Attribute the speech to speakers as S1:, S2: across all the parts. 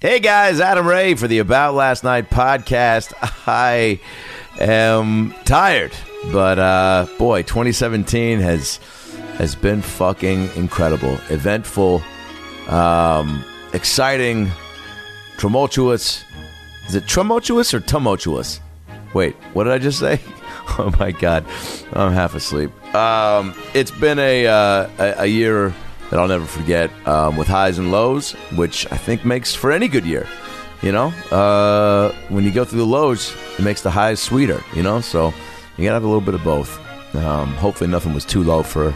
S1: Hey guys, Adam Ray for the About Last Night podcast. I am tired, but uh, boy, 2017 has has been fucking incredible, eventful, um, exciting, tumultuous. Is it tumultuous or tumultuous? Wait, what did I just say? Oh my god, I'm half asleep. Um, it's been a, uh, a a year that I'll never forget, um, with highs and lows, which I think makes for any good year. You know, uh, when you go through the lows, it makes the highs sweeter. You know, so you gotta have a little bit of both. Um, hopefully, nothing was too low for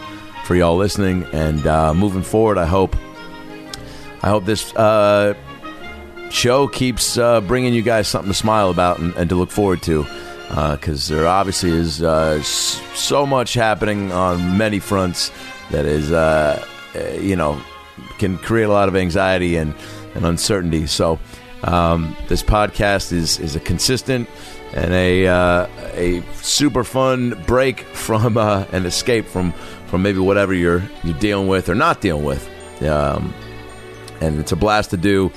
S1: for y'all listening. And uh, moving forward, I hope I hope this uh, show keeps uh, bringing you guys something to smile about and, and to look forward to because there obviously is uh, s- so much happening on many fronts that is uh, uh, you know can create a lot of anxiety and, and uncertainty so um, this podcast is is a consistent and a uh, a super fun break from uh, an escape from from maybe whatever you're you're dealing with or not dealing with um, and it's a blast to do.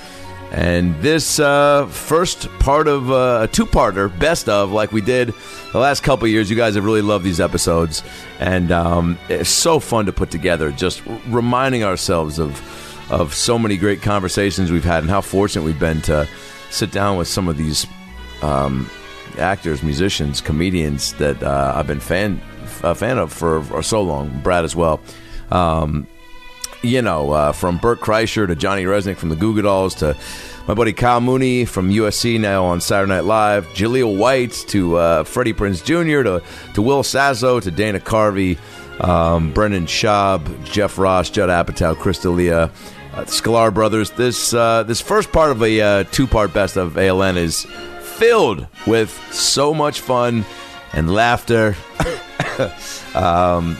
S1: And this uh, first part of uh, a two-parter, best of, like we did the last couple years, you guys have really loved these episodes, and um, it's so fun to put together. Just r- reminding ourselves of of so many great conversations we've had, and how fortunate we've been to sit down with some of these um, actors, musicians, comedians that uh, I've been fan a fan of for, for so long. Brad as well. Um, you know, uh, from Burt Kreischer to Johnny Resnick from the Goo Goo Dolls to my buddy Kyle Mooney from USC now on Saturday Night Live, Jaleel White to uh, Freddie Prince Jr. to to Will Sasso to Dana Carvey, um, Brendan Schaub, Jeff Ross, Judd Apatow, Chris D'Elia, uh, the Sklar Brothers. This uh, this first part of a uh, two part best of ALN is filled with so much fun and laughter. Um,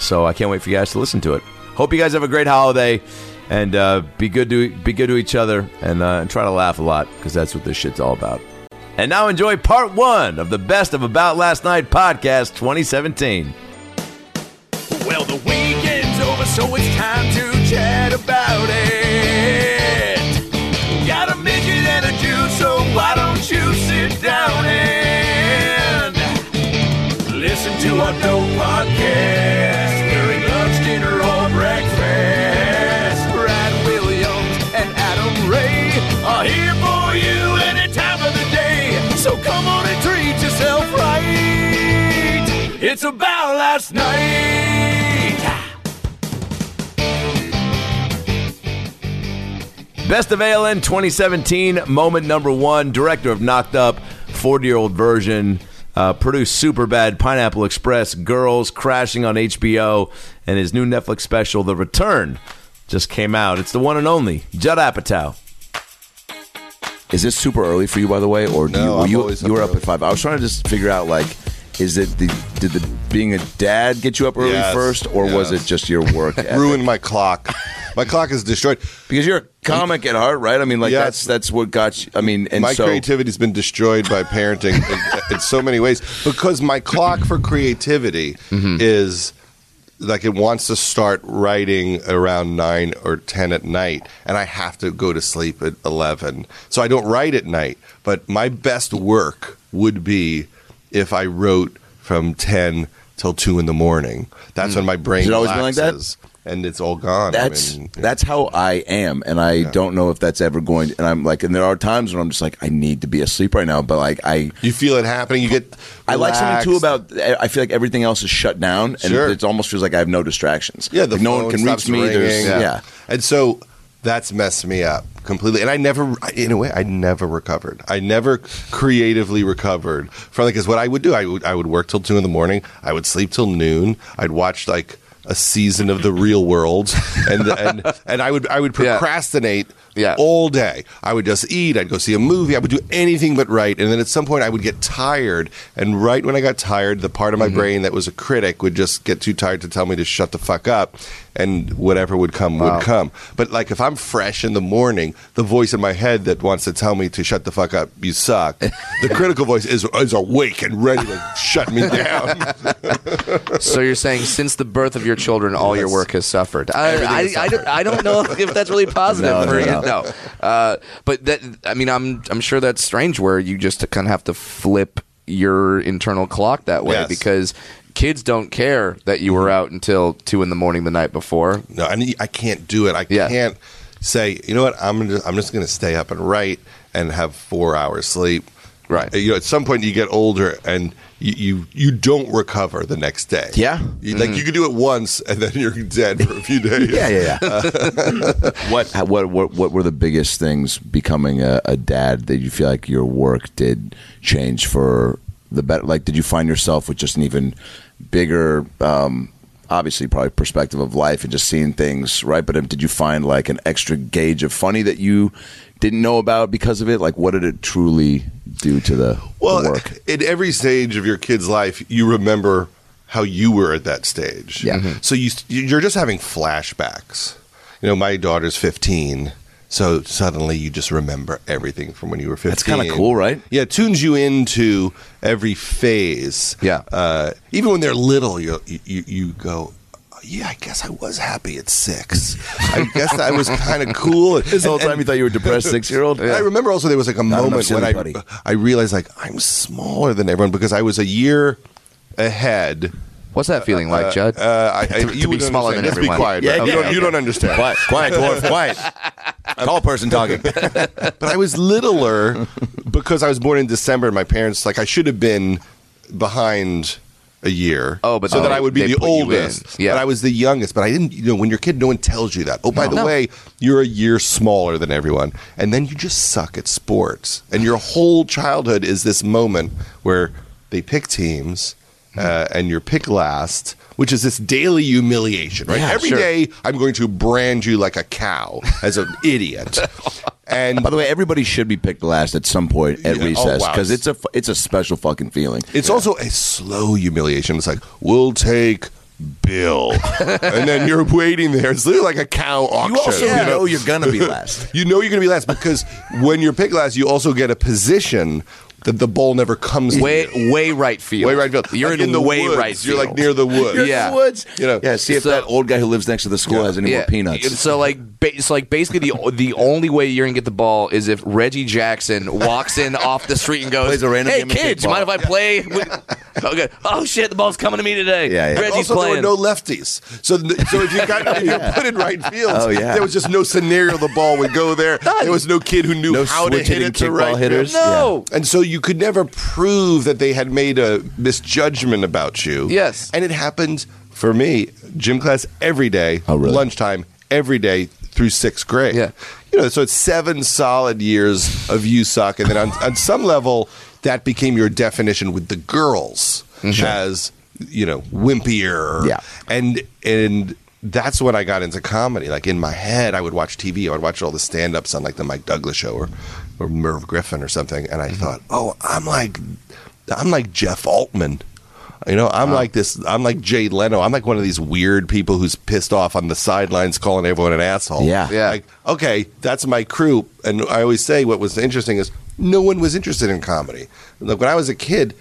S1: So I can't wait for you guys to listen to it. Hope you guys have a great holiday, and uh, be good to be good to each other, and, uh, and try to laugh a lot because that's what this shit's all about. And now enjoy part one of the best of About Last Night podcast 2017. Well, the weekend's over, so it's time to chat about it. Got a midget and a Jew, so why don't you sit down and Listen to our dope podcast during lunch, dinner, or breakfast. Brad Williams and Adam Ray are here for you any time of the day. So come on and treat yourself right. It's about last night. Best of ALN 2017, moment number one. Director of Knocked Up, 40 year old version. Uh, produced Superbad, Pineapple Express, Girls, Crashing on HBO, and his new Netflix special, The Return, just came out. It's the one and only Judd Apatow. Is this super early for you, by the way, or do
S2: No,
S1: you, were
S2: I'm
S1: you,
S2: always
S1: you
S2: up
S1: were up
S2: early.
S1: at five? I was trying to just figure out like, is it the did the being a dad get you up early
S2: Yes,
S1: first, or was it
S2: yes.
S1: just your work? ethic?
S2: ruined my clock. My clock is destroyed.
S1: Because you're a comic at heart, right? I mean, like
S2: Yeah,
S1: that's that's what got you. I mean, and
S2: my
S1: so
S2: creativity's been destroyed by parenting in, in so many ways because my clock for creativity
S1: Mm-hmm.
S2: is like it wants to start writing around 9 or 10 at night and i have to go to sleep at 11 so i don't write at night but my best work would be if i wrote from 10 till 2 in the morning that's when my brain
S1: Mm. Has it always been like that?
S2: relaxes, and it's all gone I
S1: that's
S2: mean, yeah.
S1: that's how I am, and I don't know if that's ever going. And I'm like, and there are times when I'm just like, I need to be asleep right now, but like I.
S2: You feel it happening. You get.
S1: I like something too
S2: relaxed.
S1: about. eh, I feel like everything else is shut down, and
S2: Sure.
S1: it almost feels like I have no distractions.
S2: Yeah, the
S1: Like, no one
S2: phone
S1: can
S2: stops
S1: reach me. There's,
S2: ringing.
S1: yeah.
S2: and so that's messed me up completely. And I never, I- in a way, I never recovered. I never creatively recovered from like is what I would do. I would I would work till two in the morning. I would sleep till noon. I'd watch like a season of the Real World, and and and I would I would
S3: Yeah.
S2: procrastinate.
S3: Yeah.
S2: All day. I would just eat. I'd go see a movie. I would do anything but write. And then at some point, I would get tired. And right when I got tired, the part of my brain that was a critic would just get too tired to tell me to shut the fuck up. And whatever would come would come. But like if I'm fresh in the morning, the voice in my head that wants to tell me to shut the fuck up, you suck. The critical voice is, is awake and ready to shut me down.
S3: So you're saying since the birth of your children, all your work has suffered. I, I,
S2: Everything has
S3: I, don't, I don't know if that's really positive
S1: No,
S3: for
S1: no, no.
S3: no. Uh, but that I mean, I'm I'm sure that's strange where you just kind of have to flip your internal clock that way
S2: Yes.
S3: because kids don't care that you
S1: Mm-hmm.
S3: were out until two in the morning the night before.
S2: No, I mean, I can't do it. I
S3: Yeah.
S2: can't say, you know what? I'm just, I'm just going to stay up and write and have four hours sleep.
S3: Right.
S2: You know, at some point you get older and you you, you don't recover the next day.
S1: Yeah.
S2: You,
S3: Mm-hmm.
S2: like you can do it once and then you're dead for a few days.
S1: Yeah, yeah, yeah. what, what what what were the biggest things becoming a, a dad that you feel like your work did change for the better? Like, did you find yourself with just an even bigger, um, obviously probably perspective of life and just seeing things right? But um, did you find like an extra gauge of funny that you didn't know about because of it? Like, what did it truly do to the,
S2: Well,
S1: the work?
S2: at every stage of your kid's life, you remember how you were at that stage.
S1: Yeah. Mhm.
S2: So you you're just having flashbacks. You know, my daughter's 15, so suddenly you just remember everything from when you were 15.
S1: That's kinda cool, right?
S2: Yeah, it tunes you into every phase.
S1: Yeah.
S2: Uh, even when they're little, you you you go. "Oh, Yeah, I guess I was happy at six. I guess I was kind of cool.
S1: This whole time you thought you were depressed six year old.
S2: I remember also there was like a
S1: enough
S2: moment when
S1: silly
S2: I
S1: putty.
S2: I realized like I'm smaller than everyone because I was a year ahead.
S3: What's that feeling like, Judd?
S2: Uh, I, I,
S3: To- to
S2: you
S3: be
S2: would
S3: smaller
S2: understand.
S3: than
S2: Just
S3: everyone.
S2: Be quiet.
S1: Yeah,
S2: Brett.
S1: yeah,
S2: you, don't,
S1: okay.
S2: you don't understand.
S1: Quiet, quiet, dwarf, quiet. Tall person talking.
S2: But I was littler because I was born in December. and My parents like I should have been behind a year.
S3: Oh, but
S2: so
S3: they-
S2: that I would be
S3: they
S2: the
S3: put you in.
S2: oldest.
S3: Yeah.
S2: But I was the youngest. But I didn't. You know, when your kid, no one tells you that. Oh, by the
S3: No.
S2: way, you're a year smaller than everyone, and then you just suck at sports, and your whole childhood is this moment where they pick teams. Uh,
S3: Mm-hmm.
S2: and you're picked last, which is this daily humiliation, right?
S1: Yeah,
S2: Every
S1: sure.
S2: day I'm going to brand you like a cow as an idiot. And
S1: By the way, everybody should be picked last at some point at
S2: Yeah. Oh,
S1: recess
S2: wow.
S1: because it's a it's a special fucking feeling.
S2: It's also a slow humiliation. It's like, we'll take Bill. and then you're waiting there. It's literally like a cow auction. you know?
S1: you're gonna be last.
S2: You know you're going to be last because when you're picked last, you also get a position that the ball never comes to
S3: way
S2: you.
S3: way right field.
S2: Way right field.
S3: You're
S2: Like
S3: in, the way
S2: woods.
S3: right.
S2: You're like
S3: field.
S2: near the woods.
S3: You're in Yeah. the
S1: woods.
S2: You know. uh,
S1: yeah. See if
S3: So-
S1: that old guy who lives next to the school has any more
S3: And
S1: peanuts.
S3: So like, ba- it's like basically the the only way you're gonna get the ball is if Reggie Jackson walks in off the street and goes,
S1: Plays a random
S3: "Hey
S1: game of
S3: kids, you
S1: kickball."
S3: mind if I play?" With- oh, good. Oh shit, the ball's coming to me today.
S1: Yeah, yeah.
S3: Reggie's
S2: also,
S3: playing.
S2: there were no lefties, so th- so if you got if you were put in right field,
S1: Oh, yeah.
S2: there was just no scenario the ball would go there. There was no kid who knew
S1: No
S2: how to
S1: switch
S2: hit
S1: hitting
S2: it to
S1: kickball
S2: right field.
S1: hitters.
S3: No.
S2: And so you could never prove that they had made a misjudgment about you.
S3: Yes.
S2: And it happened for me, gym class every day,
S1: Oh, really?
S2: lunchtime every day through sixth grade.
S3: Yeah.
S2: You know, so it's seven solid years of you suck. And then on, on some level, that became your definition with the girls as, you know, wimpier.
S1: Yeah.
S2: And, and, that's when I got into comedy. Like in my head, I would watch TV. I would watch all the stand-ups on like the Mike Douglas show or, or Merv Griffin or something. And I
S1: Mm-hmm.
S2: thought, oh, I'm like, I'm like Jeff Altman. You know, I'm like this. I'm like Jay Leno. I'm like one of these weird people who's pissed off on the sidelines, calling everyone an asshole.
S1: Yeah.
S3: Yeah.
S2: Like, okay, that's my crew. And I always say what was interesting is no one was interested in comedy. Like when I was a kid,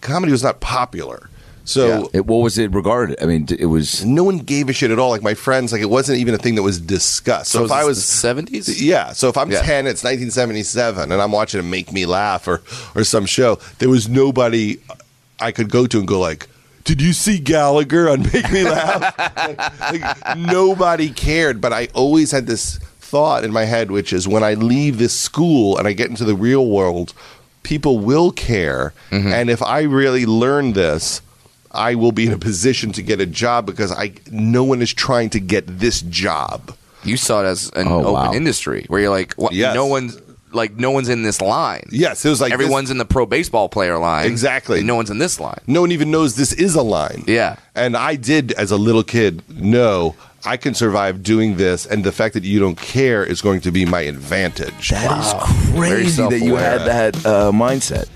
S2: comedy was not popular. So
S1: It, what was it regarded? I mean, d- it was.
S2: no one gave a shit at all. Like my friends, like it wasn't even a thing that was discussed. So, if I was
S3: seventies,
S2: yeah. So if I'm
S3: Yeah.
S2: 10, it's 1977, and I'm watching a Make Me Laugh or or some show. There was nobody I could go to and go like, "Did you see Gallagher on Make Me Laugh?" like, like, nobody cared. But I always had this thought in my head, which is when I leave this school and I get into the real world, people will care.
S3: Mm-hmm.
S2: And if I really learn this. I will be in a position to get a job because I no one is trying to get this job.
S3: you saw it as an
S1: Oh,
S3: open
S1: wow.
S3: industry where you're like, what?
S2: Yes.
S3: no one's like, no one's in this line.
S2: Yes, it was like this-
S3: everyone's in the pro baseball player line.
S2: Exactly.
S3: and no one's in this line.
S2: no one even knows this is a line.
S3: Yeah.
S2: And I did, as a little kid, know I can survive doing this, and the fact that you don't care is going to be my advantage.
S1: That is
S3: Very
S1: crazy that you
S3: self-aware.
S1: had that uh, mindset.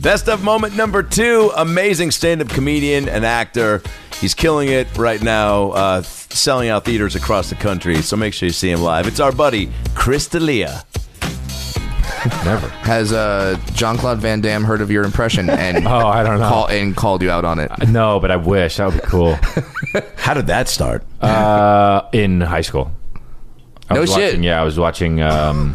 S1: Best of moment number two. Amazing stand up comedian and actor. He's killing it right now, uh, th- selling out theaters across the country. So make sure you see him live. It's our buddy, Chris D'Elia.
S2: Never.
S3: Has uh, John Claude Van Damme heard of your impression and
S4: Oh, I don't know.
S3: call, and called you out on it?
S4: No, but I wish that would be cool.
S1: How did that start?
S4: uh, in high school, I
S3: No
S4: was
S3: shit.
S4: Watching, yeah, I was watching. Um,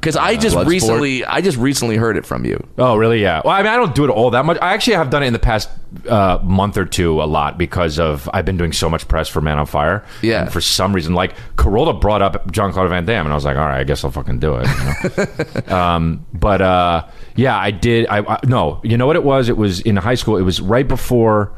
S3: Because I just
S1: Bloodsport?
S3: recently, I just recently heard it from you.
S4: oh, really? Yeah. Well, I mean, I don't do it all that much. I actually have done it in the past uh, month or two a lot because of I've been doing so much press for Man on Fire.
S3: Yeah.
S4: And for some reason, like Corolla brought up John Claude Van Damme, and I was like, all right, I guess I'll fucking do it. you know? but uh, yeah, I did. I, I no, you know what it was? It was in high school. It was right before.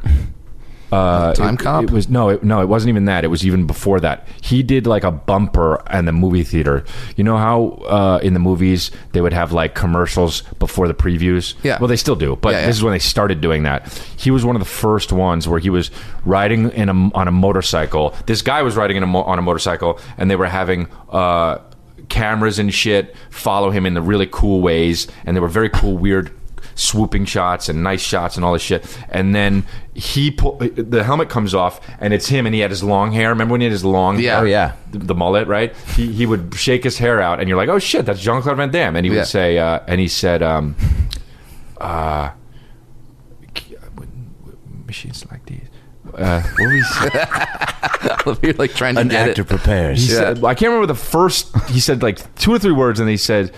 S4: Uh,
S3: Time
S4: it,
S3: Cop?
S4: It was no, it, no. It wasn't even that. It was even before that. He did like a bumper in the movie theater. You know how uh, in the movies they would have like commercials before the previews.
S3: Yeah.
S4: Well, they still do, but
S3: Yeah, yeah.
S4: this is when they started doing that. He was one of the first ones where he was riding in a, on a motorcycle. This guy was riding in a mo- on a motorcycle, and they were having uh, cameras and shit follow him in the really cool ways, and they were very cool, weird swooping shots and nice shots and all this shit. And then he pull, the helmet comes off, and it's him, and he had his long hair. Remember when he had his long
S3: Yeah.
S4: hair?
S1: Oh, yeah.
S4: the, the mullet, right? He, he would shake his hair out, and you're like, oh shit, that's Jean Claude Van Damme. And he
S3: Yeah.
S4: would say, uh, and he said, um, uh, machines like these. Uh, what was he saying?
S3: You're like trying to
S1: An
S3: get
S1: actor
S3: it.
S1: prepares.
S4: He
S3: Yeah.
S4: said, I can't remember the first. He said like two or three words, and he said,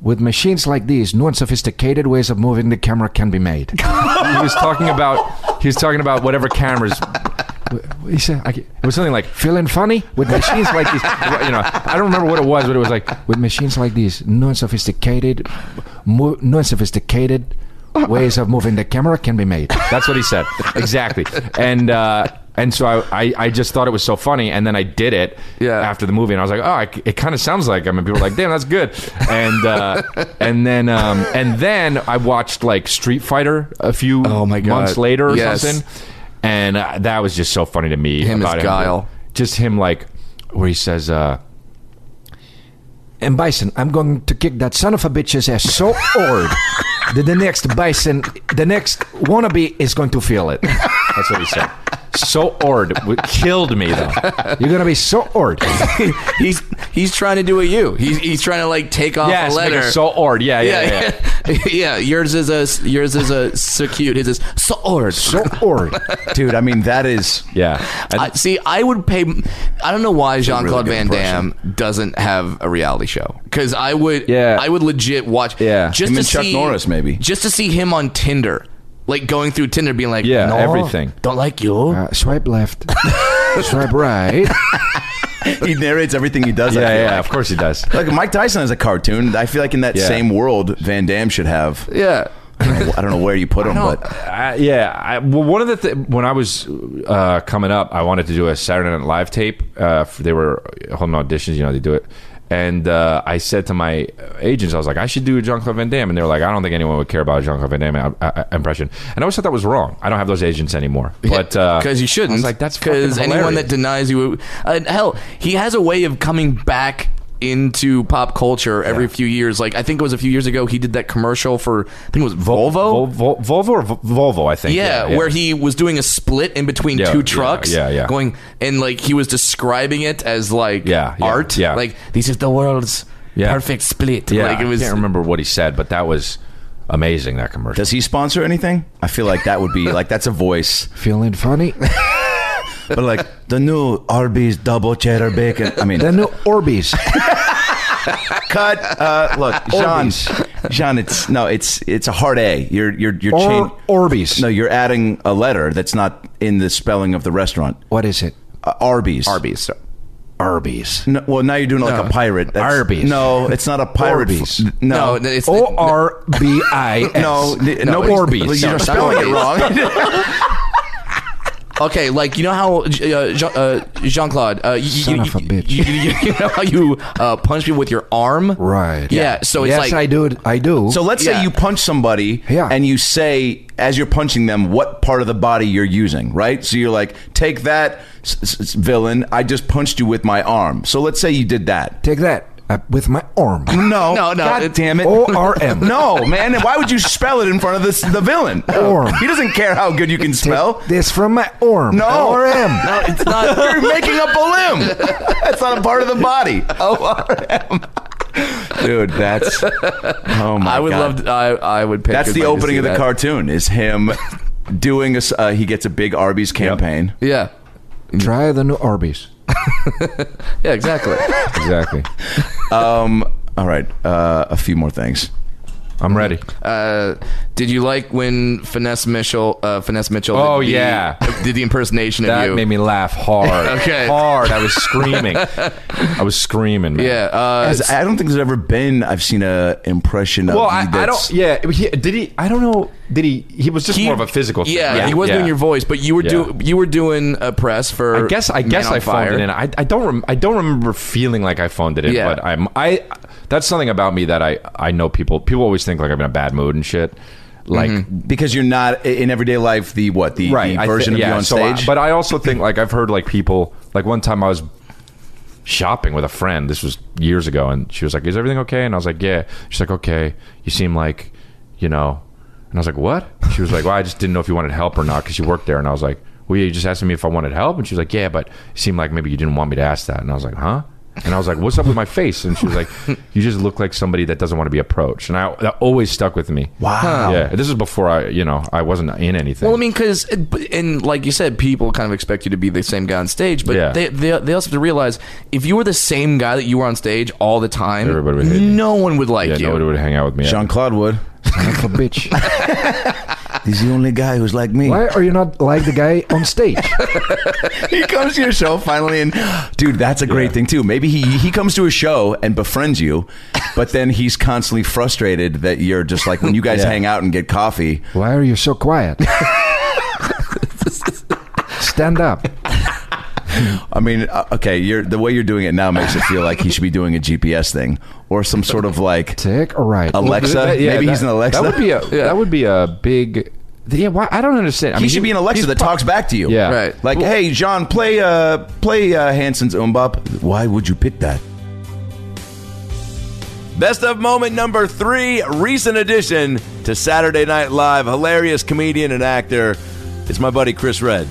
S4: "With machines like these, new and sophisticated ways of moving the camera can be made." he was talking about he was talking about whatever cameras. He said I, it was something like feeling funny with machines like these. You know, I don't remember what it was, but it was like with machines like these, new and sophisticated, mo- new and sophisticated ways of moving the camera can be made. That's what he said exactly, and. uh and so I, I, I just thought it was so funny, and then I did it
S3: Yeah.
S4: after the movie, and I was like, oh, I, it kind of sounds like him. And people were like, damn, that's good. And uh, and then um, and then I watched like Street Fighter a few
S3: Oh, my God.
S4: months later or
S3: Yes.
S4: something, and uh, that was just so funny to me.
S3: Him as
S4: about
S3: Guile.
S4: just him like where he says. Uh, and Bison, I'm going to kick that son of a bitch's ass so hard that the next Bison, the next wannabe is going to feel it. That's what he said. So hard. It Killed me, though. You're going to be so hard.
S3: he's he's trying to do a U. He's he's trying to like take off
S4: yes,
S3: a
S4: make it
S3: letter.
S4: so hard. Yeah, yeah, yeah. yeah.
S3: yeah, yeah. Yours is a yours is a so cute. His is so hard.
S4: So hard.
S1: Dude, I mean, that is.
S4: Yeah. And
S3: I, see, I would pay. I don't know why Jean Claude
S1: good
S3: Van
S1: impression.
S3: Damme doesn't have a reality show because I would.
S4: Yeah.
S3: I would legit watch.
S4: Yeah.
S3: just
S1: Him
S3: to
S1: and Chuck
S3: see,
S1: Norris, maybe.
S3: just to see him on Tinder, like going through Tinder, being like,
S4: yeah,
S3: "No,
S4: everything.
S3: don't like you.
S4: Uh, swipe left. swipe right.
S1: He narrates everything he does. I
S4: Yeah,
S1: feel
S4: yeah,
S1: like.
S4: of course he does.
S1: Like Mike Tyson is a cartoon. I feel like in that
S4: Yeah.
S1: same world, Van Damme should have.
S3: yeah,
S1: I don't know- I don't know where you put him,
S3: don't-
S1: but
S4: I, yeah, I, well, one of the th- when I was uh, coming up, I wanted to do a Saturday Night Live tape. Uh, f- they were holding auditions, you know, they do it. And uh, I said to my agents, I was like, I should do a Jean Claude Van Damme, and they were like, I don't think anyone would care about a Jean Claude Van Damme uh, uh, impression. And I always thought that was wrong. I don't have those agents anymore, but uh,
S3: because you shouldn't.
S4: I was like, that's
S3: because anyone that
S4: did.
S3: denies you, uh, hell, he has a way of coming back into pop culture every few years. Like I think it was a few years ago, he did that commercial for I think it was Volvo.
S4: Vol- Vol- Volvo or Vo- Volvo, I think.
S3: Yeah, where he was doing a split in between
S4: Yeah, yeah,
S3: two trucks.
S4: yeah, yeah.
S3: Going and like he was describing it as like
S4: Yeah, yeah,
S3: art.
S4: yeah.
S3: Like this is the world's
S4: Yeah.
S3: perfect split.
S4: yeah,
S3: Like it was
S4: I can't remember what he said, but that was amazing. That commercial.
S1: does he sponsor anything? I feel like that would be like that's a voice,
S4: Feeling funny?
S1: but like the new Arby's double cheddar bacon. I mean,
S4: new Orbeez.
S1: cut. Uh, look, Jean,
S4: Orbeez.
S1: Jean, it's no, it's it's a hard A. You're you're you're
S4: Or- Orbeez.
S1: No, you're adding a letter that's not in the spelling of the restaurant.
S4: what is it?
S1: Uh, Arby's.
S3: Arby's.
S4: Arby's.
S1: No, well, now you're doing like a pirate. That's,
S4: Arby's.
S1: No, it's not a pirate.
S4: Orbeez.
S1: f- No,
S3: No, it's
S4: O R B I S.
S1: no, n-
S4: no,
S1: nobody's-
S4: Orbeez.
S1: You're
S3: No,
S1: spelling it
S3: Orbeez.
S1: wrong.
S3: Okay, like you know how uh, Jean uh, Jean Claude, uh, you,
S4: Son
S3: you,
S4: of a bitch.
S3: You, you- you know how you uh, punch people with your arm,
S4: Right.
S3: Yeah, so it's
S4: yes,
S3: like
S4: I do. I do.
S1: So let's
S3: Yeah.
S1: say you punch somebody
S4: Yeah.
S1: and you say, as you're punching them, what part of the body you're using, right? So you're like, take that, s- s- s- villain. I just punched you with my arm. So let's say you did that.
S4: take that uh, with my arm.
S1: No,
S3: No, no,
S1: God
S3: it-
S1: damn it.
S4: O R M.
S1: No, man. Why would you spell it in front of this, the villain?
S4: Arm.
S1: He doesn't care how good you can
S4: Take
S1: spell.
S4: this from my arm.
S1: No.
S4: O R M.
S3: No, it's not.
S1: You're making up a limb. That's not a part of the body.
S3: Oh,
S1: Dude, that's. Oh my
S3: I would
S1: God.
S3: love. To, I I would pay.
S1: That's
S3: good
S1: the
S3: money to
S1: opening
S3: see
S1: of the
S3: that.
S1: cartoon. Is him doing a s- uh, he gets a big Arby's campaign.
S3: Yeah.
S4: Try the new Arby's.
S3: Yeah, exactly.
S4: Exactly.
S1: Um, All right, uh, a few more things.
S4: I'm ready.
S3: uh, did you like when Finesse Mitchell? Uh, Finesse Mitchell. did
S4: Oh,
S3: the-
S4: yeah.
S3: did the impersonation
S4: That
S3: of you?
S4: made me laugh hard.
S3: Okay.
S4: Hard. I was screaming. I was screaming, man.
S3: yeah. Uh,
S1: As I don't think there's ever been I've seen a impression of
S4: Well,
S1: you
S4: I, I
S1: that's-
S4: don't. Yeah, he, did he? I don't know. Did he? He was just more of a physical. thing,
S3: Yeah,
S4: right?
S3: he was
S4: Yeah.
S3: doing your voice, but you were do you were doing a press for.
S4: I guess I guess
S3: Man on
S4: I
S3: Fire.
S4: phoned it in. I, I don't rem- I don't remember feeling like I phoned it in,
S3: Yeah.
S4: but I'm I that's something about me that I I know people people always think like I'm in a bad mood and shit. Like
S1: Mm-hmm. because you're not i- in everyday life the what the,
S4: right
S1: the
S4: I thi-
S1: version of
S4: yeah,
S1: you on
S4: so I-
S1: stage.
S4: but I also think like I've heard like people like one time I was shopping with a friend. This was years ago, and she was like, "Is everything okay?" And I was like, "Yeah." She's like, "Okay, you seem like, you know," and I was like, "What?" She was like, "Well, I just didn't know if you wanted help or not because you worked there." And I was like, "Well, yeah, you just asking me if I wanted help," and she was like, "Yeah, but it seemed like maybe you didn't want me to ask that." And I was like, "Huh?" And I was like, "What's up with my face?" And she was like, "You just look like somebody that doesn't want to be approached." And I that always stuck with me.
S1: Wow.
S4: Yeah, this is before I, you know, I wasn't in anything.
S3: Well, I mean, because and like you said, people kind of expect you to be the same guy on stage, but
S4: Yeah.
S3: they, they they also have to realize if you were the same guy that you were on stage all the time,
S4: Everybody would hate me.
S3: no one would like
S4: yeah,
S3: you.
S4: nobody would hang out with me.
S1: Jean Claude would.
S4: bitch.
S1: He's the only guy who's like me.
S4: are you not like the guy on stage?
S1: He comes to your show finally, and dude, that's a great thing too. Maybe he he comes to a show and befriends you, but then he's constantly frustrated that you're just like when you guys hang out and get coffee.
S4: Why are you so quiet? Stand up.
S1: I mean, uh, okay, you're the way you're doing it now makes it feel like he should be doing a GPS thing or some sort of like
S4: Take a right.
S1: Alexa? Maybe he's an Alexa?
S4: That would be a
S3: Yeah.
S4: that would be a big. Yeah, why, I don't understand. I
S1: he
S4: mean,
S1: should be an Alexa
S4: he's
S1: that
S4: pro-
S1: talks back to you.
S4: Yeah,
S3: Right.
S1: Like, hey, John, play uh, play uh, Hanson's Umbop. Why would you pick that? Best of moment number three, recent addition to Saturday Night Live, hilarious comedian and actor. It's my buddy Chris Red.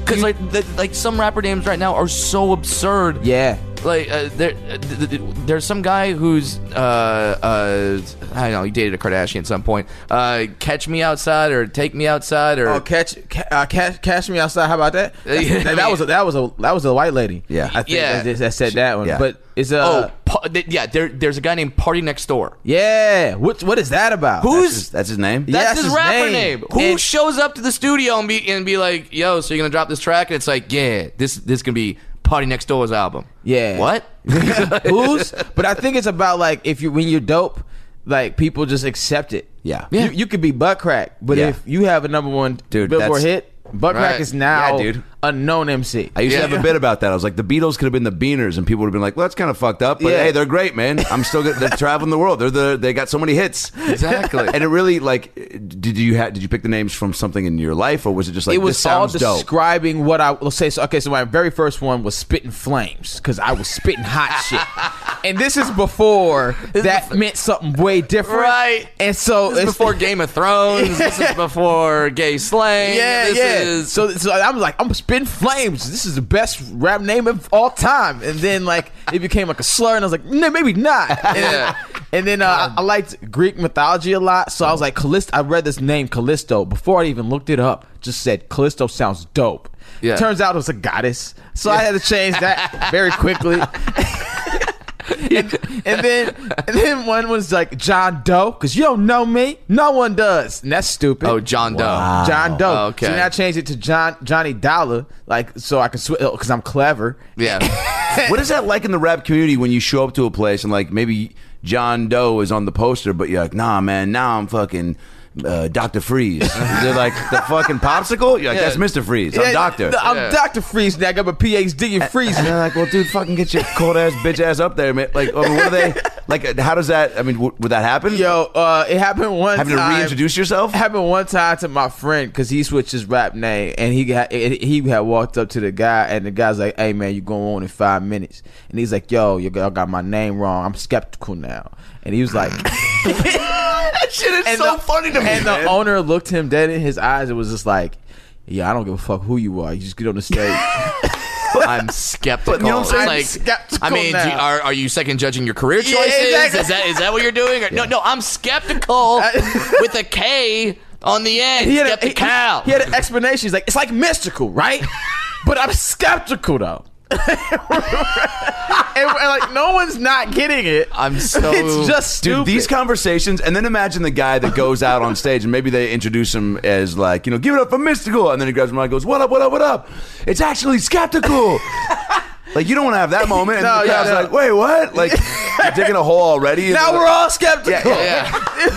S3: Because like the, like some rapper names right now are so absurd.
S1: Yeah.
S3: Like uh, there, uh, th- th- there's some guy who's uh, uh, I don't know he dated a Kardashian at some point. Uh, catch me outside or take me outside or
S5: Oh, catch, ca- uh, catch, catch me outside. How about that?
S3: Yeah, I
S5: that,
S3: mean-
S5: was a, that was a that was a white lady.
S1: Yeah.
S5: I think
S3: Yeah.
S5: that, that- that said that one.
S1: Yeah.
S5: But it's uh, a
S3: oh pa- th- yeah. There, there's a guy named Party Next Door.
S5: yeah. What what is that about?
S1: That's his, that's his name?
S5: Yeah.
S3: That's
S5: that's
S3: his,
S5: his
S3: rapper name.
S5: name.
S3: Who
S5: And-
S3: shows up to the studio and be and be like, "Yo, so you're gonna drop this track?" And it's like, "Yeah, this this gonna be Party Next Door's album."
S5: Yeah.
S3: What?
S5: Who's? But I think it's about like if you when you're dope, like people just accept it.
S1: Yeah.
S5: You, you could be butt crack, but
S1: Yeah.
S5: if you have a number one
S1: Dude,
S5: Billboard
S1: that's-
S5: hit, butt
S3: Right.
S5: crack is now
S1: Yeah, dude.
S5: a known MC.
S1: I used
S3: Yeah.
S1: to have a bit about that. I was like, the Beatles could have been the Beaners, and people would have been like, "Well, that's kind of fucked up." But
S5: Yeah.
S1: hey, they're great, man. I'm still good. they're traveling the world. They're the they got so many hits.
S3: Exactly.
S1: and it really like, did you ha- did you pick the names from something in your life, or was it just like
S5: it was
S1: this
S5: all
S1: sounds dope?
S5: describing what I will say. So okay, so my very first one was spitting flames because I was spitting hot shit, and this is before that meant something way different,
S3: Right.
S5: And so
S3: This is
S5: it's
S3: before Game of Thrones. This is before gay slang.
S5: Yeah,
S3: this
S5: yeah.
S3: Is,
S5: So, so I'm like, I'm spitting flames. This is the best rap name of all time. And then like it became like a slur, and I was like, no, maybe not. And
S3: Yeah.
S5: then, and then uh, I liked Greek mythology a lot, so I was like, Callisto. I read this name Callisto before I even looked it up. Just said Callisto sounds dope.
S3: Yeah.
S5: Turns out it was a goddess, so I had to change that very quickly. and, and then and then one was like John Doe, because you don't know me. No one does. And that's stupid.
S3: oh, John Doe.
S5: John Doe.
S3: Oh, okay.
S5: So now I changed it to John Johnny Dollar, like so I can switch because I'm clever.
S3: Yeah.
S1: what is that like in the rap community when you show up to a place and like maybe John Doe is on the poster, but you're like, nah, man, now I'm fucking. Uh, Doctor Freeze. They're like the fucking popsicle. You're like,
S3: Yeah.
S1: that's Mister Freeze. I'm
S5: Yeah,
S1: Doctor.
S5: no, I'm
S3: Yeah.
S5: Doctor Freeze. Now I got my PhD in
S1: And
S5: freezing.
S1: they're like, "Well, dude, fucking get your cold ass bitch ass up there, man." Like, I mean, what are they? Like, how does that? I mean, w- would that happen?
S5: Yo, uh, it happened one
S1: having to
S5: time.
S1: reintroduce yourself?
S5: It happened one time to my friend because he switched his rap name and he got he had walked up to the guy and the guy's like, "Hey man, you going on in five minutes?" And he's like, "Yo, you all got my name wrong. I'm skeptical now." And he was like.
S3: shit is
S5: the- And the owner looked him dead in his eyes and was just like, "Yeah, I don't give a fuck who you are. You just get on the stage."
S3: I'm skeptical.
S1: But you know what
S5: I'm
S3: It's
S1: I'm saying?
S3: like,
S5: skeptical
S3: I mean, do
S5: now.
S3: you- are, are you second judging your career choices?
S5: Yeah, exactly.
S3: Is that is that what you're doing? Or, No, no, I'm skeptical with a K on the end.
S5: he had a, he,
S3: skeptical.
S5: he had an explanation. He's like, "It's like mystical, right?" but I'm skeptical though. and, and, like no one's not getting it.
S3: I'm so.
S5: It's just
S1: Dude,
S5: stupid.
S1: these conversations, and then imagine the guy that goes out on stage, and maybe they introduce him as like, you know, give it up for Mystical, and then he grabs my mic, and goes, "What up? What up? What up?" It's actually skeptical. like you don't want to have that moment. And
S5: No,
S1: the
S5: yeah,
S1: crowd's
S5: no.
S1: like, "Wait, what?" Like you're digging a hole already. and
S5: now
S1: they're
S5: we're
S1: like,
S5: all skeptical.
S3: Yeah.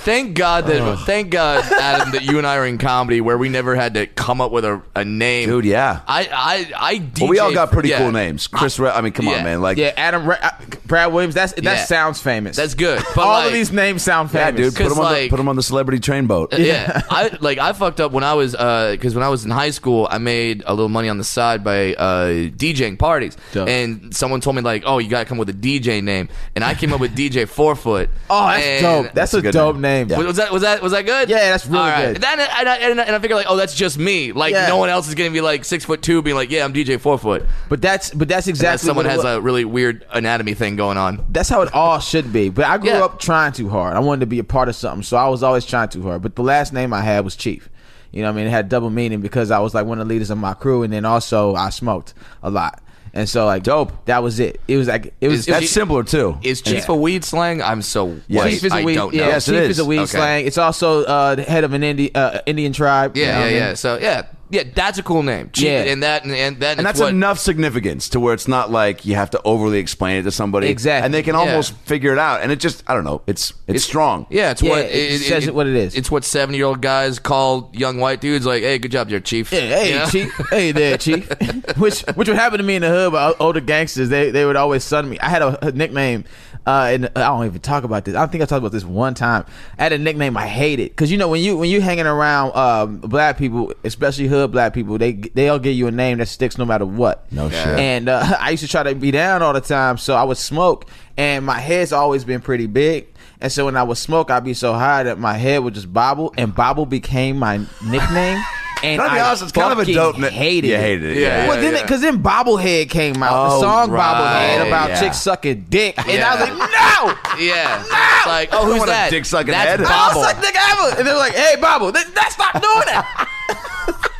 S3: Thank God that thank God, Adam, that you and I are in comedy where we never had to come up with a, a name.
S1: Dude, yeah.
S3: I I I DJ,
S1: Well, we all got pretty
S3: yeah.
S1: cool names. Chris, Re- I mean, come
S3: yeah.
S1: on, man. Like,
S5: Yeah, Adam, Ra- uh, Brad Williams. That's that
S3: Yeah.
S5: sounds famous.
S3: That's good. But
S5: all
S3: like-
S5: of these names sound
S1: yeah,
S5: famous.
S1: dude, put
S3: 'Cause,
S1: him on the
S3: like-
S1: put him on the celebrity train boat.
S3: yeah. I like I fucked up when I was because when I was in high school, I made a little money on the side by uh, DJing parties, and someone told me like, "Oh, you gotta come with a DJ name," and I came up with DJ Forefoot.
S5: Oh, that's
S3: and-
S5: dope. That's, a,
S1: good
S5: dope
S1: name.
S5: name.
S1: Yeah.
S3: Was, was that was that was that good?
S5: Yeah, that's really good.
S3: And, then- and, I, and, I, and I figure like, oh, that's just me. Like
S5: Yeah.
S3: no one else is gonna be like six foot two, being like, yeah, I'm DJ four foot.
S5: But that's but that's
S3: That
S5: exactly
S3: someone
S5: what it
S3: has
S5: was.
S3: a really weird anatomy thing going on.
S5: That's how it all should be. But I grew
S3: Yeah.
S5: up trying too hard. I wanted to be a part of something, so I was always trying too hard. But the last name I had was Chief. You know, what I mean, it had double meaning because I was like one of the leaders of my crew, and then also I smoked a lot, and so like
S1: Dope.
S5: That was it. It was like it was.
S3: Is
S5: it was-
S1: That's simpler too.
S3: Is chief a weed slang? I'm so
S1: Yes.
S3: white.
S1: Chief
S5: is a
S3: I
S5: weed,
S3: don't know.
S5: yeah,
S1: Yes, it
S5: chief
S1: is.
S5: is. a weed
S1: Okay.
S5: slang. It's also uh, the head of an Indi- uh, Indian tribe. you know
S3: Yeah,
S5: what
S3: yeah,
S5: I mean?
S3: yeah. So yeah, yeah, that's a cool name. Chief,
S5: Yeah.
S3: and that and, and that
S1: and
S3: is
S1: that's
S3: what,
S1: enough significance to where it's not like you have to overly explain it to somebody.
S5: Exactly.
S1: And they can
S3: Yeah.
S1: almost figure it out. And it just, I don't know, it's it's, strong.
S3: Yeah, it's
S5: Yeah,
S3: what
S5: it says it what it is.
S3: It's what seven year old guys call young white dudes like, "Hey, good job, there, chief."
S5: Yeah, hey,
S3: You know?
S5: chief. Hey there, chief. which which would happen to me in the hood. But older gangsters, they they would always sun me. I had a, a nickname, uh, and I don't even talk about this. I don't think I talked about this one time. I had a nickname I hated because you know when you when you hanging around um, black people, especially hood black people, they they'll give you a name that sticks no matter what.
S1: No shit.
S5: And uh, I used to try to be down all the time, so I would smoke, and my head's always been pretty big. And so when I would smoke, I'd be so high that my head would just bobble, and bobble became my nickname. And
S1: Can I be
S5: I
S1: honest? It's kind of a
S5: fucking
S1: dope. na-
S5: Hated
S1: you
S5: it.
S1: hated it.
S3: Yeah,
S1: Yeah.
S5: Well, then,
S3: yeah.
S5: because then Bobblehead came out,
S1: Oh,
S5: the song
S1: right,
S3: Oh,
S5: Bobblehead about
S1: yeah.
S5: chicks sucking dick, and I was
S3: Yeah.
S5: like, no,
S3: Yeah. It's like, oh, who's
S1: want a
S3: that?
S1: dick-sucking
S3: That's
S1: head.
S5: I
S3: Bobble.
S5: don't suck dick ever. And they were like, hey, Bobble, th- that's not doing that.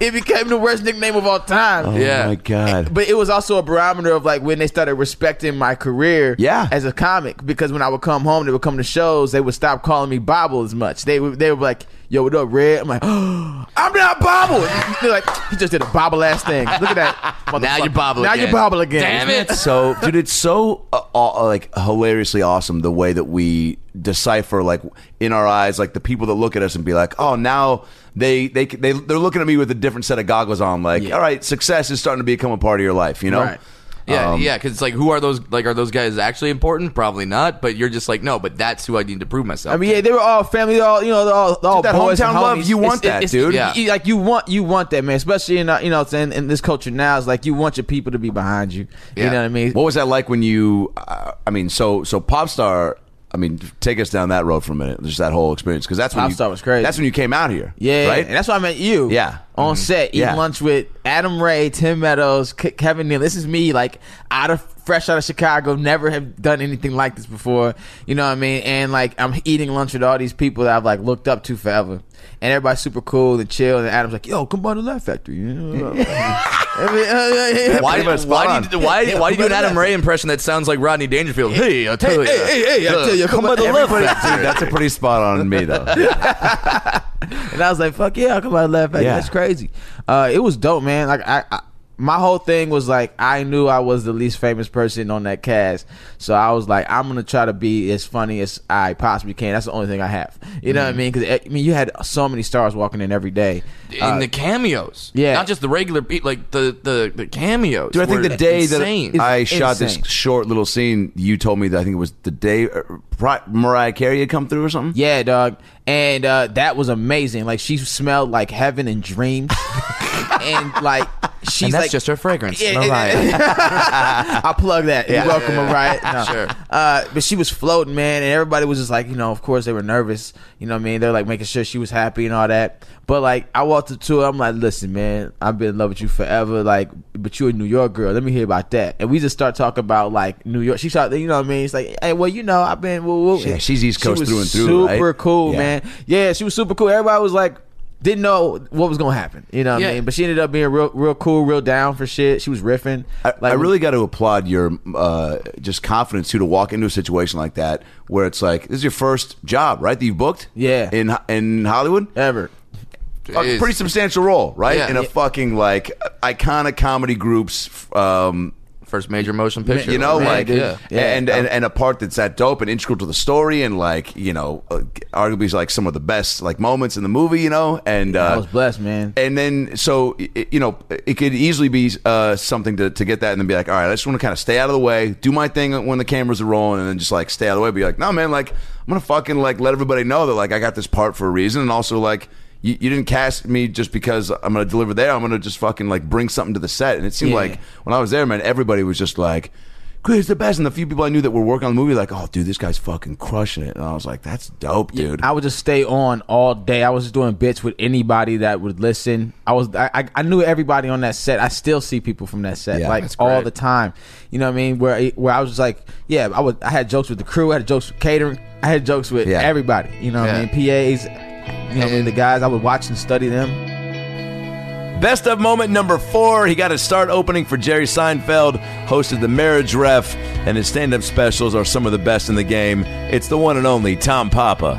S5: it became the worst nickname of all time.
S1: Oh,
S3: Yeah.
S1: my God.
S5: But it was also a barometer of like when they started respecting my career
S1: Yeah.
S5: as a comic because when I would come home, they would come to shows, they would stop calling me Bobble as much. They would they were like, "Yo, what up, Red?" I'm like, "I'm not Bobble." They're like, "He just did a Bobble ass thing." Look at that.
S3: Now
S5: motherfucker.
S3: you bobble.
S5: Now
S3: again.
S5: you Bobble again.
S3: Damn it.
S1: so, dude, it's so uh, aw- like hilariously awesome the way that we decipher, like in our eyes, like the people that look at us and be like, "Oh, now they they they they're looking at me with a different set of goggles on." Like, all right, success is starting to become a part of your life, you know? Um,
S5: Right.
S3: Yeah, yeah, because it's like, who are those? Like, are those guys actually important? Probably not. But you're just like, no, but that's who I need to prove myself.
S5: I mean, yeah, they were all family, all you know, they're all, they're all
S1: Dude, that
S5: boys
S1: hometown
S5: and homies.
S1: love, you want that, dude.
S5: Yeah.
S3: Yeah.
S5: like you want, you want that, man. Especially in, uh, you know, what I'm saying in this culture now, it's like you want your people to be behind you. You
S3: Yeah.
S5: know what I mean?
S1: What was that like when you? Uh, I mean, so so pop star. I mean, take us down that road for a minute. Just that whole experience, because that's when
S5: Pop
S1: you-
S5: Star was crazy.
S1: That's when you came out here,
S5: Yeah,
S1: right?
S5: and that's why I met you.
S1: Yeah. Mm-hmm.
S5: on set, eating
S1: Yeah.
S5: lunch with Adam Ray, Tim Meadows, K- Kevin Neal. This is me, like out of fresh out of Chicago, never have done anything like this before. You know what I mean? And like I'm eating lunch with all these people that I've like looked up to forever, and everybody's super cool and chill. And Adam's like, "Yo, come by the Laugh Factory." You know? I mean,
S3: why,
S1: pretty much
S3: why,
S1: spot
S3: do you, why, why do you do an Adam Ray impression that sounds like Rodney Dangerfield? Hey, I tell you.
S5: hey, I tell you, come by the Laugh
S1: Everybody- dude, that's a pretty spot on me though.
S5: And I was like, "Fuck yeah, I'll come out and laugh at you.
S1: Yeah.
S5: That's crazy." Uh, it was dope, man. Like I, I, my whole thing was like, I knew I was the least famous person on that cast, so I was like, I'm gonna try to be as funny as I possibly can. That's the only thing I have. You know
S1: Mm.
S5: what I mean? Because I mean, you had so many stars walking in every day.
S3: In
S5: Uh,
S3: the cameos,
S5: yeah.
S3: not just the regular, pe- like the the the cameos.
S1: Dude, I think
S3: were
S1: the day
S3: insane.
S1: that I
S5: It's
S1: shot
S5: insane.
S1: this short little scene, you told me that I think it was the day uh, Pri- Mariah Carey had come through or something.
S5: yeah, dog, and uh, that was amazing. Like she smelled like heaven and dreams, and like she's
S3: and that's
S5: like
S3: just her fragrance.
S5: Yeah, I plug that. You're welcome, Mariah. No.
S3: Sure.
S5: Uh, but she was floating, man, and everybody was just like, you know, of course they were nervous. You know what I mean? They're like making sure she was happy and all that. But like, I walked up to her. I'm like, listen, man, I've been in love with you forever. Like, but you're a New York girl. Let me hear about that. And we just start talking about like New York. She started, you know what I mean? It's like, hey, well, you know, I've been. Woo, woo.
S1: Yeah, she's East
S5: She
S1: Coast
S5: was
S1: through and through, right?
S5: Super cool,
S1: Yeah.
S5: man. Yeah, she was super cool. Everybody was like. didn't know what was gonna happen. You know what
S3: Yeah.
S5: I mean? But she ended up being real, real cool, real down for shit. She was riffing.
S1: I, I really got to applaud your uh, just confidence too to walk into a situation like that where it's like this is your first job, right? That you booked,
S5: Yeah.
S1: in Ho- in Hollywood,
S5: ever.
S1: a
S3: Jeez.
S1: pretty substantial role, right?
S3: Yeah.
S1: in a
S3: Yeah.
S1: fucking like iconic comedy group's, um,
S3: First major motion picture.
S1: you know,
S3: Man,
S1: like
S3: dude.
S1: and, and and a part that's that dope and integral to the story, and like you know, uh, arguably is like some of the best like moments in the movie, you know, and uh,
S5: I was blessed, man.
S1: and then so i- i- you know it could easily be uh, something to, to get that and then be like all right i just want to kind of stay out of the way do my thing when the cameras are rolling and then just like stay out of the way be like no man like i'm gonna fucking like let everybody know that like i got this part for a reason and also like you, you didn't cast me just because i'm gonna deliver there i'm gonna just fucking like bring something to the set and it seemed
S5: Yeah.
S1: like when i was there man everybody was just like Chris, the best, and the few people I knew that were working on the movie, like, oh, dude, this guy's fucking crushing it, and I was like, that's dope, dude.
S5: I would just stay on all day. I was just doing bits with anybody that would listen. I was I, I- I knew everybody on that set. I still see people from that set
S1: Yeah,
S5: like
S1: that's
S5: all
S3: great.
S5: the time. You know what I mean? Where where I was just like, yeah, I would I had jokes with the crew, I had jokes with catering, I had jokes with
S1: Yeah.
S5: everybody. You know what I mean? PAs, you know what I mean? The guys I would watch and study them.
S6: Best of moment number four. He got his start opening for Jerry Seinfeld, hosted The Marriage Ref, and his stand up specials are some of the best in the game. It's the one and only Tom Papa.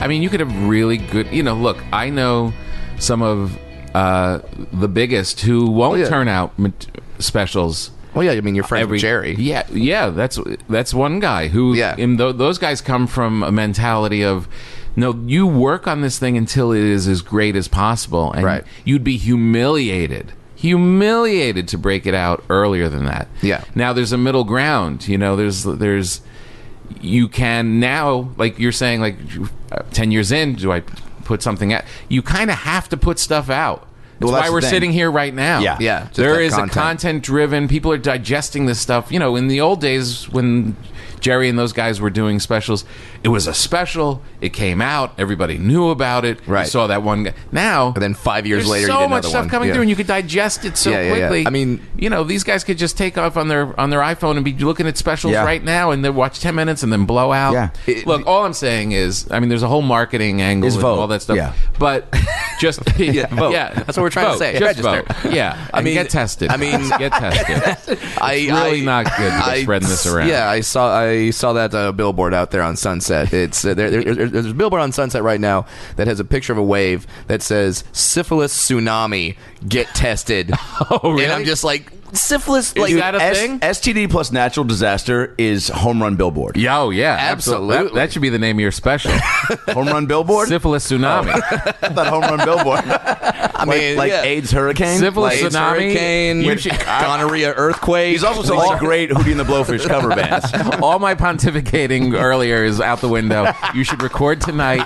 S7: I mean, you could have really good. You know, look, I know some of uh, the biggest who won't
S3: Oh, yeah.
S7: turn out mat- specials.
S3: Well, yeah. I mean, your friend
S7: Every
S3: Jerry.
S7: yeah, yeah. That's that's one guy who,
S3: Yeah.
S7: And tho- those guys come from a mentality of, no, you work on this thing until it is as great as possible, and
S3: Right.
S7: you'd be humiliated, humiliated to break it out earlier than that.
S3: Yeah.
S7: Now there's a middle ground. You know, there's there's you can now like you're saying like uh, 10 years in do i put something out you kind of have to put stuff out that's
S1: Well, that's
S7: why
S1: the
S7: we're
S1: thing.
S7: sitting here right now
S1: Yeah.
S3: Yeah, just
S7: there
S3: that
S7: is
S3: content.
S7: a content driven people are digesting this stuff you know in the old days when jerry and those guys were doing specials it was a special it came out everybody knew about it
S3: Right.
S7: you saw that one guy now
S3: And then five years
S7: there's
S3: later, you
S7: so
S3: get
S7: much
S3: another
S7: stuff
S3: one.
S7: coming
S3: Yeah.
S7: through and you could digest it so
S3: Yeah, yeah, yeah.
S7: quickly
S3: I mean-
S7: you know these guys could just take off on their on their iphone and be looking at specials
S1: Yeah.
S7: right now and then watch 10 minutes and then blow out
S1: Yeah.
S3: It-
S7: look all i'm saying is i mean there's a whole marketing angle
S1: Is
S7: and
S1: vote.
S7: all that stuff
S1: Yeah.
S7: but just yeah,
S3: vote.
S7: yeah,
S3: That's what we're trying to
S7: Vote.
S3: say.
S7: just
S3: Register.
S7: vote. yeah
S3: I
S7: i mean
S3: mean-
S7: get tested
S3: I mean-
S7: get tested
S3: I,
S7: really not good for spreading this around.
S3: Yeah, I saw I saw that uh, billboard out there on Sunset. It's uh, there, there, there- there's a billboard on Sunset right now that has a picture of a wave that says syphilis tsunami. Get tested. oh,
S7: really?
S3: And I'm just like syphilis. Like
S7: is that a
S1: S-
S7: thing
S1: STD plus natural disaster is home run billboard.
S7: yeah, oh yeah, That- That,
S3: Absolutely.
S7: should be the name of your special,
S1: Home run billboard?
S7: syphilis tsunami,
S1: I thought home run billboard.
S3: I
S1: like
S3: mean,
S1: like
S3: yeah.
S1: AIDS hurricane.
S7: syphilis
S1: Like,
S3: AIDS
S7: tsunami,
S3: hurricane,
S7: You
S3: with
S7: should-
S3: gonorrhea earthquake.
S1: He's also like great Hootie and the Blowfish cover bands.
S7: all my pontificating earlier is out the window. You should record tonight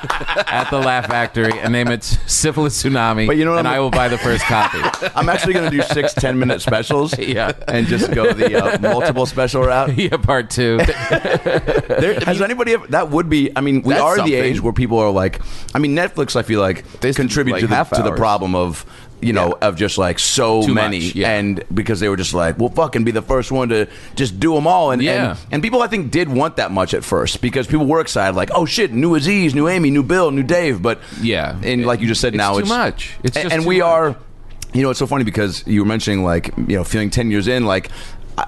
S7: at the Laugh Factory and name it Syphilis Tsunami.
S1: But you know what
S7: and
S1: I'm-
S7: I will buy the first copy.
S1: I'm actually going to do six 10 minute specials
S7: Yeah.
S1: and just go the uh, multiple special route.
S7: yeah, part two.
S1: There, has anybody ever? That would be. I mean, we
S3: That's
S1: are
S3: something.
S1: the age where people are like. I mean, Netflix. I feel like
S3: They used to do,
S1: contribute
S3: like,
S1: to the
S3: half
S1: to the
S3: hours.
S1: problem of you know of just like so
S7: Too
S1: many
S7: much, yeah.
S1: and because they were just like we'll fucking be the first one to just do them all and,
S7: Yeah.
S1: and and people I think did want that much at first because people were excited like oh shit new Aziz new Amy new Bill new Dave but
S7: Yeah.
S1: and like you just said
S7: It's
S1: now
S7: too
S1: it's
S7: much. It's
S1: and,
S7: just
S1: and
S7: too
S1: we
S7: much.
S1: are you know it's so funny because you were mentioning like you know feeling 10 years in like I-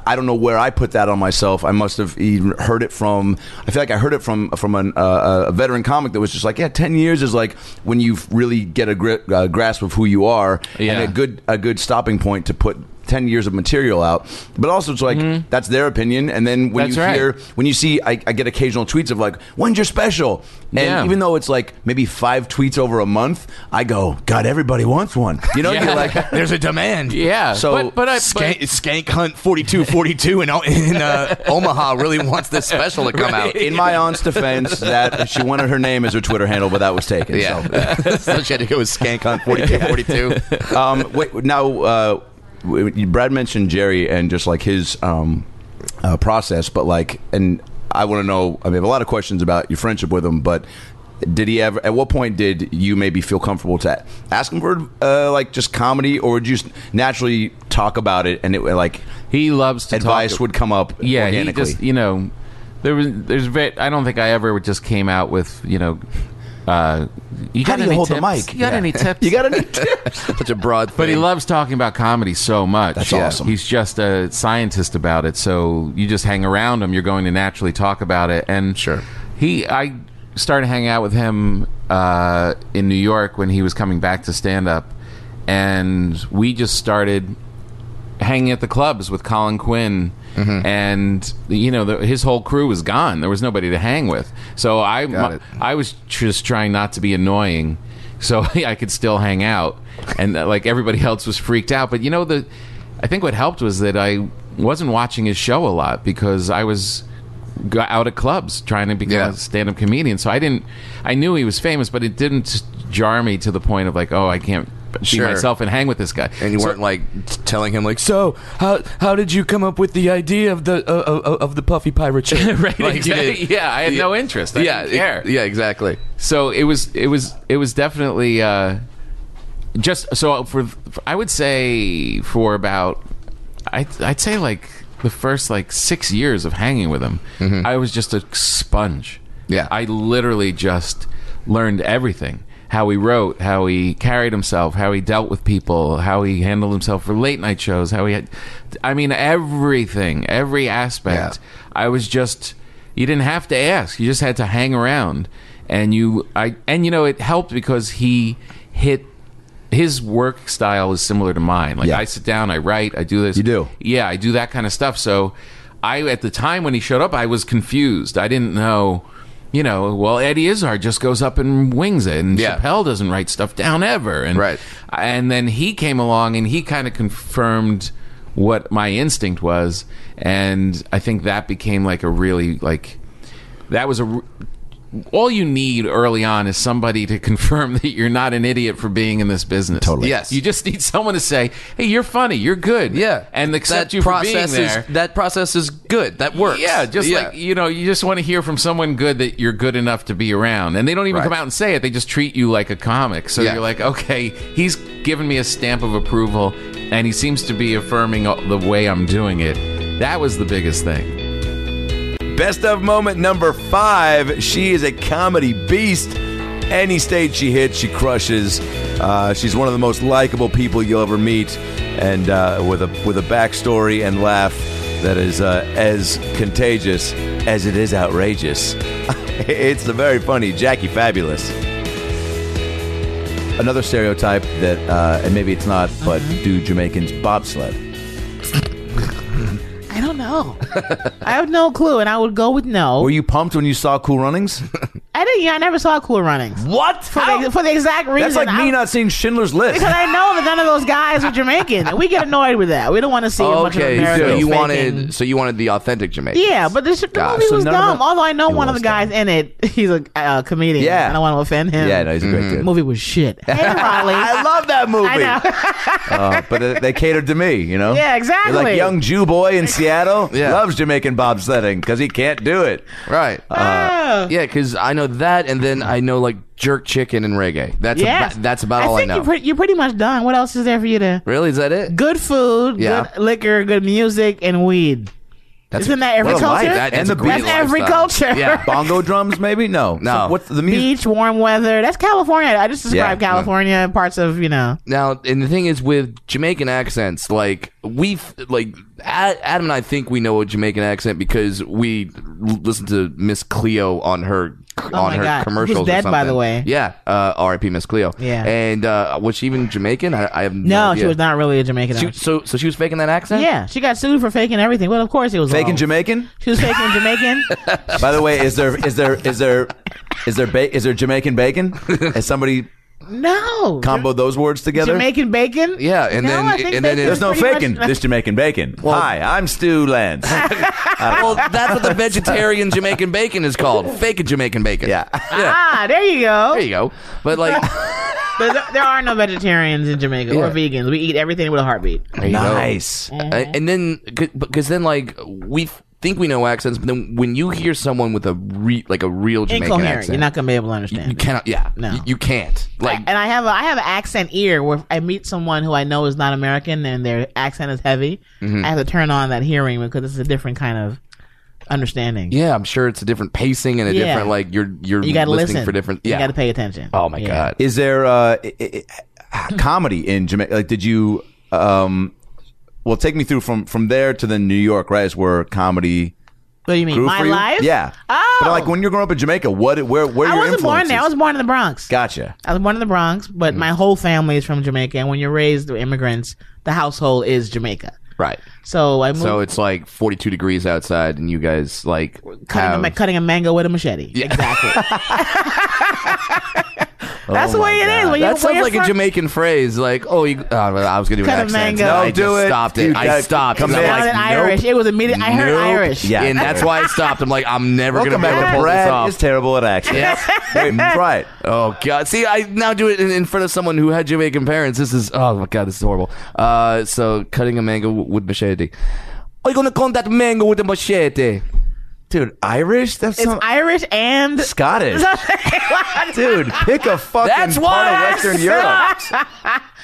S1: I don't know where I put that on myself. I must have even heard it from. I feel like I heard it from from an, uh, a veteran comic that was just like, "Yeah, ten years is like when you really get a gri- uh, grasp of who you are,
S7: Yeah.
S1: and a good a good stopping point to put ten years of material out." But also, it's like that's their opinion. And then when
S7: Mm-hmm. That's
S1: you
S7: right.
S1: hear, when you see, I, I get occasional tweets of like, "When's your special?" And
S7: Yeah.
S1: even though though it's like maybe five tweets over a month, I go, God, everybody wants one. You know,
S7: Yeah.
S1: you're like,
S3: There's a demand.
S7: yeah.
S1: So-
S7: but, but I but-
S3: Skank, Skank Hunt 4242 in, in uh, Omaha really wants this special to come out.
S1: in my aunt's defense, that she wanted her name as her Twitter handle, but that was taken. So.
S3: Yeah. So, she had to go with Skank Hunt 4242.
S1: Um, wait, now, uh, w- Brad mentioned Jerry and just like his um, uh, process, but like, and I want to know, I mean, I have a lot of questions about your friendship with him, but did he ever, at what point did you maybe feel comfortable to ask him for uh, like just comedy or would you just naturally talk about it and it like,
S7: he loves to
S1: advice
S7: talk.
S1: would come up
S7: yeah,
S1: organically.
S7: He just, you know, there was there's ve- I don't think I ever just came out with you know Uh, you
S1: How
S7: got
S1: do you
S7: any
S1: hold the
S7: tips?
S1: mic?
S7: You got
S1: Yeah.
S7: any tips?
S1: You got any tips?
S3: Such a broad.
S7: But he
S3: thing.
S7: loves talking about comedy so much.
S8: That's Yeah. awesome.
S7: He's just a scientist about it. So you just hang around him, you're going to naturally talk about it. And
S3: Sure.
S7: he, I started hanging out with him uh, in New York when he was coming back to stand up, and we just started hanging at the clubs with Colin Quinn.
S3: Mm-hmm.
S7: And you know the, his whole crew was gone. There was nobody to hang with. So I,
S3: Got it.
S7: I was just trying not to be annoying, so I could still hang out. And uh, like everybody else was freaked out. But you know the, I think what helped was that I wasn't watching his show a lot because I was go- out at clubs trying to become
S3: Yeah.
S7: a stand-up comedian. So I didn't. I knew he was famous, but it didn't jar me to the point of like, oh, I can't be
S3: Sure.
S7: myself and hang with this guy.
S3: and you
S7: So-
S3: weren't like t- telling him like, so how how did you come up with the idea of the uh, uh, of the puffy pirate ship?
S7: Right,
S3: Like, you
S7: exactly.
S3: didn't-
S7: Yeah, I had
S3: Yeah.
S7: no interest. I
S3: yeah,
S7: didn't care.
S3: it- yeah, exactly.
S7: so it was it was it was definitely uh just so for, for i would say for about I, i'd say like the first like six years of hanging with him i was just a sponge
S3: Mm-hmm. Yeah.
S7: i literally just learned everything how he wrote how he carried himself how he dealt with people how he handled himself for late night shows how he had i mean everything every aspect i was just you didn't have to ask you just had to hang around and you i and you know it helped because he hit his work style is similar to mine like i sit down i write i do this you
S8: do?
S7: yeah i do that kind of stuff so i at the time when he showed up i was confused i didn't know you know well eddie izzard just goes up and wings it and
S3: Yeah.
S7: chappelle doesn't write stuff down ever and
S3: Right.
S7: and then he came along and he kind of confirmed what my instinct was and i think that became like a really like that was a r- all you need early on is somebody to confirm that you're not an idiot for being in this business. Totally.
S3: Yes.
S7: You just need someone to say, "Hey, you're funny. You're good."
S3: Yeah,
S7: And accept
S3: that
S7: you for being
S3: process is-
S7: there.
S3: that process is good. That works.
S7: Yeah, just like you know, you just want to hear from someone good that you're good enough to be around, and they don't even come out and say it. They just treat you like a comic. So
S3: Yeah.
S7: you're like, okay, he's given me a stamp of approval, and he seems to be affirming all- the way I'm doing it. That was the biggest thing.
S1: Best of moment number five. She is a comedy beast. Any stage she hits, she crushes. Uh, she's one of the most likable people you'll ever meet, and uh, with a with a backstory and laugh that is uh, as contagious as it is outrageous. it's the very funny Jackie Fabulous. Another stereotype that, uh, and maybe it's not, but
S9: Uh-huh.
S1: do Jamaicans bobsled?
S9: I don't know. I have no clue, and I would go with no.
S1: Were you pumped when you saw Cool Runnings?
S9: I didn't. I never saw Cool Runnings
S1: what?
S9: for the, for the exact reason.
S1: That's like me
S9: I'm-
S1: not seeing Schindler's List.
S9: because I know that none of those guys are Jamaican. and We get annoyed with that. We don't want to see a bunch of
S3: okay, so
S9: Americans
S3: you
S9: faking-
S3: wanted so you wanted the authentic Jamaican.
S9: Yeah, but this, the
S3: God,
S9: movie
S1: so
S9: was
S1: none of
S9: dumb.
S1: the-
S9: Although I know
S1: It
S9: one of the
S1: was
S9: guys in it, he's a uh, comedian.
S1: Yeah.
S9: I don't want to offend him.
S1: Yeah, no, he's a great
S9: the
S1: dude.
S9: movie was shit. Hey, Raleigh.
S1: I love that movie.
S9: I know.
S1: Uh, but uh, they catered to me, you know?
S9: Yeah,
S1: They're
S9: exactly.
S1: Like young Jew boy in Seattle
S3: Yeah.
S1: loves Jamaican bobsledding because he can't do it.
S3: right. Uh,
S9: Ah.
S3: yeah, because I know that, and then I know like jerk chicken and reggae. That's
S9: Yes.
S3: about, that's about all I
S9: think
S3: know.
S9: You're, pretty, you're pretty much done. What else is there for you to?
S3: really, is that it?
S9: Good food,
S3: Yeah.
S9: good liquor, good music, and weed.
S3: That's
S9: Isn't that every
S1: what a life.
S9: culture?
S1: That-
S3: that's
S1: And
S3: a
S1: the
S3: great
S9: That's every
S3: lifestyle.
S9: culture.
S3: Yeah.
S1: Bongo drums, maybe? No,
S3: No.
S1: So what's the music?
S9: Beach, warm weather. That's California. I just described
S1: Yeah.
S9: California and parts of you know.
S3: Now, and the thing is with Jamaican accents, like we have like A- Adam and I think we know a Jamaican accent because we l- listen to Miss Cleo on her on
S9: Oh my
S3: her
S9: God.
S3: commercials.
S9: Who's
S3: or
S9: dead, by
S3: something.
S9: the way.
S3: Yeah, uh, R.I.P. Miss Cleo.
S9: Yeah.
S3: and uh, was she even Jamaican? I, I have no.
S9: No,
S3: idea.
S9: she was not really a Jamaican.
S3: She- so, so she was faking that accent.
S9: yeah, she got sued for faking everything. Well, of course it was
S1: Bacon
S9: all-
S1: Jamaican?
S9: She was faking Jamaican.
S1: By the way, is there is there is there is there ba- is there Jamaican bacon? Has somebody
S9: No,
S1: comboed those words together?
S9: Oh, Jamaican bacon.
S3: Yeah, Uh, and
S9: No,
S3: then-
S9: I think
S3: and then
S9: bacon's
S1: There's no
S9: pretty
S1: faking.
S9: much-
S1: This Jamaican bacon. Hi, I'm Stu Lance.
S3: well, that's what the vegetarian Jamaican bacon is called. Fake Jamaican bacon.
S1: Yeah.
S9: Ah, there you go.
S3: There you go. But like,
S9: But there, there are no vegetarians in Jamaica or vegans. We eat everything with a heartbeat.
S3: There you go.
S1: nice.
S9: Mm-hmm.
S3: Uh, and then because then like we f- think we know accents but then when you hear someone with a re- like a real jamaican
S9: Incoherent.
S3: accent
S9: You're not gonna be able to understand.
S3: you
S9: it.
S3: cannot yeah
S9: No.
S3: you, you can't like
S9: and I have a, I have an accent ear where if I meet someone who I know is not
S3: Mm-hmm.
S9: American and their accent is heavy, I have to turn on that hearing because it's a different kind of understanding.
S3: Yeah, I'm sure it's a different pacing and a
S9: Yeah.
S3: different like you're you're
S9: You gotta
S3: listening
S9: listen
S3: for different.
S9: You
S3: Yeah.
S9: gotta pay attention.
S3: oh my
S9: Yeah.
S3: god.
S1: Is there uh, i- i- i- comedy in Jamaica? Like, did you? Um, well, take me through from from there to then New York, right? Is where comedy
S9: What do you mean?
S1: grew
S9: My
S1: for you?
S9: life?
S1: Yeah.
S9: Oh.
S1: But like when you're growing up in Jamaica, what where where
S9: I
S1: your
S9: wasn't born
S1: influences?
S9: there. I was born in the Bronx.
S1: gotcha.
S9: I was born in the Bronx, but
S3: Mm-hmm.
S9: my whole family is from Jamaica. And when you're raised with immigrants, the household is Jamaica.
S3: Right.
S9: So I moved
S3: So it's like 42 degrees outside, and you guys like
S9: cutting, a,
S3: have
S9: ma- cutting a mango with a machete. Exactly. Oh That's the way it is. When you,
S3: That
S9: when
S3: sounds
S9: you're
S3: like a
S9: from-
S3: Jamaican phrase. Like, oh, you, uh, I was gonna do an
S9: Cut a
S3: accent.
S9: mango.
S3: and I
S1: No, do
S3: just
S1: it.
S3: stopped it.
S1: You
S3: I
S1: gotta
S3: stopped.
S1: come
S3: and I'm
S1: in.
S9: Sounded
S3: like,
S1: Nope.
S9: Irish. It was immediate. I heard
S1: Nope.
S9: Irish.
S1: Yeah.
S3: and that's why I stopped. I'm like, I'm never
S1: Welcome
S3: gonna be able
S1: back
S3: to
S1: to
S3: pull this
S1: Brad
S3: off.
S1: is terrible at accents. Hey, right.
S3: Oh god! See, I now do it in, in front of someone who had Jamaican parents. This is oh my god, this is horrible. Uh, so cutting a mango w- with machete. Are you gonna cut that mango with a machete?
S1: Dude, Irish? That's
S9: It's
S1: not
S9: Irish and
S1: Scottish. Dude, pick a fucking
S3: That's
S1: part
S3: why I
S1: of Western Europe.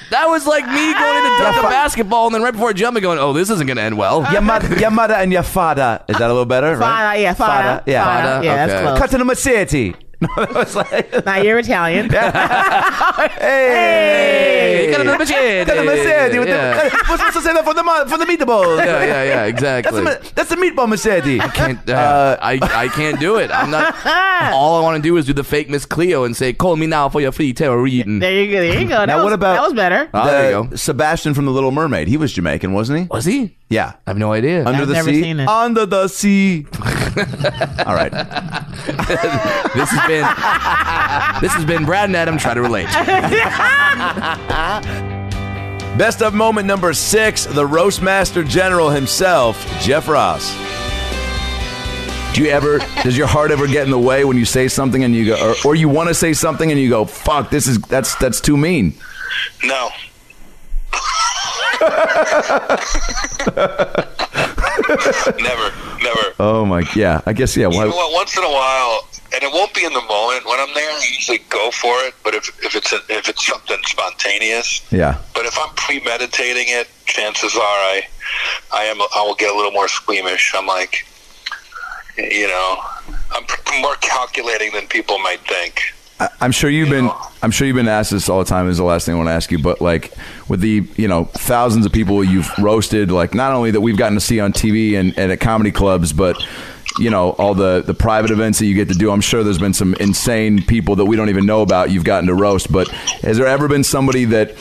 S3: That was like me going in to dunk a basketball, and then right before jumping, going, "Oh, this isn't gonna end well."
S1: your, mother, your mother and your father. Is that a little better?
S9: Fada,
S1: right?
S9: yeah, fada,
S1: Yeah.
S9: fada.
S3: Fada,
S9: yeah,
S3: okay.
S9: that's close.
S1: Cut to the machete. No, that was like,
S9: now you're Italian.
S1: hey.
S3: Hey, cut the machete.
S1: Cut the machete. with the-
S3: Yeah.
S1: We're supposed to say that for the, mo- for the meatballs.
S3: "Oh, yeah, yeah, yeah,
S1: That's,
S3: exactly.
S1: a, ma- that's a meatball machete.
S3: can't, uh, I, I can't do it. I'm not. All I want to do is do the fake Miss Cleo and say, "Call me now for your free tarot reading."
S9: There you go. There you go. That
S1: Now,
S9: was,
S1: what about-
S9: that was better?
S3: Oh, there you
S1: The-
S3: go.
S1: Sebastian from The Little Mermaid. He was Jamaican, wasn't he?
S3: Was he?
S1: Yeah.
S3: I have no idea.
S1: Under
S9: I've
S1: the
S9: never
S1: sea.
S9: seen it.
S1: Under the sea. All right.
S3: This has been this has been Brad and Adam try to relate.
S1: Best of moment number six, the roast master general himself, Jeff Ross. Do you ever, does your heart ever get in the way when you say something and you go, or, or you want to say something and you go, fuck, this is, that's, that's too mean.
S10: No. never, never.
S1: Oh my, yeah, I guess, yeah.
S10: You know
S1: Why,
S10: what? Once in a while, and it won't be in the moment when I'm there. I usually go for it, but if, if it's a, if it's something spontaneous,
S1: yeah.
S10: but if I'm premeditating it, chances are I I am I will get a little more squeamish. I'm like, you know, I'm pr- more calculating than people might think.
S8: I'm sure you've been. I'm sure you've been asked this all the time. Is the last thing I want to ask you, but like with the you know thousands of people you've roasted, like not only that we've gotten to see on TV and, and at comedy clubs, but you know all the the private events that you get to do. I'm sure there's been some insane people that we don't even know about you've gotten to roast. But has there ever been somebody that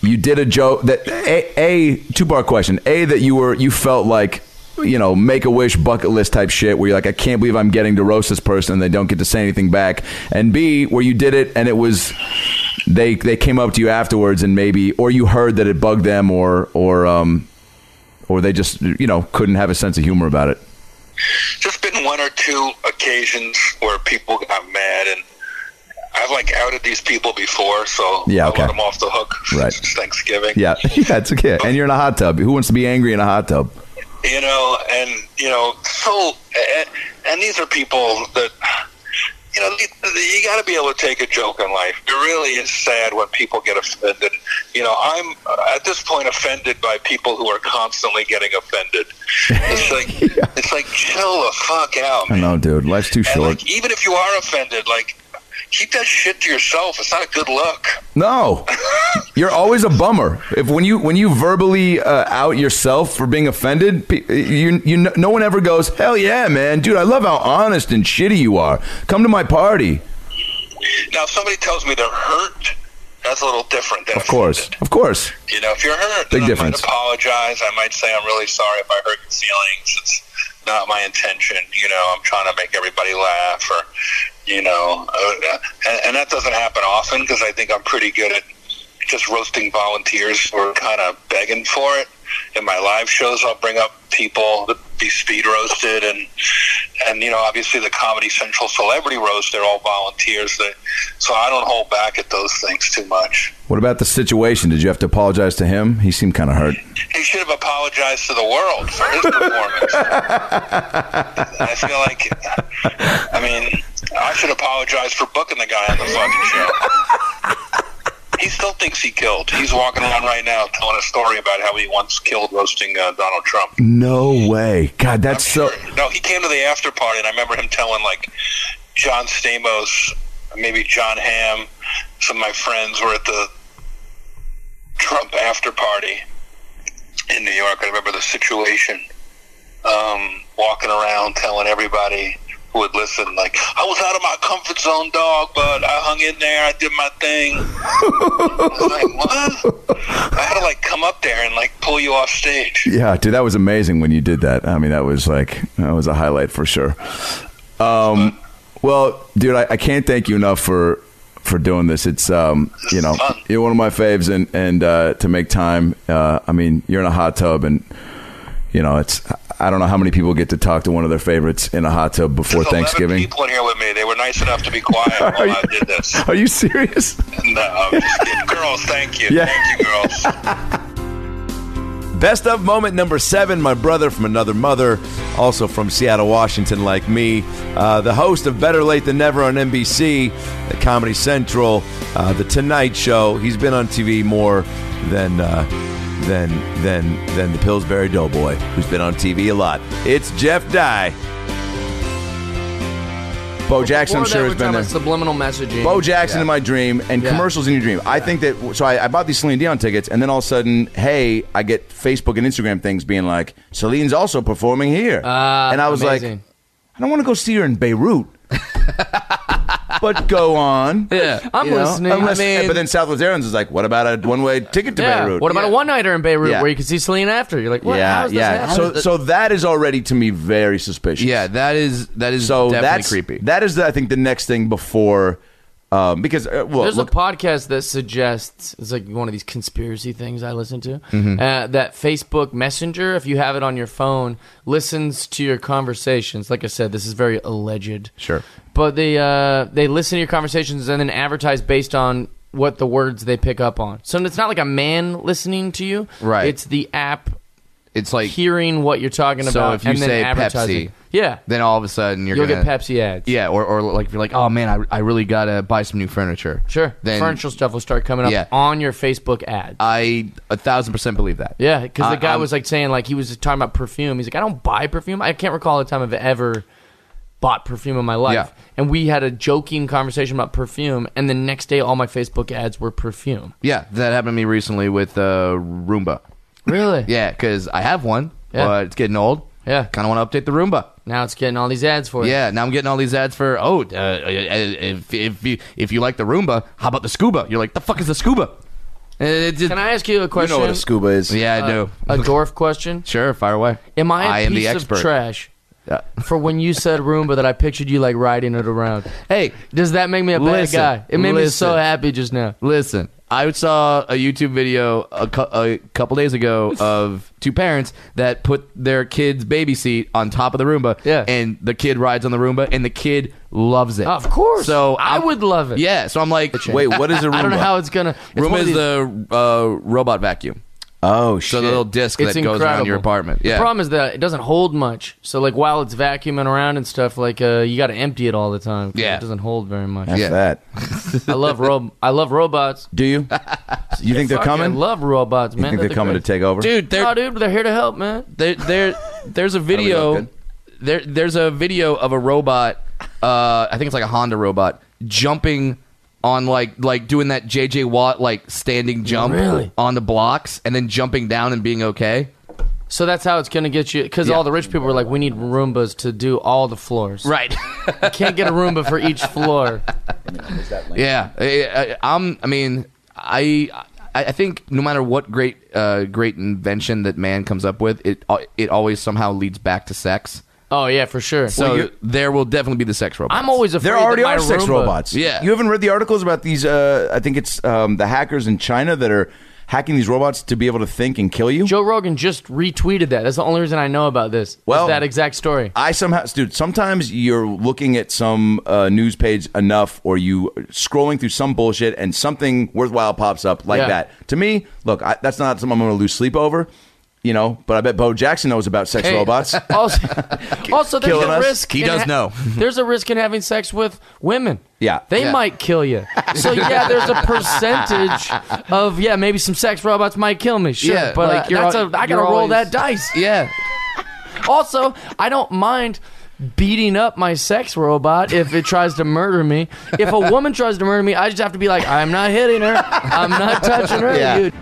S8: you did a joke that a, a two part question a that you were you felt like you know make a wish bucket list type shit where you're like I can't believe I'm getting to roast this person and they don't get to say anything back and b where you did it and it was they they came up to you afterwards and maybe or you heard that it bugged them or or um or they just you know couldn't have a sense of humor about it
S10: just been one or two occasions where people got mad and I've like outed these people before, so
S8: Yeah,
S10: I
S8: okay.
S10: let them off the hook
S8: Right.
S10: since Thanksgiving.
S8: yeah yeah it's okay and you're in a hot tub who wants to be angry in a hot tub
S10: you know, and you know, so and, and these are people that you know you got to be able to take a joke in life. It really is sad when people get offended. You know, I'm uh, at this point offended by people who are constantly getting offended. It's like it's like chill the fuck out.
S8: I
S10: Oh, man.
S8: know dude life's too
S10: And
S8: short
S10: like, even if you are offended, like keep that shit to yourself. It's not good luck.
S8: No, you're always a bummer. If when you when you verbally uh, out yourself for being offended, pe- you you kn- no one ever goes, hell yeah, man, dude, I love how honest and shitty you are. Come to my party,
S10: Now, if somebody tells me they're hurt, that's a little different. Than
S8: of course, of course.
S10: You know, if you're hurt,
S8: Big
S10: then
S8: difference.
S10: I might apologize. I might say I'm really sorry if I hurt your feelings. It's not my intention. You know, I'm trying to make everybody laugh, or you know, uh, and, and that doesn't happen often because I think I'm pretty good at just roasting volunteers who are kind of begging for it. In my live shows, I'll bring up people that be speed roasted, and and you know, obviously the Comedy Central celebrity roast, they're all volunteers. That, so I don't hold back at those things too much.
S8: What about the situation? Did you have to apologize to him? He seemed kind of hurt.
S10: he should have apologized to the world for his performance. I feel like, I mean, I should apologize for booking the guy on the fucking show. he still thinks he killed. He's walking around right now telling a story about how he once killed roasting uh, Donald Trump.
S1: No way. God, that's so.
S10: No, he came to the after party, and I remember him telling like John Stamos, maybe John Hamm, some of my friends were at the Trump after party in New York. I remember the situation. Um, walking around telling everybody who would listen, like, I was out of my comfort zone, dog, but I hung in there. I did my thing. I was like, what? I had to, like, come up there and, like, pull you off stage.
S1: Yeah, dude, that was amazing when you did that. I mean, that was like that was a highlight for sure. Um, well, dude, I, I can't thank you enough for for doing this. It's um, you know,
S10: fun.
S1: you're one of my faves, and and uh, to make time. Uh, I mean, you're in a hot tub, and you know, it's I don't know how many people get to talk to one of their favorites in a hot tub before
S10: There's 11
S1: Thanksgiving.
S10: people in here with me. They were nice enough to be quiet while I did this.
S1: Are you serious?
S10: No, I'm just kidding. girls, thank you.
S1: Yeah.
S10: Thank you, girls.
S1: Best of moment number seven, my brother from another mother, also from Seattle, Washington, like me, uh, the host of Better Late Than Never on NBC, the Comedy Central, uh, the Tonight Show. He's been on TV more than uh, than than than the Pillsbury Doughboy, who's been on TV a lot. It's Jeff Dye. Bo Jackson, I'm
S11: Before that,
S1: sure, has
S11: we're talking
S1: been there.
S11: about Subliminal messaging.
S1: Bo Jackson in my dream and
S11: Yeah.
S1: commercials in your dream. I think that so I, I bought these Celine Dion tickets and then all of a sudden, hey, I get Facebook and Instagram things being like, Celine's also performing here,
S11: Ah,
S1: and I was like,
S11: amazing.
S1: I don't want to go see her in Beirut, but go on.
S11: Yeah, I'm
S1: you know?
S11: listening.
S1: Unless-
S11: I mean,
S1: but then Southwest Airlines is like, what about a one-way ticket to
S11: yeah.
S1: Beirut?
S11: What about a one nighter in Beirut
S1: Yeah.
S11: where you can see Celine after? You're like, what? How
S1: yeah,
S11: is this
S1: yeah.
S11: happening?
S1: So, so that is already to me very suspicious.
S11: yeah, that is that is
S1: so
S11: definitely
S1: that's
S11: creepy.
S1: That is, the, I think, the next thing before, um, because uh, well,
S11: There's
S1: look,
S11: a podcast that suggests it's like one of these conspiracy things I listen to.
S1: Mm-hmm.
S11: Uh, that Facebook Messenger, if you have it on your phone, listens to your conversations. Like I said, this is very alleged.
S1: Sure.
S11: but they uh, they listen to your conversations and then advertise based on what the words they pick up on. So it's not like a man listening to you.
S3: Right.
S11: It's the app
S3: It's like
S11: hearing what you're talking
S3: So
S11: about.
S3: if you
S11: and then
S3: say
S11: advertising.
S3: Pepsi,
S11: yeah,
S3: then all of a sudden you're
S11: you'll
S3: gonna,
S11: get Pepsi ads.
S3: Yeah, or, or like if you're like, oh man, I, I really gotta buy some new furniture.
S11: sure.
S3: Then
S11: Furniture stuff will start coming up
S3: Yeah.
S11: on your Facebook ad.
S3: I a thousand percent believe that.
S11: Yeah, because
S3: I-
S11: the guy
S3: I'm-
S11: was like saying like he was talking about perfume. He's like, I don't buy perfume. I can't recall a time I've ever bought perfume in my life.
S3: Yeah.
S11: And we had a joking conversation about perfume, and the next day all my Facebook ads were perfume.
S3: Yeah, that happened to me recently with uh, Roomba.
S11: Really?
S3: Yeah, because I have one,
S11: Yeah.
S3: but it's getting old.
S11: Yeah.
S3: kind of want to update the Roomba.
S11: Now it's getting all these ads for it.
S3: Yeah, now I'm getting all these ads for oh, uh, if if you, if you like the Roomba, how about the scuba? You're like, the fuck is the scuba? And Uh, it just-
S11: Can I ask you a
S1: you
S11: question?
S1: know what a scuba is.
S3: yeah, I do.
S11: A dwarf question.
S3: sure, fire away.
S11: Am I a
S3: I
S11: piece
S3: am the
S11: of
S3: expert.
S11: trash?
S3: Yeah.
S11: For when you said Roomba that I pictured you like riding it around.
S3: Hey,
S11: Does that make me a bad
S3: Listen,
S11: guy? It made me so
S3: listen.
S11: happy just now.
S3: Listen, I saw a YouTube video a, cou- a couple days ago of two parents that put their kid's baby seat on top of the Roomba.
S11: Yeah.
S3: And the kid rides on the Roomba and the kid loves it.
S11: Of course.
S3: So
S11: I
S3: I'm-
S11: would love it.
S3: Yeah. So I'm like,
S1: Wait, what is a Roomba?
S11: I don't know how it's gonna. It's one
S3: Roomba
S11: of
S3: is
S11: these-
S3: the uh, robot vacuum.
S1: Oh
S3: So
S1: shit!
S3: the little disc
S11: It's
S3: that goes around your
S11: incredible.
S3: apartment. Yeah.
S11: The problem is that it doesn't hold much. So like while it's vacuuming around and stuff, like uh, you got to empty it all the time. 'cause
S3: Yeah.
S11: it doesn't hold very much.
S1: That's
S3: Yeah.
S1: that.
S11: I love rob. I love robots.
S1: Do you? You think they're
S11: Fuck, I
S1: coming?
S11: love robots,
S1: You
S11: man.
S1: think they're
S11: the
S1: coming to
S11: greatest.
S1: take over?
S3: dude, they're,
S11: Oh, dude, they're here to help, man.
S3: there, there, there's a
S1: look
S3: video.
S1: good?
S3: There, there's a video of a robot. Uh, I think it's like a Honda robot jumping on like like doing that JJ Watt like standing jump
S11: Really?
S3: on the blocks and then jumping down and being okay.
S11: So that's how it's gonna get you. Because all the rich people are like, we need Roombas to do all the floors.
S3: Right.
S11: You can't get a Roomba for each floor.
S3: yeah. I, I, am I mean, I. I I think no matter what great, uh, great invention that man comes up with, it al- it always somehow leads back to sex.
S11: Oh yeah, for sure.
S3: So there will definitely be the sex robot.
S11: I'm always afraid.
S1: there already
S11: that my
S1: are sex
S11: Roomba-
S1: robots.
S3: Yeah.
S1: You haven't read the articles about these? Uh, I think it's um, the hackers in China that are hacking these robots to be able to think and kill you.
S11: Joe Rogan just retweeted that. That's the only reason I know about this.
S1: Well-
S11: Well, that exact story.
S1: I somehow, dude. Sometimes you're looking at some uh, news page enough, or you scrolling through some bullshit, and something worthwhile pops up like
S11: Yeah.
S1: that. To me, look, I, that's not something I'm going to lose sleep over. you know, but I bet Bo Jackson knows about sex
S11: Hey,
S1: robots.
S11: Also, also there's
S1: Killing
S11: a
S1: us?
S11: risk.
S8: He
S11: in
S8: does
S11: ha-
S8: know.
S11: there's a risk in having sex with women.
S1: Yeah.
S11: They
S1: Yeah.
S11: might kill you. So yeah, there's a percentage of yeah, maybe some sex robots might kill me. Sure,
S3: Yeah,
S11: but
S3: like,
S11: like
S3: you're
S11: that's
S3: al-
S11: a I gotta
S3: you're
S11: roll
S3: always-
S11: that dice.
S3: Yeah.
S11: Also, I don't mind beating up my sex robot if it tries to murder me. If a woman tries to murder me, I just have to be like, I'm not hitting her. I'm not touching her, dude.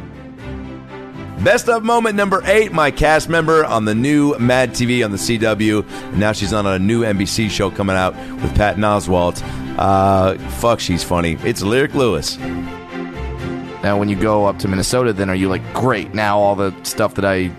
S1: Best of moment number eight, my cast member on the new Mad TV on the CW. And now she's on a new NBC show coming out with Patton Oswalt. Uh, fuck, she's funny. It's Lyric Lewis.
S3: Now, when you go up to Minnesota, then are you like, great? Now all the stuff that I,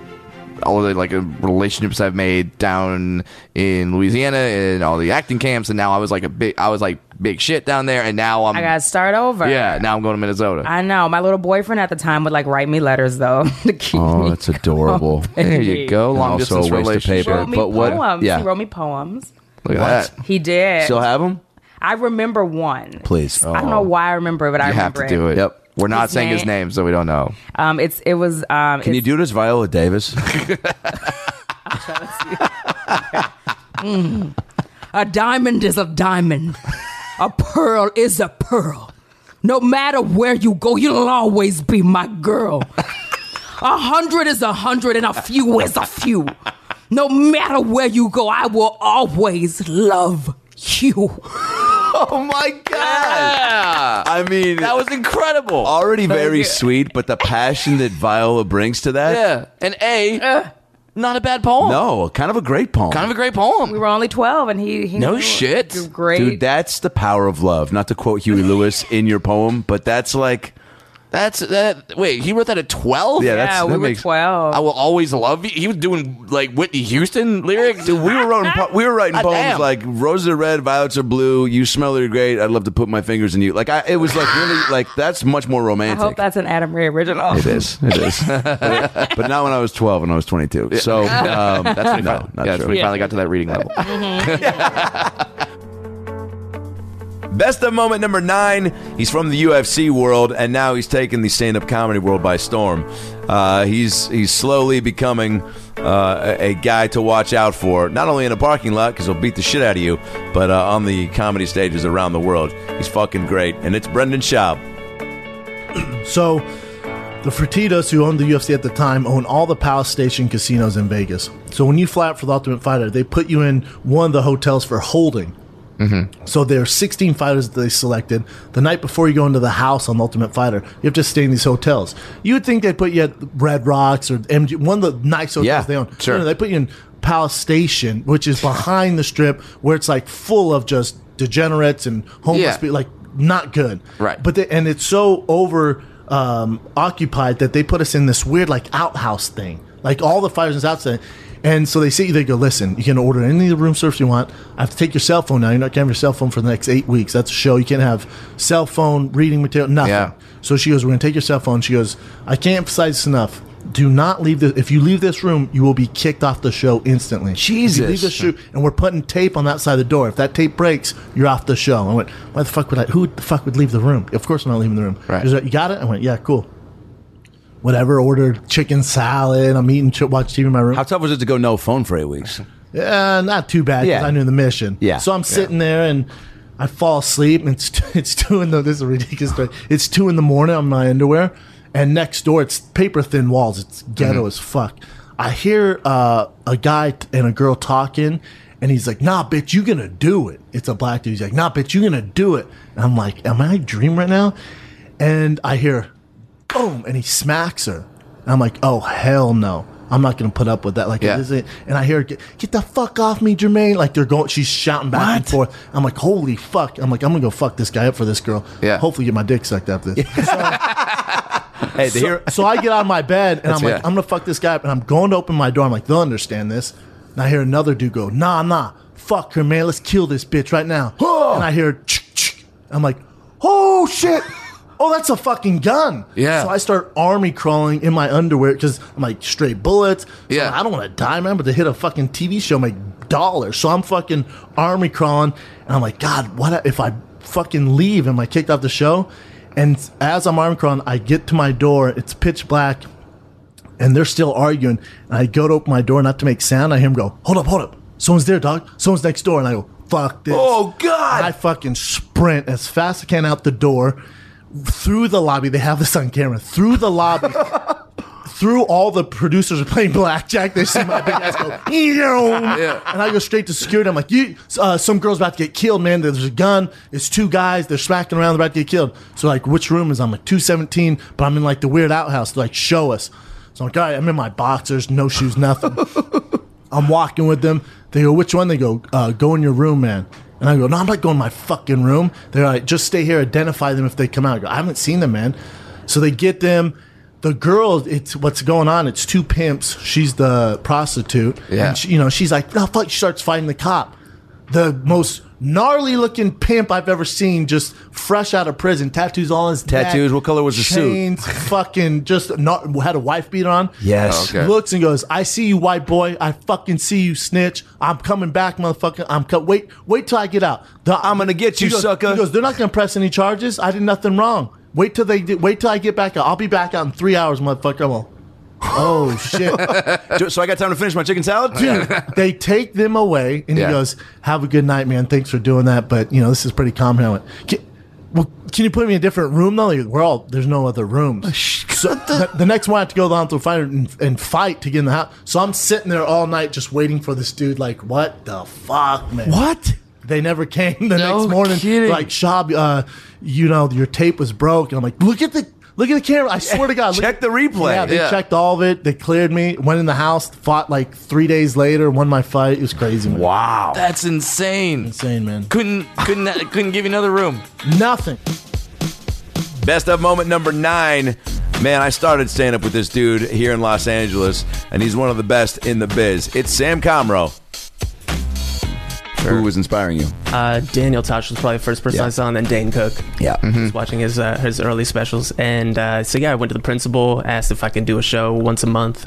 S3: all the like uh, relationships I've made down in Louisiana and all the acting camps, and now I was like a big, I was like big shit down there, and now I'm,
S12: I gotta start over.
S3: Um, yeah, now I'm going to Minnesota.
S12: I know. My little boyfriend at the time would like write me letters though to keep me.
S8: that's
S12: Oh,
S8: adorable.
S3: there you go, long
S8: also a
S3: distance
S8: waste of
S3: relationship.
S12: He wrote me
S8: But what-
S12: poems.
S8: yeah.
S12: He wrote me poems.
S3: Look at that.
S12: He did.
S8: Still have them?
S12: I remember one.
S8: Please.
S12: I don't
S1: Oh.
S12: know why I remember it, but I
S3: You have
S12: remember
S3: to do it.
S8: Yep.
S3: We're not
S12: His
S3: saying his
S12: name-
S3: name, so we don't know.
S12: Um, it's it was. Um,
S8: Can you do it as Viola Davis?
S12: A diamond is a diamond. a pearl is a pearl. No matter where you go, you'll always be my girl. A hundred is a hundred, and a few is a few. No matter where you go, I will always love you.
S1: Oh my God. I mean,
S11: That was incredible.
S1: already very sweet, but the passion that Viola brings to that.
S11: yeah. And A, not a bad poem.
S1: No, kind of a great poem.
S11: Kind of a great poem.
S12: We were only twelve, and he, he
S11: No
S12: knew it.
S11: shit.
S12: He was great.
S1: Dude, that's the power of love. Not to quote Huey Lewis in your poem, but that's like,
S11: That's that. Wait, he wrote that at twelve.
S1: yeah, that's
S12: yeah,
S1: that
S12: we
S1: makes-
S12: were twelve.
S11: I will always love you. He was doing like Whitney Houston lyrics.
S1: Dude, we were writing po- we were writing
S11: Ah,
S1: poems
S11: damn.
S1: like roses are red, violets are blue. You smell are great. I'd love to put my fingers in you. Like I, it was like really like that's much more
S12: I
S1: romantic.
S12: hope that's an Adam Ray original.
S1: it is. It is. but, but not when I was twelve. When I was twenty-two. So um, that's no, not
S11: yeah, that's
S1: true.
S11: when we finally got to that reading level.
S1: Best of moment number nine. He's from the UFC world, and now he's taken the stand-up comedy world by storm. Uh, he's he's slowly becoming uh, a, a guy to watch out for, not only in a parking lot because he'll beat the shit out of you, but uh, on the comedy stages around the world. He's fucking great, and it's Brendan Schaub.
S13: So, the Fertitas, who owned the UFC at the time, own all the Palace Station casinos in Vegas. So when you fly out for the Ultimate Fighter, they put you in one of the hotels for holding. So there are 16 fighters that they selected. The night before you go into the house on Ultimate Fighter, you have to stay in these hotels. You would think they put you at Red Rocks or MG, one of the nice hotels
S1: Yeah,
S13: they own.
S1: sure.
S13: No, no, they put you in Palace Station, which is behind the strip, where it's like full of just degenerates and homeless
S3: Yeah.
S13: people. Like not good.
S3: Right.
S13: But they, and it's so over um, occupied that they put us in this weird like outhouse thing. Like all the fighters is outside. And so they sit you, they go, listen, you can order any of the room service you want. I have to take your cell phone now. You're not getting your cell phone for the next eight weeks. That's a show. You can't have cell phone, reading material, nothing.
S3: Yeah.
S13: So she goes, we're going to take your cell phone. She goes, I can't emphasize this enough. Do not leave this. If you leave this room, you will be kicked off the show instantly. Jesus. leave this shoe, and we're putting tape on that side of the door. If that tape breaks, you're off the show. I went, why the fuck would I? Who the fuck would leave the room? Of course I'm not leaving the room.
S3: Right.
S13: She's like, you got it? I went, yeah, cool. Whatever. Ordered chicken salad. I'm eating, ch- watch TV in my room.
S8: How tough was it to go no phone for eight weeks?
S13: Uh, not too bad because
S8: Yeah.
S13: I knew the mission.
S8: Yeah.
S13: So I'm sitting there and I fall asleep and it's it's two in the this is a ridiculous story. It's two in the morning on my underwear and next door it's paper thin walls. It's ghetto
S8: Mm-hmm.
S13: as fuck. I hear uh, a guy t- and a girl talking and he's like, "Nah, bitch, you gonna do it." It's a black dude. He's like, "Nah, bitch, you gonna do it." And I'm like, "Am I dream right now?" And I hear boom, and he smacks her. And I'm like, oh hell no, I'm not gonna put up with that. Like,
S3: Yeah.
S13: this is- and I hear, get, get the fuck off me, Jermaine. Like they're going, she's shouting back and forth. I'm like, holy fuck. I'm like, I'm gonna go fuck this guy up for this girl.
S3: Yeah.
S13: Hopefully, get my dick sucked after this.
S1: Hey, the hero-
S13: so I get out of my bed and I'm like,
S3: yeah.
S13: I'm gonna fuck this guy up, and I'm going to open my door. I'm like, they'll understand this. And I hear another dude go, Nah, nah, fuck her, man. Let's kill this bitch right now. and I hear, "Chick, chick." I'm like, Oh shit. Oh, that's a fucking gun.
S3: Yeah.
S13: So I start army crawling in my underwear because I'm like straight bullets. So
S3: Yeah.
S13: I don't want to die, man, but to hit a fucking TV show, make dollars. So I'm fucking army crawling, and I'm like, God, what if I fucking leave? Am I kicked off the show? And as I'm army crawling, I get to my door. It's pitch black and they're still arguing. And I go to open my door not to make sound. I hear him go, "Hold up, hold up! Someone's there, dog. Someone's next door." And I go, "Fuck this!"
S1: Oh God!
S13: I fucking sprint as fast as I can out the door, through the lobby. They have this on camera. Through the lobby. Through all the producers are playing blackjack, they see my big ass go, yeah. and I go straight to security. I'm like, you, uh, some girl's about to get killed, man. There's a gun. It's two guys. They're smacking around. They're about to get killed. So like, which room is? I'm like 217, but I'm in like the weird outhouse. They're like, show us. So I'm like, all right, I'm in my boxers, no shoes, nothing. I'm walking with them. They go, which one? They go, uh, go in your room, man. And I go, no, I'm not going to my fucking room. They're like, just stay here, identify them if they come out. I go, I haven't seen them, man. So they get them. The girl, it's what's going on. It's two pimps. She's the prostitute.
S14: Yeah.
S13: And she, you know, she's like, no, fuck. She starts fighting the cop. The most gnarly looking pimp I've ever seen, just fresh out of prison, tattoos all on his neck,
S1: Tattoos? What color was the suit?
S13: chains, fucking just not had a wife beater on.
S1: Yes. Oh, okay.
S13: Looks and goes, I see you, white boy. I fucking see you, snitch. I'm coming back, motherfucker. I'm co- wait, wait till I get out. I'm
S1: gonna get you,
S13: goes,
S1: sucker.
S13: He goes, they're not gonna press any charges. I did nothing wrong. Wait till they did, wait till I get back out. I'll be back out in three hours, motherfucker. I'm all, oh shit.
S1: Do- so I got time to finish my chicken salad?
S13: Dude, they take them away, and
S1: Yeah.
S13: he goes, "Have a good night, man. Thanks for doing that, but you know this is pretty common." I went, can, "Well, can you put me in a different room though? Like, We're all there's no other
S11: Oh,
S13: rooms." so the, the next one, I have to go down to the fire and, and fight to get in the house. So I'm sitting there all night just waiting for this dude. Like, what the fuck, man?
S11: What?
S13: They never came the
S11: No
S13: next morning.
S11: kidding.
S13: Like, Shab, uh, you know, your tape was broke. And I'm like, look at the look at the camera. I swear to God, look-
S1: Check the replay.
S13: Yeah, they
S1: Yeah.
S13: checked all of it. They cleared me. Went in the house. Fought like three days later. Won my fight. It was crazy. Man.
S1: Wow,
S3: that's insane.
S13: Insane, man.
S3: Couldn't couldn't couldn't give you another room.
S13: Nothing.
S1: Best of moment number nine. Man, I started stand up with this dude here in Los Angeles, and he's one of the best in the biz. It's Sam Comro. Who was inspiring you?
S15: Uh, Daniel Tosh was probably the first person I saw, and then Dane Cook.
S1: Yeah,
S3: Mm.
S15: was watching his uh, his early specials, and uh, so yeah, I went to the principal, asked if I can do a show once a month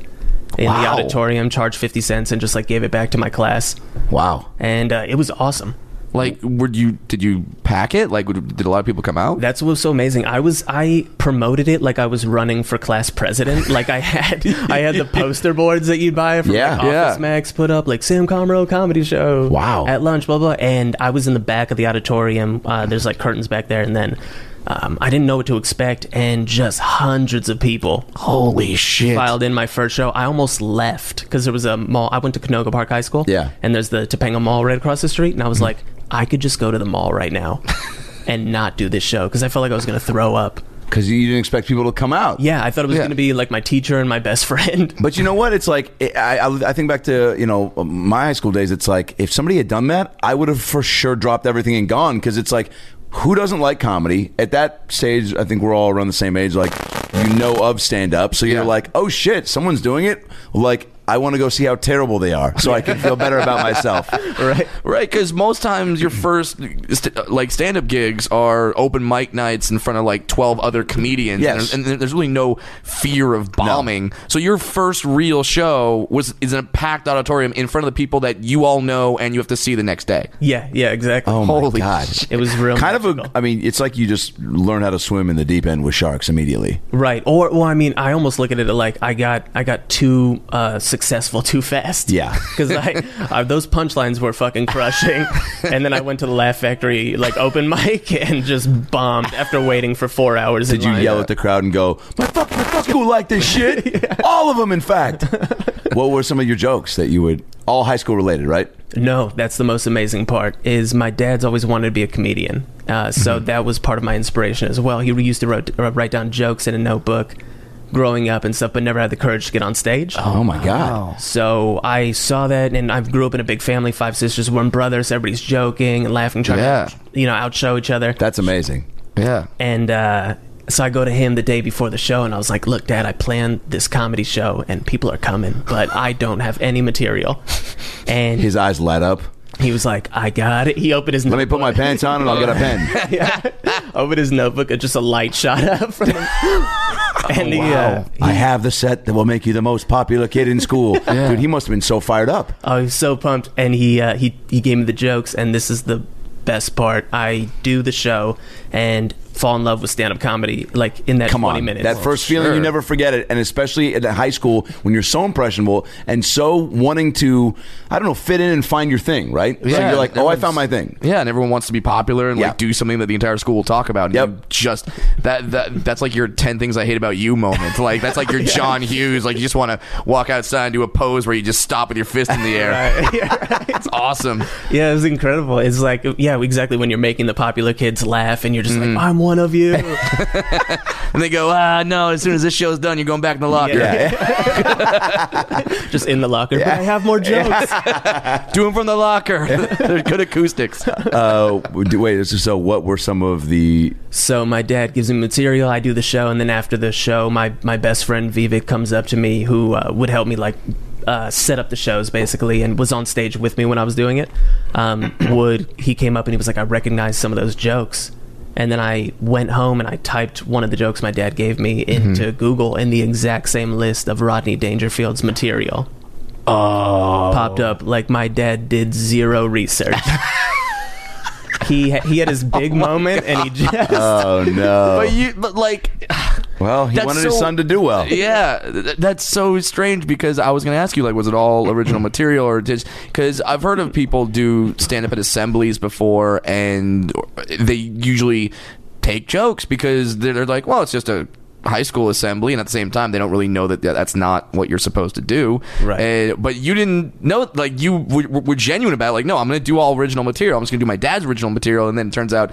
S15: in the
S16: Wow.
S15: auditorium, charged fifty cents, and just like gave it back to my class.
S3: Wow,
S15: and uh, it was awesome.
S3: Like, were you did you pack it? Like, would- did a lot of people come out?
S15: That's what was so amazing. I was I promoted it like I was running for class president. like I had I had the poster boards that you'd buy from
S16: Yeah,
S15: like,
S16: yeah.
S15: Office Max put up, like Sam Comro comedy show. Wow. At lunch, blah blah. And I was in the back of the auditorium. Uh, there's like curtains back there, and then. Um, I didn't know what to expect, and just hundreds of people. Holy shit! Filed in my first show. I almost left because there was a mall. I went to Canoga Park High School. Yeah, and there's the Topanga Mall right across the street, and I was like, I could just go to the mall right now. and not do this show because I felt like I was going to throw up.
S8: Because you didn't expect people to come out.
S15: Yeah, I thought it was going to be like my teacher and my best friend.
S8: But you know what? It's like I, I, I think back to you know my high school days. It's like if somebody had done that, I would have for sure dropped everything and gone because it's like who doesn't like comedy at that stage? I think we're all around the same age. Like you know of stand up, so you're like, oh shit, someone's doing it. Like I want to go see how terrible they are, so I can feel better about myself.
S3: right right because most times your first st- like stand-up gigs are open mic nights in front of like 12 other comedians
S8: Yes.
S3: and, there's, and there's really no fear of bombing so your first real show was is in a packed auditorium in front of the people that you all know and you have to see the next day
S15: Yeah, yeah, exactly.
S8: Oh my
S3: Holy
S8: god,
S15: it was real.
S8: Kind of a. I mean, it's like you just learn how to swim in the deep end with sharks immediately.
S15: Right. Or well, I mean, I almost look at it like I got I got too uh, successful too fast.
S8: Yeah.
S15: Because I uh, those punchlines were fucking crushing, and then I went to the Laugh Factory like open mic and just bombed after waiting for four hours.
S8: Did you yell at the crowd and go, "My fucking high school like this shit"? All of them, in fact. what were some of your jokes that you would all high school related, right?
S15: No, that's the most amazing part. Is my dad's always wanted to be a comedian, uh,
S8: Mm-hmm.
S15: so that was part of my inspiration as well. He used to wrote, uh, write down jokes in a notebook, growing up and stuff, but never had the courage to get on stage.
S8: Oh my god!
S15: So I saw that, and I grew up in a big family, five sisters, one brother. So everybody's joking and laughing, trying to you know outshow each other.
S8: That's amazing.
S3: Yeah.
S15: And uh, so I go to him the day before the show, and I was like, "Look, Dad, I planned this comedy show, and people are coming, but I don't have any material." And
S8: his eyes light up.
S15: He was like, "I got it." He opened his. Let
S8: me put my pants on, and I'll get a pen.
S15: yeah. Opened his notebook, and just a light shot up from him. and he, uh,
S8: I have the set that will make you the most popular kid in school. Dude, he must have been so fired up.
S15: I was so pumped, and he uh, he he gave me the jokes, and this is the best part. I do the show, and fall in love with stand up comedy like in that
S8: Come
S15: 20
S8: on,
S15: minutes.
S8: that first feeling you never forget it, and especially at high school when you're so impressionable and so wanting to, I don't know, fit in and find your thing, right? So you're like, oh, I found my thing.
S3: Yeah, and everyone wants to be popular and like do something that the entire school will talk about. And you just that that that's like your ten things I hate about you moment. Like that's like your
S8: Yeah.
S3: John Hughes. Like you just want to walk outside and do a pose where you just stop with your fist in the air. It's awesome.
S15: Yeah, it was incredible. It's like, yeah, exactly when you're making the popular kids laugh and you're just
S17: Hmm.
S15: like, I'm one of you.
S3: Mm. and they go, ah, no, as soon as this show's done, you're going back in the locker.
S15: just in the locker.
S3: Yeah.
S15: But I have more jokes.
S3: Do them from the locker. They're good acoustics.
S8: uh, do- wait, so- so what were some of the?
S15: So my dad gives me material. I do the show, and then after the show, my my best friend Vivek comes up to me, who uh, would help me like uh, set up the shows basically, and was on stage with me when I was doing it. Um, would he came up and he was like, I recognize some of those jokes. And then I went home and I typed one of the jokes my dad gave me into Google, and the exact same list of Rodney Dangerfield's material oh. popped up. Like my dad did zero research. he he had his big moment, and he just
S8: Oh no!
S3: But you, but like,
S8: well, he
S3: That's
S8: wanted his
S3: so-
S8: son to do well.
S3: Yeah, th- that's so strange because I was going to ask you like, was it all original material or did? Because I've heard of people do stand up at assemblies before, and they usually take jokes because they're, they're like, well, it's just a high school assembly, and at the same time, they don't really know that that- that's not what you're supposed to do. Right. but you didn't know, like, you were, were genuine about it. like, no, I'm going to do all original material. I'm just going to do my dad's original material, and then it turns out.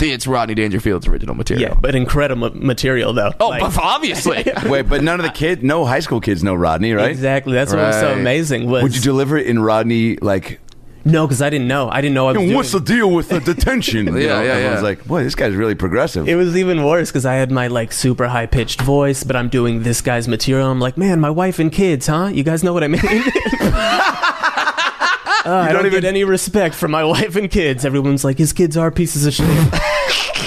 S3: It's Rodney Dangerfield's original material.
S15: Yeah, but incredible material though.
S3: Oh, but obviously.
S8: Wait, but none of the kids, no high school kids know Rodney, right?
S15: Exactly. That's what was so amazing was-
S8: Would you deliver it in Rodney like?
S15: No, because I didn't know. I didn't know I was.
S8: what's
S15: doing-
S8: the deal with the detention? You
S15: Yeah,
S8: know,
S15: yeah,
S8: everyone's
S15: yeah.
S8: like, boy, this guy's really progressive.
S15: It was even worse because I had my like super high pitched voice, but I'm doing this guy's material. I'm like, man, my wife and kids, huh? You guys know what I mean? Uh, I don't, get any respect from my wife and kids. Everyone's like, his kids are pieces of shit.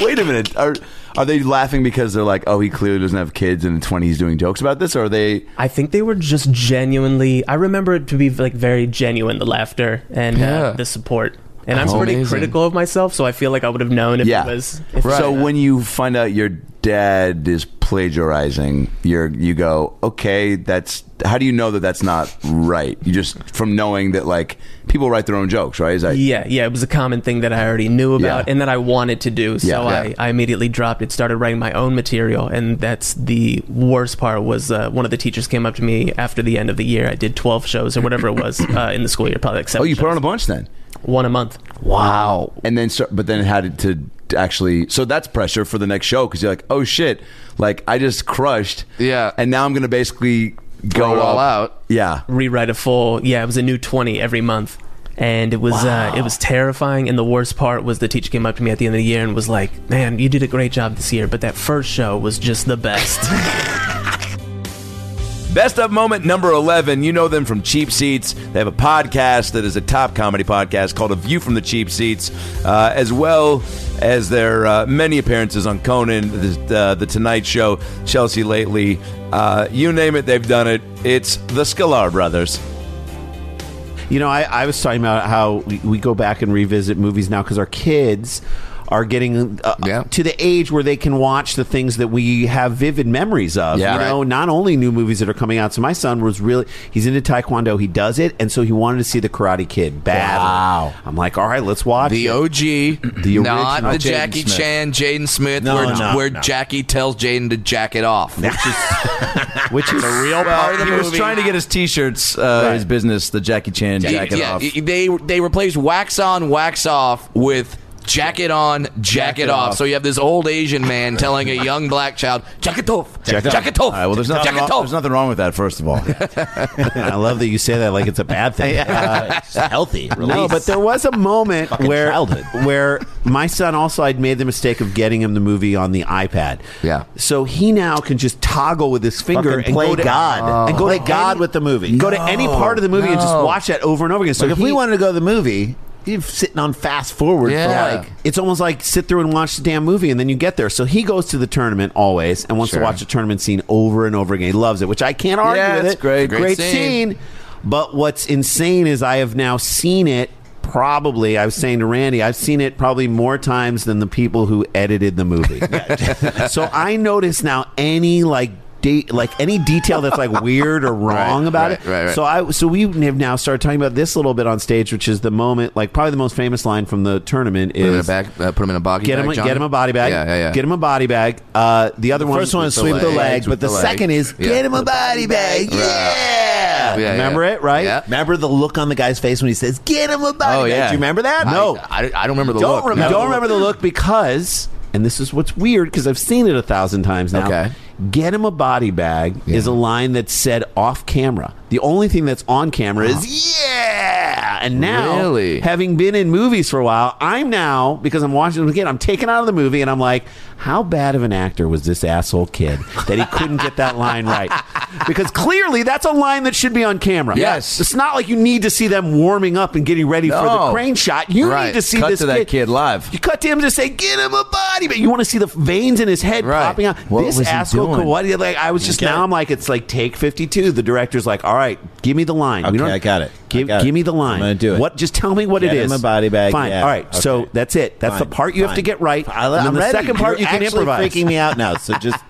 S8: Wait a minute. Are are they laughing because they're like, oh, he clearly doesn't have kids and at 20 he's doing jokes about this? Or are they.
S15: I think they were just genuinely. I remember it to be like very genuine, the laughter and
S8: Yeah.
S15: uh, the support. And I'm
S8: Oh,
S15: pretty
S8: amazing.
S15: critical of myself, so I feel like I would have known if it was. If
S8: So when you find out your dad is plagiarizing, you're you go, okay, that's how do you know that that's not right? You just from knowing that like people write their own jokes, right? Is that
S15: yeah, yeah, it was a common thing that I already knew about and that I wanted to do. So
S8: Yeah. Yeah.
S15: I, I immediately dropped it, started writing my own material, and that's the worst part. Was uh, one of the teachers came up to me after the end of the year. I did twelve shows or whatever it was uh, in the school year, probably like
S8: Oh,
S15: seven.
S8: you put on a bunch then.
S15: One a month.
S8: Wow. And then, so, but then how did to actually? So that's pressure for the next show because you're like, oh shit, like I just crushed. Yeah. And now I'm gonna basically go
S15: it all
S3: out.
S8: Yeah.
S15: Rewrite a full. Yeah, it was a new twenty every month, and it was uh, it was terrifying. And the worst part was the teacher came up to me at the end of the year and was like, "Man, you did a great job this year, but that first show was just the best."
S1: Best of moment number 11. You know them from Cheap Seats. They have a podcast that is a top comedy podcast called A View from the Cheap Seats, uh, as well as their uh, many appearances on Conan, the, uh, the Tonight Show, Chelsea Lately. Uh, you name it, they've done it. It's the Sklar brothers.
S14: You know, I, I was talking about how we, we go back and revisit movies now because our kids are getting uh, to the age where they can watch the things that we have vivid memories of.
S8: Yeah,
S14: you
S8: right.
S14: know, not only new movies that are coming out. So my son was really he's into taekwondo. He does it, and so he wanted to see the Karate Kid bad. Wow. I'm like, all right, let's watch
S3: The
S14: it."
S3: OG,
S14: the
S3: not
S14: original
S3: the
S14: Jaden
S3: Jackie
S14: Smith.
S3: Chan, Jaden Smith,
S14: No,
S3: where,
S14: no,
S3: where
S14: no.
S3: Jackie tells Jaden to jack it off. Which
S14: is, which
S3: is a real
S1: Well,
S3: part of the
S1: he
S3: movie.
S1: was trying to get his T-shirts, uh, his business, the Jackie Chan
S3: Yeah,
S1: jacket
S3: yeah,
S1: off.
S3: They they replaced wax on, wax off with jacket on, jacket,
S1: Jacket
S3: off.
S1: off.
S3: So you have this old Asian man telling a young black child, jack it off, jack, it
S1: All
S3: off.
S1: right, well, there's nothing,
S3: jack
S1: wrong,
S3: it off.
S1: there's nothing wrong with that, first of all.
S14: I love that you say that like it's a bad thing. Uh,
S1: Yeah.
S14: it's healthy. No,
S1: release.
S14: but there was a moment
S1: Fucking
S14: where
S1: childhood.
S14: where my son also I'd made the mistake of getting him the movie on the iPad. Yeah. So he now can just toggle with his finger
S13: Fucking
S14: and
S13: play
S14: go to
S13: God.
S14: and go
S13: Play
S14: to God with the movie. Go to any
S13: No,
S14: part of the movie and just
S13: no.
S14: watch that over and over again. So
S13: Like, if we
S14: wanted to go to the movie. You're sitting on fast forward. for,
S13: Yeah.
S14: like, it's almost like sit through and watch the damn movie, and then you get there. So he goes to the tournament always, and wants
S13: Sure.
S14: to watch the tournament scene over and over again. He loves it, which I can't argue
S13: Yeah,
S14: with
S13: it's
S14: it.
S13: great. Great
S14: great
S13: scene.
S14: scene. But what's insane is I have now seen it probably, I was saying to Randy, I've seen it probably more times than the people who edited the movie. so I notice now any like date, like any detail that's like weird or wrong
S7: Right,
S14: about
S7: right,
S14: it.
S7: right, right.
S14: So I, so we have now started talking about this a little bit on stage, which is the moment, like probably the most famous line from the tournament
S3: Put him in a
S14: is
S3: bag. Uh, put him in a boggy
S14: get
S3: bag.
S14: him,
S3: John.
S14: get him a body bag,
S3: Yeah, yeah, yeah.
S14: get him a body bag. Uh, the other
S3: The
S14: one,
S3: first one is sweep the legs,
S14: but the,
S3: with the
S14: second
S3: legs.
S14: is
S3: Yeah.
S14: get him a body bag. Yeah.
S3: Yeah,
S14: remember
S3: yeah.
S14: it, right? Remember the look on the guy's face when he says, "Get him a body
S3: Oh,
S14: bag."
S3: yeah.
S14: Do you remember that?
S3: I-
S14: no,
S3: I, I don't remember the
S14: don't
S3: look.
S14: remember. Don't remember the look because, and this is what's weird because I've seen it a thousand times now.
S3: Okay.
S14: Get him a body bag is a line that's said off camera. The only thing that's on camera is
S3: Uh-huh.
S14: yeah. And now,
S7: Really?
S14: having been in movies for a while, I'm now because I'm watching them again. I'm taken out of the movie and I'm like, how bad of an actor was this asshole kid that he couldn't get that line right? Because clearly, that's a line that should be on camera.
S1: Yes.
S14: it's not like you need to see them warming up and getting ready for the
S1: No.
S14: crane shot. You
S1: Right.
S14: need to see
S1: Cut
S14: this
S1: to that kid live.
S14: you cut to him to say, "Get him a body," but you want to see the veins in his head popping out.
S1: What
S14: this
S1: was he
S14: asshole,
S1: doing?
S14: could- what? Like I was just now, I'm like, it's like take 52. The director's like, "All right, give me the line."
S8: Okay,
S14: don't-
S8: I got it. I
S14: Give,
S8: got it.
S14: give me the line.
S8: I'm gonna do it.
S14: What? Just tell me what
S8: Get
S14: it is.
S8: him a body bag,
S14: Fine.
S8: yeah.
S14: All right. So
S8: Okay.
S14: that's it. That's the
S8: Fine,
S14: part you have to
S8: fine.
S14: get right.
S8: I-
S14: and then
S8: I'm
S14: the
S8: ready.
S14: second part
S8: You're
S14: you can
S8: actually
S14: improvise.
S8: freaking me out now, so just-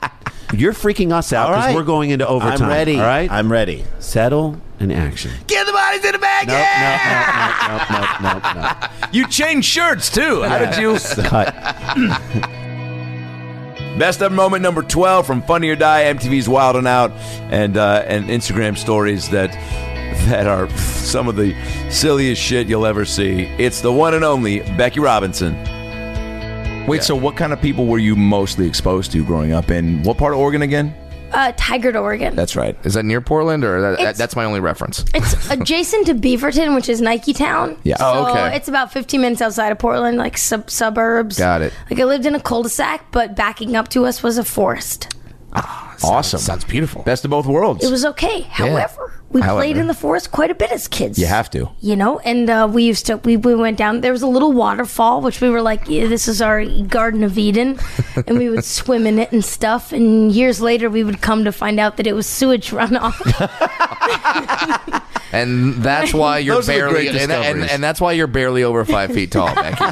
S14: You're freaking us out
S8: All
S14: because
S8: right.
S14: we're going into
S8: I'm
S14: overtime.
S8: ready.
S14: All right,
S8: I'm ready.
S14: Settle and action.
S8: Get the bodies in the bag.
S14: no, no, no, no, no.
S1: You changed shirts too. How did you
S14: cut?
S1: Best of moment number 12 from Funny or Die, MTV's Wild and Out, and uh, and Instagram stories that that are some of the silliest shit you'll ever see. It's the one and only Becky Robinson.
S8: Wait, so what kind of people were you mostly exposed to growing up in what part of Oregon again?
S16: Uh, Tigard, Oregon.
S8: That's right.
S3: Is that near Portland or that,
S16: It's-
S3: that, that's my only reference?
S16: It's adjacent to Beaverton, which is Nike Town.
S3: Yeah.
S16: So
S3: Oh, okay.
S16: It's about 15 minutes outside of Portland, like sub- suburbs.
S3: Got it.
S16: Like I lived in a cul-de-sac, but backing up to us was a forest.
S8: awesome.
S3: Sounds beautiful.
S8: Best of both worlds.
S16: It was okay. However, we played
S8: However.
S16: in the forest quite a bit as kids.
S8: You have to.
S16: You know, and uh, we used to we, we went down. There was a little waterfall, which we were like, yeah, "This is our Garden of Eden," and we would swim in it and stuff. And years later, we would come to find out that it was sewage runoff.
S3: And that's why you're
S16: Those are the
S3: barely
S16: great
S3: and, and,
S16: discoveries.
S3: and that's why you're barely over five feet tall, Becky.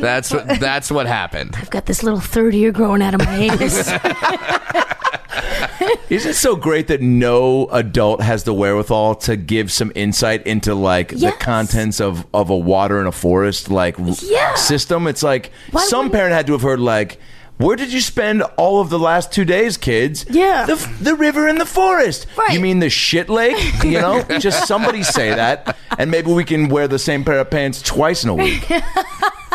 S3: That's what that's what happened.
S16: I've got this little third ear growing out of my anus.
S8: Is it so great that no adult has the wherewithal to give some insight into like
S16: Yes.
S8: the contents of of a water and a forest like r-
S16: Yeah.
S8: system? It's like some parent had to have heard like. Where did you spend all of the last two days, kids?
S16: Yeah.
S8: The, f- the river and the forest. Right. You mean the shit lake? You know? Just somebody say that, and maybe we can wear the same pair of pants twice in a week.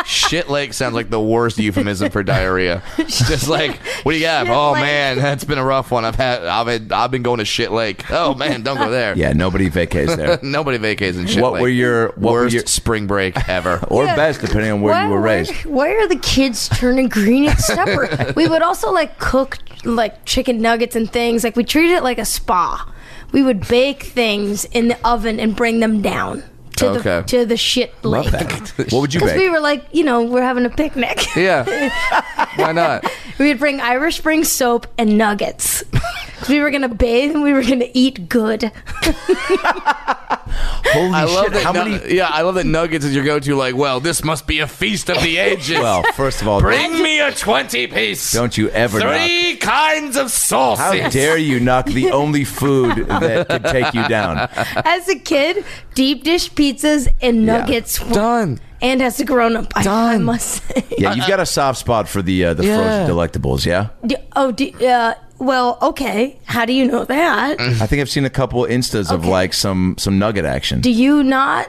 S3: Shit lake sounds like the worst euphemism for diarrhea. Just like, what do you got?
S8: Shit
S3: Oh
S8: lake.
S3: man, that's been a rough one. I've had I've had, I've been going to shit lake. Oh man, don't go there.
S8: Yeah, nobody vacays there.
S3: Nobody vacays in shit
S8: What
S3: lake.
S8: were your- what were
S3: worst
S8: your-
S3: spring break ever,
S8: Or Yeah. best, depending on
S16: why, Why, why are the kids turning green at supper? we would also like cook like chicken nuggets and things. Like we treated it like a spa. We would bake things in the oven and bring them down to the
S8: Okay.
S16: to the shit lake.
S8: what would you
S16: Because
S8: bake?
S16: we were like, you know, we're having a picnic.
S3: Yeah. Why not?
S16: We'd bring Irish Spring soap and nuggets. 'Cause we were gonna bathe and we were gonna eat good.
S8: Holy
S3: I love
S16: shit,
S3: That
S16: how
S3: nu-
S16: many-
S3: Yeah, I love that Nuggets is your go-to. Like, well, this must be a feast of the ages.
S8: Well, first of all,
S3: bring me a twenty-piece.
S8: Don't you ever
S3: three kinds of sauces.
S8: How dare you knock the only food that could take you down?
S16: As a kid, deep dish pizzas and
S8: Yeah.
S16: nuggets. were-
S3: Done.
S16: And as a grown up, I, I must say.
S8: Yeah, you've got a soft spot for the uh, the
S16: Yeah.
S8: frozen delectables. Yeah,
S16: Do, oh, do, uh, well, okay. How do you know that?
S3: Mm.
S8: I think I've seen a couple instas of like some some nugget action.
S16: Do you not?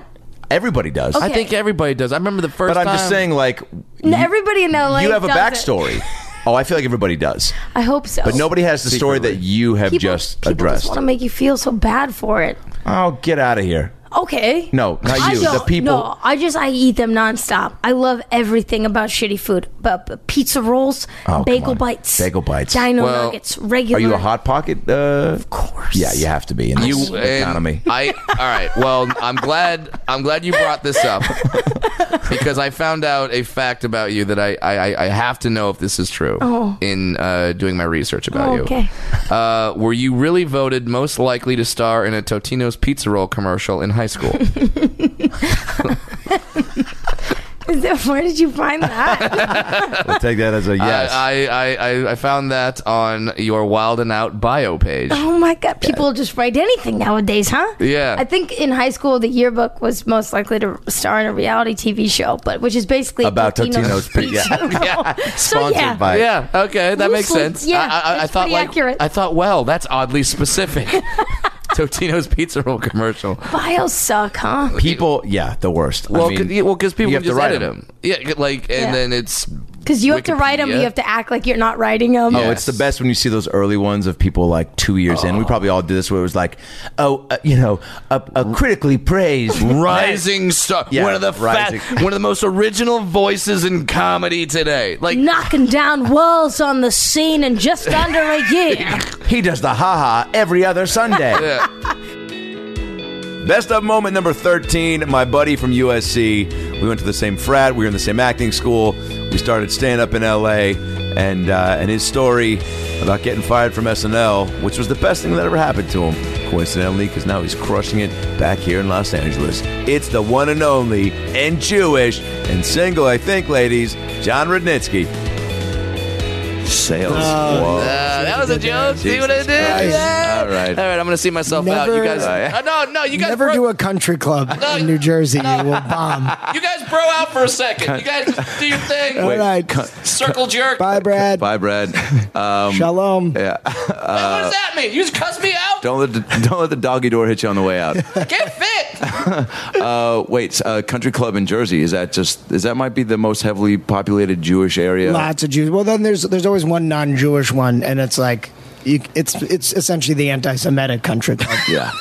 S8: Everybody does.
S16: I Okay. think
S3: everybody does. I remember the first.
S8: But I'm just
S16: time-
S8: saying, like,
S16: No, everybody in LA.
S8: you have a
S16: does
S8: backstory. oh, I feel like everybody does,
S16: It. I hope so.
S8: but nobody has the story that you have
S16: People-
S8: just
S16: people
S8: addressed.
S16: Just want to make you feel so bad for it.
S8: oh, get out of here!
S16: Okay.
S8: No,
S16: I
S8: not you. The
S16: don't-
S8: people.
S16: No, I just I eat them nonstop. I love everything about shitty food, but, but pizza rolls,
S8: Oh, come
S16: bagel
S8: on.
S16: bites,
S8: Bagel bites.
S16: dino nuggets, regular.
S8: Are you a hot pocket? Uh, of course. Yeah, you have to be in this
S3: You and
S8: economy.
S3: I all right. Well, I'm glad I'm glad you brought this up because I found out a fact about you that I I, I- I have to know if this is true.
S16: Oh.
S3: In uh, doing my research about
S16: Oh,
S3: you,
S16: okay.
S3: uh, were you really voted most likely to star in a Totino's pizza roll commercial in high school?
S16: Where did you find that?
S1: We'll take that as a yes.
S3: I, I, I, I found that on your Wild and Out bio page.
S16: oh my god, people just write anything nowadays, huh?
S3: Yeah.
S16: I think in high school the yearbook was most likely to star in a reality TV show, but which is basically
S1: About Totino's
S16: speech.
S1: pizza.
S3: yeah.
S16: So, Sponsored yeah. by-
S3: Yeah, okay, that makes
S16: Loosely,
S3: sense.
S16: yeah,
S3: I, I, I
S16: it's
S3: thought
S16: pretty
S3: like
S16: accurate.
S3: I thought, well, that's oddly specific. Totino's pizza roll commercial.
S16: Bios suck, huh?
S1: People, yeah, the worst.
S3: Well,
S1: I mean,
S3: 'cause- yeah, well, because people
S1: you have to
S3: just
S1: write
S3: edit
S1: 'em.
S3: them. Yeah, like, and
S16: Yeah.
S3: then it's
S16: Because you have to write them, you
S1: Wikipedia.
S16: have to act like you're not writing them.
S1: Oh, it's the best when you see those early ones of people like two years in. We probably all did this where it was like, oh, uh, you know, a, a critically praised
S3: rising star,
S1: Yeah,
S3: one of the fa-
S1: rising.
S3: one of the most original voices in comedy today. Like,
S16: knocking down walls on the scene in just under a year.
S1: He does the haha every other Sunday. Best of moment number 13. My buddy from USC, we went to the same frat, we were in the same acting school. We started stand up in LA, and, uh, and his story about getting fired from SNL, which was the best thing that ever happened to him, coincidentally, because now he's crushing it back here in Los Angeles. It's the one and only, and Jewish, and single, I think, ladies, John Rudnitsky. Sales. Whoa.
S3: Uh, that was a joke. See what I
S1: Oh, Jesus
S3: did?
S1: Christ.
S3: Yeah.
S1: All right.
S3: All right. I'm gonna see myself out. You
S18: Never-
S3: guys. Uh, no, no. You guys.
S18: Never do a country club in New Jersey. You will bomb.
S3: You guys bro out for a second. You guys just do your thing.
S18: All right.
S3: Circle jerk.
S18: Bye, Brad.
S1: Bye, Brad. Um,
S18: Shalom.
S1: Yeah.
S3: What
S1: Uh,
S3: does that mean? You just cuss me out?
S1: don't let the don't let the doggy door hit you on the way out.
S3: Get fit.
S1: Uh, wait, uh, country club in Jersey is that just is that might be the most heavily populated Jewish area?
S18: Lots of Jews. Well, then there's there's always one non-Jewish one, and it's like. You, it's it's essentially the anti-Semitic country club.
S1: Yeah,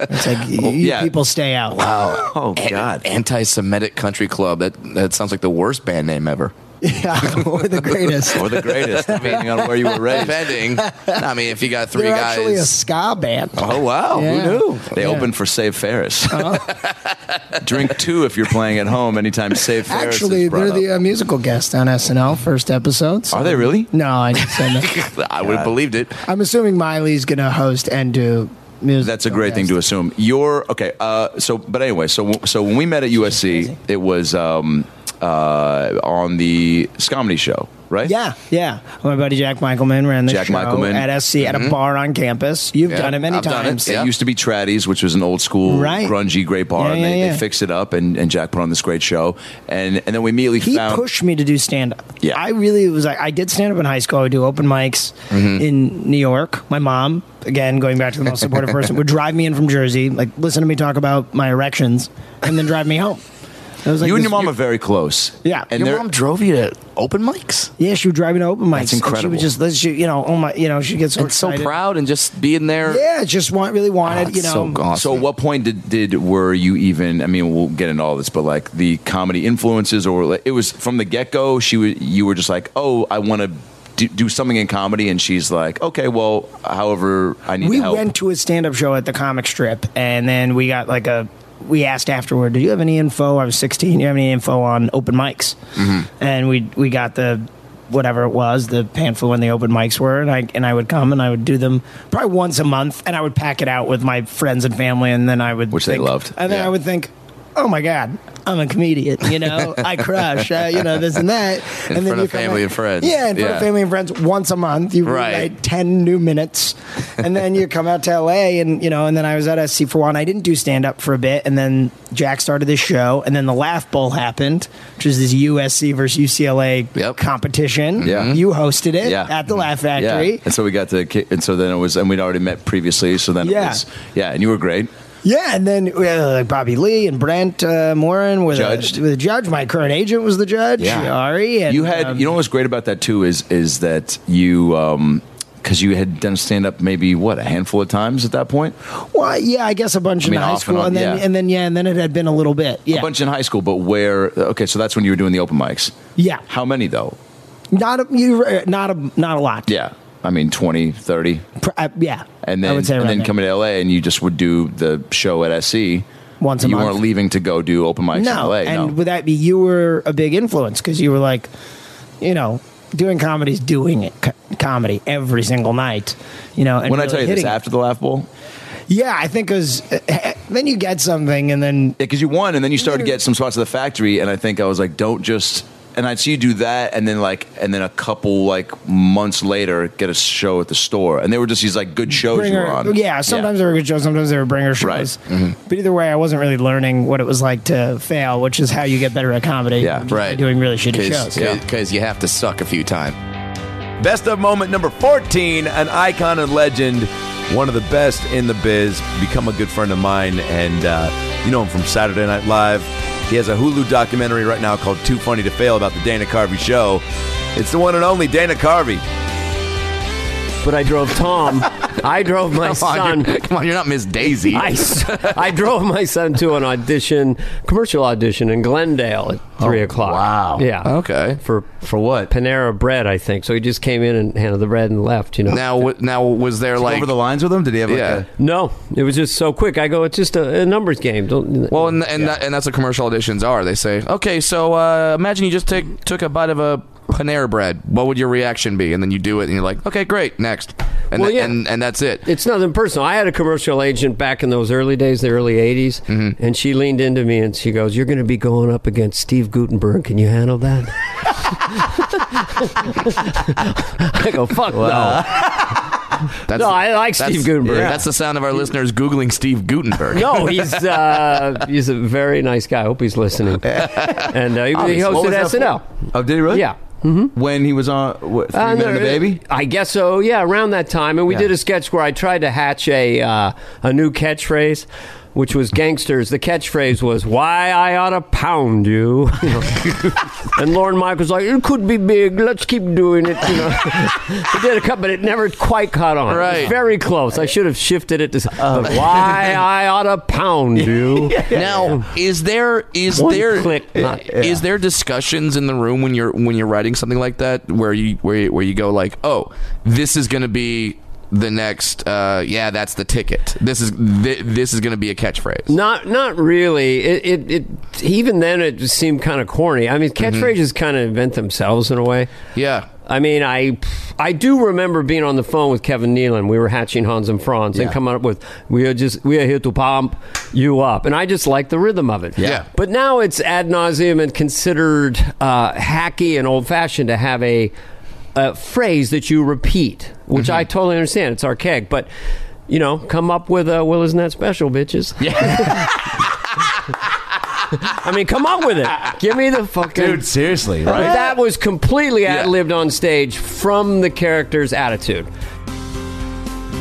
S18: it's like you,
S3: yeah.
S18: people stay out.
S1: Wow. Oh God.
S3: Anti-Semitic country club. That that sounds like the worst band name ever.
S18: Yeah, or the greatest.
S1: or the greatest, depending on where you were raised.
S3: Depending. I mean, if you got 3
S18: They're
S3: guys.
S18: actually a ska band.
S1: Oh wow!
S18: Yeah.
S1: Who knew? They
S18: Yeah. Uh-huh.
S1: opened for Save Ferris. Drink two if you're playing at home anytime Save Ferris.
S18: Actually,
S1: is brought
S18: they're
S1: up.
S18: the uh, musical guest on SNL first episodes.
S1: Are they really?
S18: No, I just said that.
S1: I would have believed it.
S18: I'm assuming Miley's going to host and do music.
S1: That's a great thing to assume. You're okay. Uh, so, but anyway, so so when we met at USC, it was um, uh, on the comedy show, right?
S18: Yeah, yeah. My buddy Jack Michaelman ran the
S1: Jack
S18: show
S1: Michaelman.
S18: at SC at a
S1: Mhm.
S18: bar on campus. You've
S1: Yeah.
S18: done it many
S1: I've done
S18: times.
S1: it. used to be Traddies, which was an old school,
S18: Right.
S1: grungy, great bar,
S18: Yeah,
S1: and they,
S18: yeah, yeah.
S1: they fixed it up, and, and Jack put on this great show, and and then we immediately
S18: he
S1: found
S18: pushed me to do stand up.
S1: Yeah.
S18: I really was like, I did stand up in high school. I would do open mics
S1: Mhm.
S18: in New York. My mom, again, going back to the most supportive person, would drive me in from Jersey, like listen to me talk about my erections, and then drive me home. I was like,
S1: you and
S18: this-
S1: your mom are very close.
S18: Yeah.
S1: and they're-
S18: drove you to open mics? Yeah, she would drive me to open mics.
S1: That's
S18: and She
S1: incredible.
S18: would just, she, you know, oh my, you know, she gets so
S3: and so
S18: excited.
S3: proud and just being there.
S18: Yeah, just want really wanted, you know.
S1: So, what point did, did were you even? I mean, we'll get into all this, but like the comedy influences, or like, it was from the get go. She was, you were just like, oh, I want to do, do something in comedy, and she's like, okay, well, however, I need
S18: we
S1: help.
S18: went to a stand-up show at the comic strip and then we got like a we asked afterward do you have any info i was 16 do you have any info on open mics
S19: Mm-hmm.
S18: and we we got the whatever it was the pamphlet when the open mics were and i and i would come and i would do them probably once a month and i would pack it out with my friends and family and then i would
S1: Which they
S18: think-
S1: loved.
S18: and then
S1: Yeah.
S18: i would think oh my god i'm a comedian you know i crush uh, you know this and that
S3: In
S18: and then
S3: front
S18: you
S3: of
S18: come
S3: family
S18: out-
S3: and friends.
S18: yeah in front of
S3: Yeah.
S18: family and friends once a month you
S3: Right.
S18: rewrite 10 new minutes and then you come out to LA and you know and then I was at SC for one I didn't do stand up for a bit and then Jack started this show and then the Laugh Bowl happened which is this USC versus UCLA competition
S1: Yeah.
S18: you hosted it
S1: Yeah.
S18: at the Laugh Factory
S1: yeah, and so we got to, ki- and so then it was, and we'd already met previously, so then
S18: Yeah.
S1: it was, yeah, and you were great.
S18: Yeah, and then we had, like Bobby Lee and Brent uh, Morin were
S1: Judged.
S18: the, were the judge. My current agent was the judge. Ari. And, uh,
S1: you had you know what's great about that too is is that you um because you had done stand up maybe what a handful of times at that point
S18: Well, yeah, I guess a bunch
S1: I mean,
S18: in high
S1: off and
S18: school,
S1: on,
S18: and then
S1: yeah.
S18: and then yeah, and then it had been a little bit. Yeah,
S1: a bunch in high school but where okay so that's when you were doing the open mics
S18: yeah,
S1: how many though
S18: not a, you, uh, not a, not a lot.
S1: yeah i mean 20 30
S18: Pr- uh, yeah,
S1: and then
S18: I would say
S1: and
S18: around
S1: then
S18: there.
S1: coming to la and you just would do the show at
S8: E.
S1: sc
S18: Once a
S1: you
S18: month.
S1: weren't leaving to go do open mics
S18: no,
S1: in la
S18: and
S1: no
S18: would that be you were a big influence because you were like, you know, doing comedy is doing it, co- comedy every single night. You know, and
S1: when i
S18: really
S1: tell you this
S18: hitting it.
S1: after the laugh bowl
S18: Yeah, I think it was. Then you get something, and then
S8: because you won, and then you started to get some spots at the factory, and I think I was like, don't just. And I'd see you do that, and then like, and then a couple like months later, get a show at the store, and they were just these like good shows you
S18: bringer-
S8: were on. Mm-hmm.
S18: Yeah, sometimes they were good shows, sometimes they were bringer shows. But either way, I wasn't really learning what it was like to fail, which is how you get better at comedy.
S3: Yeah,
S18: Just
S3: right.
S18: Doing really shitty shows.
S3: Because you have to suck a few times.
S1: Best of moment number 14, an icon and legend, one of the best in the biz, become a good friend of mine, and uh, you know him from Saturday Night Live. He has a Hulu documentary right now called Too Funny to Fail about the Dana Carvey show. It's the one and only Dana Carvey.
S20: But I drove Tom. I drove my
S3: Come on,
S20: son.
S3: you're- come on, you're not Miss Daisy.
S20: I, s- I drove my son to an audition, commercial audition in Glendale at three o'clock. Wow. Yeah.
S3: Oh, Okay.
S20: For for what? Panera Bread, I think. So he just came in and handed the bread and left. You know.
S3: Now, w- now was there like
S20: over
S8: the lines with him? Did he have
S3: like, Yeah.
S20: no? It was just so quick. I go, it's just a, a numbers game. Don't.
S3: Well, and and, that, and that's what commercial auditions are. They say, okay, so uh, imagine you just take, took a bite of a Panera bread. What would your reaction be? And then you do it, and you're like, okay, great, next. And
S20: Well,
S3: tha-
S20: yeah.
S3: and, and that's it.
S20: It's nothing personal. I had a commercial agent back in those early days, the early 80s,
S3: Mm-hmm.
S20: and she leaned into me and she goes, You're going to be going up against Steve Gutenberg. Can you handle that? I go, Fuck no. no, I like
S3: that's-
S20: Steve Gutenberg.
S3: That's the sound of our listeners googling Steve Gutenberg.
S20: no, he's uh, he's a very nice guy. I hope he's listening. And uh, he, he
S8: Obviously. What
S20: hosted
S8: was that
S20: SNL.
S8: for? Oh, did he really?
S20: Yeah. Mm-hmm.
S8: When he was on what, Three
S20: Uh,
S8: Men and a
S20: no,
S8: Baby?
S20: I guess so. Yeah, around that time, and we did a sketch where I tried to hatch a uh, a new catchphrase, which was gangsters. The catchphrase was "Why I oughta pound you," you know. and Lauren Michaels like, "It could be big. Let's keep doing it." You know, we did a cut, but it never quite caught on. It was
S3: Right.
S20: very close. I should have shifted it to
S8: Uh-huh.
S20: but "Why I oughta pound you."
S3: Now, is there is
S20: One
S3: there eh,
S20: click, not-
S3: is there discussions in the room when you're when you're writing something like that where you where you, where you go like, "Oh, this is going to be the next uh yeah, that's the ticket. This is thi- this is going to be a catchphrase."
S20: Not, not really. It, it, it even then it just seemed kind of corny. I mean, catchphrases kind of invent themselves in a way.
S3: Yeah.
S20: I mean, I, I do remember being on the phone with Kevin Nealon. We were hatching Hans and Franz and
S11: Yeah.
S20: coming up with we are just we are here to pump you up, and I just liked the rhythm of it.
S11: Yeah.
S20: But now it's ad nauseum and considered uh, hacky and old fashioned to have a, a phrase that you repeat, which I totally understand. It's archaic, but you know, come up with a well, isn't that special, bitches? Yeah. I mean, come on with it. Give me the fucking
S1: Dude, seriously,
S20: I mean,
S1: right?
S20: That was completely ad libbed on stage from the character's attitude.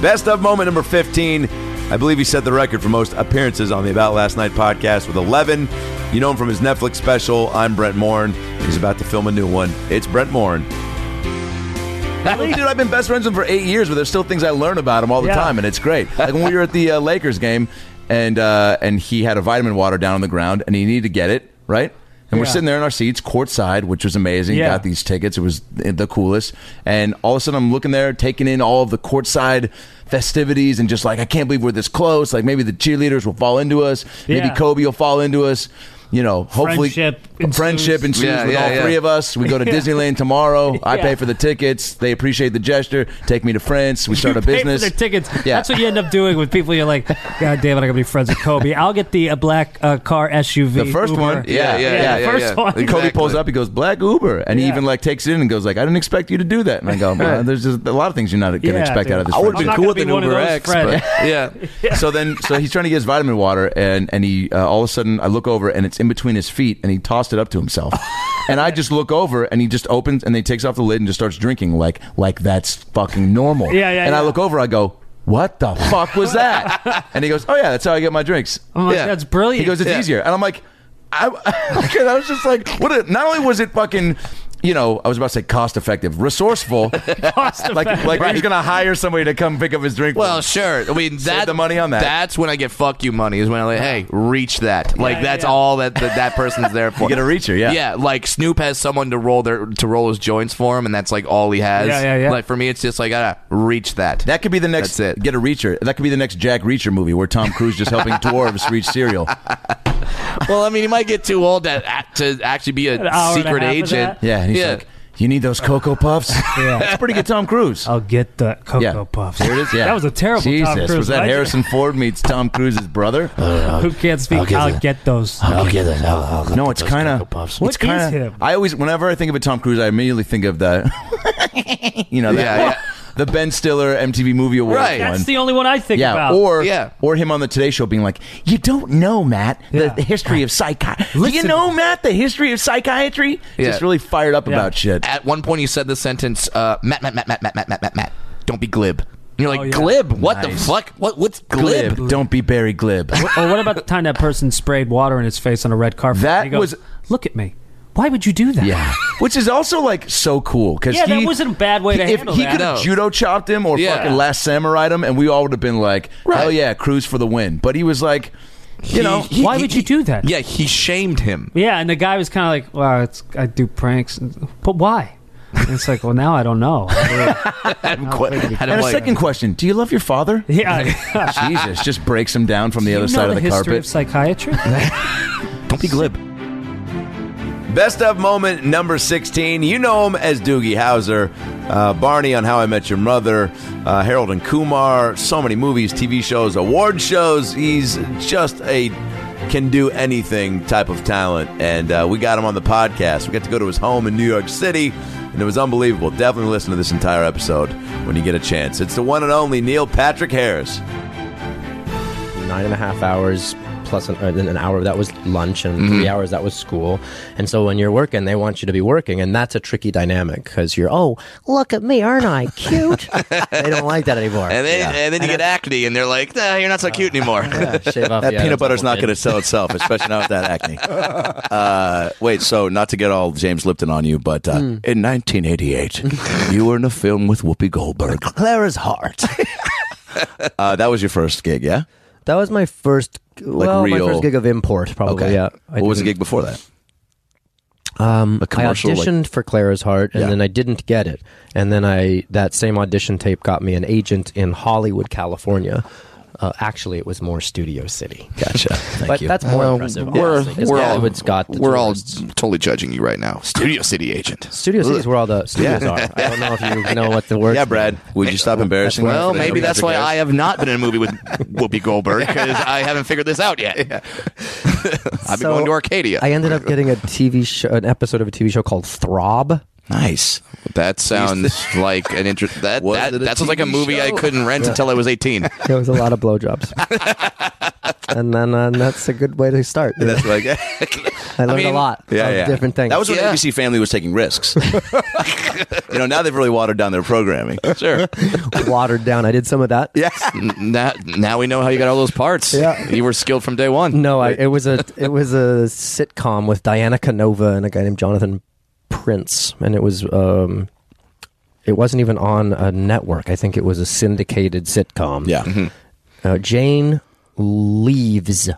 S1: Best of moment number 15. I believe he set the record for most appearances on the About Last Night podcast with 11. You know him from his Netflix special, I'm Brent Morin. He's about to film a new one. It's Brent Morin. Dude, I've been best friends with him for eight years, but there's still things I learn about him all the
S8: Yeah.
S1: time, and it's great. Like when we were at the uh, Lakers game, and uh, and he had a vitamin water down on the ground, and he needed to get it right. And we're
S8: Yeah.
S1: sitting there in our seats, courtside, which was amazing.
S8: Yeah.
S1: Got these tickets; it was the coolest. And all of a sudden, I'm looking there, taking in all of the courtside festivities, and just like, I can't believe we're this close. Like maybe the cheerleaders will fall into us. Maybe
S21: Yeah.
S1: Kobe will fall into us. You know, hopefully
S21: Friendship
S1: a friendship
S21: ensues.
S1: ensues
S21: Yeah,
S1: with
S21: yeah,
S1: all
S21: yeah.
S1: three of us. We go to
S21: Yeah.
S1: Disneyland tomorrow. I
S21: Yeah.
S1: pay for the tickets. They appreciate the gesture. Take me to France. We start
S21: You
S1: a
S21: pay for
S1: business.
S21: their tickets.
S1: Yeah.
S21: That's what you end up doing with people. You're like, God damn it, I gotta be friends with Kobe. I'll get the uh, black uh, car SUV.
S1: The first
S21: Uber.
S1: one, yeah, yeah, yeah, yeah.
S21: the first
S1: yeah.
S21: one.
S1: And Kobe pulls up. He goes, "Black Uber," and he even like takes it in and goes, "Like I didn't expect you to do that." And I go, well, "There's just a lot of things you're not gonna
S21: Yeah,
S1: expect
S21: dude.
S1: out of this."
S21: I would've been
S1: friendship.
S21: cool with I'm not gonna an be one of Uber those X, friends. but-
S1: yeah. So then, so he's trying to get his vitamin water, and and he uh, all of a sudden I look over and it's in between his feet, and he tossed it up to himself. And I just look over, and he just opens, and he takes off the lid and just starts drinking like like that's fucking normal.
S21: Yeah, yeah,
S1: And I
S21: yeah.
S1: look over, I go, "What the fuck was that?" and he goes, "Oh yeah, that's how I get my drinks."
S21: I'm like, "That's brilliant."
S1: He goes, "It's
S21: Yeah.
S1: easier," and I'm like, I, 'cause I was just like, what? A, not only was it fucking. You know, I was about to say cost effective, resourceful.
S21: Cost
S1: like, like he's gonna hire somebody to come pick up his drink.
S3: Well, sure. I mean, that the money on that. That's when I get fuck you money. Is when I like, hey, reach that. Like that's all that, that that person's there for.
S1: You get a reacher, yeah.
S3: Yeah, like Snoop has someone to roll their to roll his joints for him, and that's like all he has.
S1: Yeah, yeah, yeah.
S3: Like for me, it's just like I gotta reach that.
S1: That could be the next. Get a reacher. That could be the next Jack Reacher movie where Tom Cruise just helping dwarves reach cereal.
S3: well, I mean, he might get too old to act- to actually be
S21: An
S3: a
S21: hour and a
S3: secret
S21: half of
S3: agent.
S21: that?
S1: Yeah, and he's like, You need those Cocoa Puffs? yeah. That's pretty good Tom Cruise.
S21: I'll get the Cocoa
S1: Yeah.
S21: Puffs.
S1: There it is. Yeah.
S21: That was a terrible Tom
S1: Jesus.
S21: Cruise
S1: Was that
S21: legend.
S1: Harrison Ford meets Tom Cruise's brother?
S21: Who can't speak? I'll get, those.
S1: it. no, it's kind of.
S21: What is him?
S1: I always, whenever I think of a Tom Cruise, I immediately think of the, you know, that,
S21: Yeah, yeah.
S1: the Ben Stiller MTV Movie Award one.
S21: That's the only one I think
S1: yeah,
S21: about.
S1: or or him on the Today Show being like, "You don't know, Matt, the, the history of psychiatry. Do you know, Matt, the history of psychiatry?" Just really fired up about shit.
S3: At one point, you said the sentence, uh, "Matt, Matt, Matt, Matt, Matt, Matt, Matt, Matt, Matt, don't be glib." And you're like, "Glib? What the
S21: Oh, Nice.
S3: fuck? What? What's glib?
S1: Don't be Barry Glib.
S21: or oh, what about the time that person sprayed water in his face on a red carpet?
S1: That
S21: And he goes,
S1: was-
S21: Look at me. Why would you do that?
S1: Yeah, which is also like so cool because
S21: Yeah,
S1: he,
S21: that wasn't a bad way to
S1: if
S21: handle
S1: he
S21: that.
S1: could have
S21: No.
S1: judo chopped him or
S21: Yeah.
S1: fucking last samurai him, and we all would have been like, "Hell yeah, cruise for the win!" But he was like, you know,
S21: why would you do that?
S3: Yeah, he shamed him.
S21: Yeah, and the guy was kind of like, "Well, it's, I do pranks, but why?" And it's like, "Well, now I don't know."
S1: and a second question: Do you love your father?
S21: Yeah.
S1: Jesus, just breaks him down from the other
S21: you
S1: side
S21: know
S1: of the
S21: the history
S1: carpet.
S21: of psychiatry.
S1: Don't be glib. Best of moment number 16. You know him as Doogie Howser, uh, Barney on How I Met Your Mother, uh, Harold and Kumar, so many movies, TV shows, award shows. He's just a can do anything type of talent. And uh, we got him on the podcast. We got to go to his home in New York City, and it was unbelievable. Definitely listen to this entire episode when you get a chance. It's the one and only Neil Patrick Harris.
S17: nine and a half hours plus an, or then an hour of that was lunch and
S1: Mhm.
S17: three hours that was school and so when you're working they want you to be working and that's a tricky dynamic because you're oh look at me aren't i cute they don't like that anymore
S3: And then,
S17: Yeah.
S3: and then you get acne, and they're like, nah, "You're not so cute anymore."
S17: shave off
S1: that
S17: the
S1: peanut
S17: atoms
S1: butter's
S17: a little
S1: not
S17: bit.
S1: going to sell itself, especially not with that acne. Uh, wait, so not to get all James Lipton on you, but uh,
S17: Hmm.
S1: in 1988, you were in a film with Whoopi Goldberg.
S17: clara's heart
S1: Uh, that was your first gig, yeah?
S17: that was my first
S1: Like
S17: well
S1: real-
S17: my first gig of import probably
S1: Okay.
S17: Oh, yeah I
S1: what was the
S17: didn't-
S1: gig before that?
S17: Um,
S1: A commercial,
S17: I
S1: like-
S17: auditioned for Clara's Heart, and
S1: Yeah.
S17: then I didn't get it. And then I that same audition tape got me an agent in Hollywood, California. Uh, actually, it was more Studio City.
S1: Gotcha.
S17: but that's more
S3: Well,
S17: impressive.
S3: We're,
S17: honestly, 'cause
S3: we're all,
S17: Hollywood's got the
S3: we're all
S17: tourists.
S3: totally judging you right now. Studio City agent.
S17: Studio City is where all the studios
S3: Yeah.
S17: are. I don't know if you know Oh, what the word.
S1: Yeah, Brad, would you stop embarrassing me?
S3: Well, maybe that's why I have not been in a movie with Whoopi Goldberg because I haven't figured this out yet. I've been
S17: So,
S3: going to Arcadia.
S17: I ended up getting a TV show, an episode of a TV show called Throb.
S1: Nice.
S3: That sounds like an interest. That that,
S17: it a
S3: that sounds like a
S17: TV
S3: movie I
S17: show?
S3: couldn't rent
S17: Yeah.
S3: until I was eighteen.
S17: There was a lot of blowjobs, and then uh, that's a good way to start.
S1: That's like, I
S17: learned a lot of different things.
S1: That was when ABC Family was taking risks. you know, now they've really watered down their programming. Sure.
S17: watered down. I did some of that.
S1: Yeah.
S3: now, now we know how you got all those parts. Yeah. You were skilled from day one.
S17: No, I, it was a it was a sitcom with Diana Canova and a guy named Jonathan Prince, and it was um, it wasn't even on a network. I think it was a syndicated sitcom.
S1: Yeah. Mm-hmm.
S17: Uh, Jane leaves.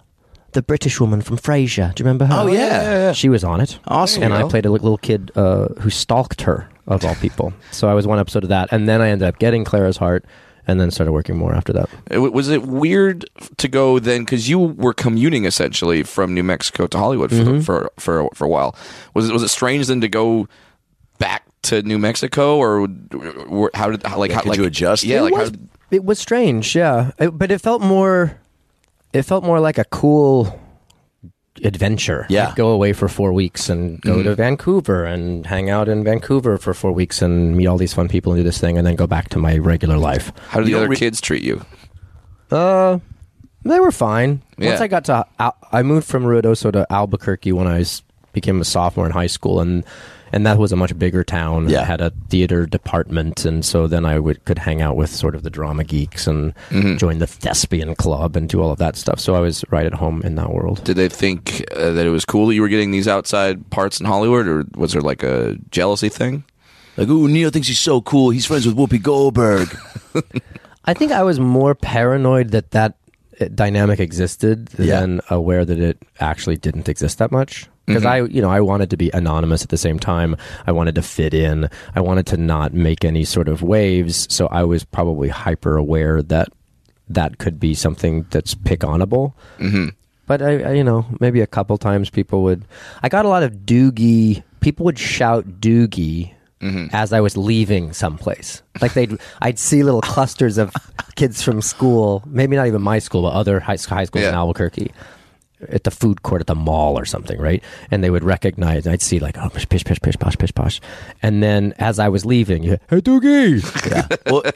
S17: The British woman from Frasier. Do you remember her?
S1: Oh, yeah. Yeah, yeah, yeah.
S17: she was on it.
S1: Awesome.
S17: And
S1: There you
S17: I
S1: go.
S17: played a li- little kid uh, who stalked her, of all people. so I was one episode of that, and then I ended up getting Clara's heart, and then started working more after that.
S3: It w- Was it weird to go then? Because you were commuting essentially from New Mexico to Hollywood for,
S17: Mhm.
S3: for for for a while. Was it was it strange then to go back to New Mexico or, or how did how, like how
S1: could
S3: like,
S1: you adjust?
S3: Yeah,
S17: it
S3: like
S17: was,
S3: how,
S17: it was strange, yeah, It- but it felt more, it felt more like a cool adventure.
S1: Yeah,
S17: I'd go away for four weeks and go
S1: Mhm.
S17: to Vancouver and hang out in Vancouver for four weeks and meet all these fun people and do this thing and then go back to my regular life.
S3: how did the other kids treat you?
S17: Uh, they were fine.
S3: Yeah.
S17: Once I got to, Al- I moved from Ruidoso to Albuquerque when I was, became a sophomore in high school, and and that was a much bigger town. Yeah, had a theater department, and so then I would could hang out with sort of the drama geeks and join the thespian club and do all of that stuff. So I was right at home in that world.
S3: Did they think uh, that it was cool that you were getting these outside parts in Hollywood, or was there like a jealousy thing?
S1: Like, ooh, Neil thinks he's so cool. He's friends with Whoopi Goldberg.
S17: I think I was more paranoid that that uh, dynamic existed than aware that it actually didn't exist that much. Because
S15: Mhm.
S17: I, you know, I wanted to be anonymous at the same time. I wanted to fit in. I wanted to not make any sort of waves. So I was probably hyper aware that that could be something that's pick onable. Mm-hmm. But I, I, you know, maybe a couple times people would. I got a lot of Doogie. People would shout Doogie as I was leaving someplace. Like they'd, I'd see little clusters of kids from school, maybe not even my school, but other high, high schools in Albuquerque, at the food court at the mall or something, right? And they would recognize. I'd see like, oh, pish, pish, pish, pish, posh, pish, posh. And then as I was leaving, you, hey, Doogie. Yeah.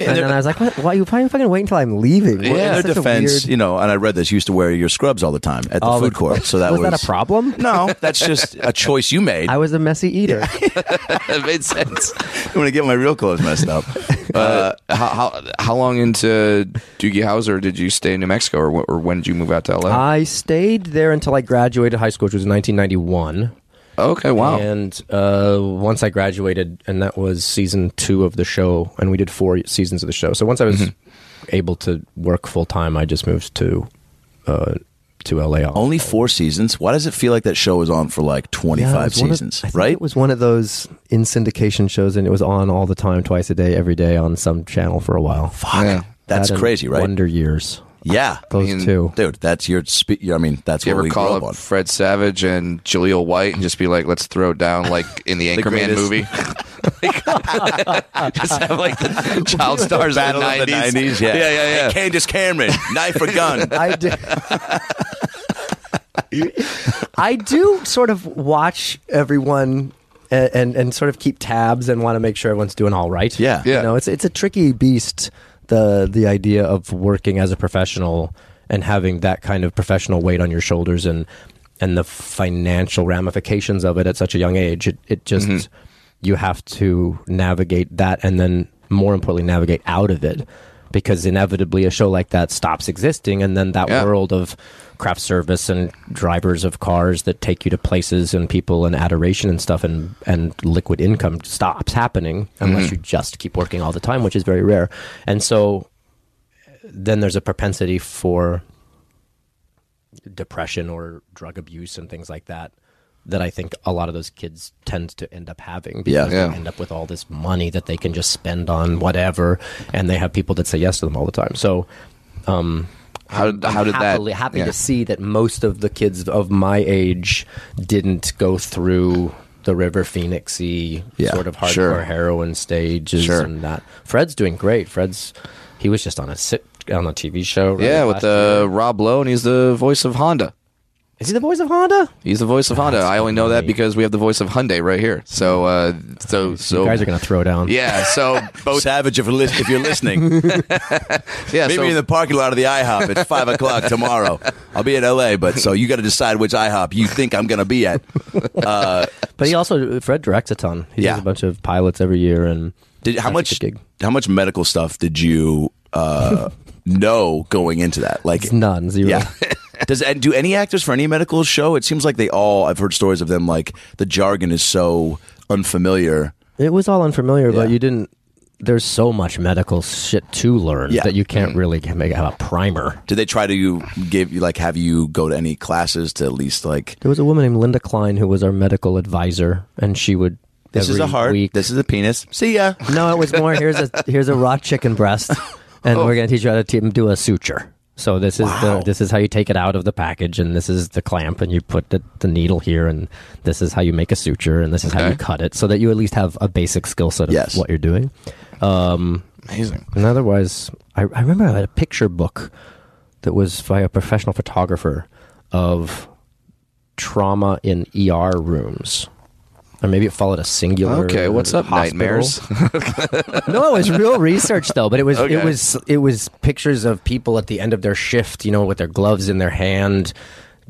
S17: and, then I was like, what? why are you why are you fucking waiting until I'm leaving?
S8: Well, in
S17: It's
S8: their
S17: such a
S8: defense,
S17: weird-
S8: you know, and I read this, you used to wear your scrubs all the time at the
S17: Oh,
S8: food court. So that was,
S17: was that a problem?
S8: No, that's just a choice you made.
S17: I was a messy eater.
S8: it made sense. I'm going to get my real clothes messed up.
S3: Uh, how, how how long into Doogie Howser did you stay in New Mexico, or, wh- or when did you move out to
S8: Oh.
S3: LA?
S17: I stayed there until I graduated high school, which was 1991.
S3: Okay, wow.
S17: And uh, once I graduated, and that was season two of the show, and we did four seasons of the show. So once I was
S8: Mm-hmm.
S17: able to work full time, I just moved to uh, to LA.
S8: Only four seasons. Why does it feel like that show was on for like 25
S17: Yeah, it was one of-
S8: seasons?
S17: I think It was one of those in syndication shows, and it was on all the time, twice a day, every day on some channel for a while. Fuck,
S8: That's crazy, right?
S17: Wonder Years.
S8: Yeah,
S17: Those two.
S8: dude. That's your. Spe- I mean, that's
S3: you
S8: what
S3: ever
S8: we
S3: call
S8: grew
S3: up
S8: up on.
S3: Fred Savage and Jaleel White and just be like, let's throw it down like in the
S8: The
S3: Anchorman
S8: greatest.
S3: movie? just have like the child stars
S8: Battle
S3: of the 90s.
S8: yeah,
S3: yeah, yeah. yeah.
S8: Hey, Candace Cameron, knife or gun?
S17: I did. I do sort of watch everyone and, and and sort of keep tabs and want to make sure everyone's doing all right. Yeah,
S8: Yeah.
S17: You know, it's it's a tricky beast the the idea of working as a professional and having that kind of professional weight on your shoulders and and the financial ramifications of it at such a young age. It it just you have to navigate that and then more importantly navigate out of it because inevitably a show like that stops existing and then that world of craft service and drivers of cars that take you to places and people and adoration and stuff and and liquid income stops happening unless
S8: Mhm.
S17: you just keep working all the time which is very rare and so then there's a propensity for depression or drug abuse and things like that that I think a lot of those kids tend to end up having because
S8: Yeah.
S17: they end up with all this money that they can just spend on whatever, and they have people that say yes to them all the time. So, um,
S3: how
S17: I'm
S3: how did that-
S17: happily, happy
S3: yeah.
S17: to see that most of the kids of my age didn't go through the River Phoenixy
S8: Yeah,
S17: sort of hardcore
S8: sure.
S17: heroin stages
S8: Sure.
S17: and that. Fred's doing great. Fred's he was just on a sit on a TV show. right,
S3: yeah,
S17: last
S3: with uh, Rob Lowe, and he's the voice of Honda.
S17: Is he the voice of Honda?
S3: He's the voice of Honda. I only know that because we have the voice of Hyundai right here. So, uh, so, so
S17: you guys are gonna throw down.
S3: Yeah. So, both
S8: Savage, if, you're lis- if you're listening,
S3: yeah,
S8: meet
S3: so-
S8: me in the parking lot of the IHOP at five o'clock tomorrow. I'll be in LA, but so you got to decide which IHOP you think I'm going to be at. Uh,
S17: But he also Fred directs a ton. He does a bunch of pilots every year, and
S8: did, how
S17: that's a
S8: much?
S17: good gig.
S8: How much medical stuff did you uh, know going into that? Like
S17: none, zero.
S8: Yeah. Does and do any actors for any medical show? It seems like they all. I've heard stories of them. Like the jargon is so unfamiliar.
S17: It was all unfamiliar, but you didn't. There's so much medical shit to learn
S8: Yeah.
S17: that you can't really make have a primer.
S8: Did Mm. they try to give you like have you go to any classes to at least
S3: Mm-hmm.
S8: like
S17: There was a woman named Linda Klein who was our medical advisor, and she would.
S8: this is
S17: every
S8: a heart,
S17: week-
S8: this is a penis. See ya.
S17: No, it was more. Here's a here's a raw chicken breast, and
S3: Oh.
S17: we're gonna teach you how to te- do a suture. So this is the this is how you take it out of the package, and this is the clamp, and you put the, the needle here, and this is how you make a suture, and this is how you
S8: Okay.
S17: cut it, so that you at least have a basic skill set of what you're doing. Um,
S3: Amazing.
S17: And otherwise, I, I remember I had a picture book that was by a professional photographer of trauma in ER rooms. Or maybe it followed a singular.
S3: Okay, what's up,
S17: hospital
S3: nightmares?
S17: no, it was real research though, but it was
S3: Okay.
S17: it was it was pictures of people at the end of their shift, you know, with their gloves in their hand,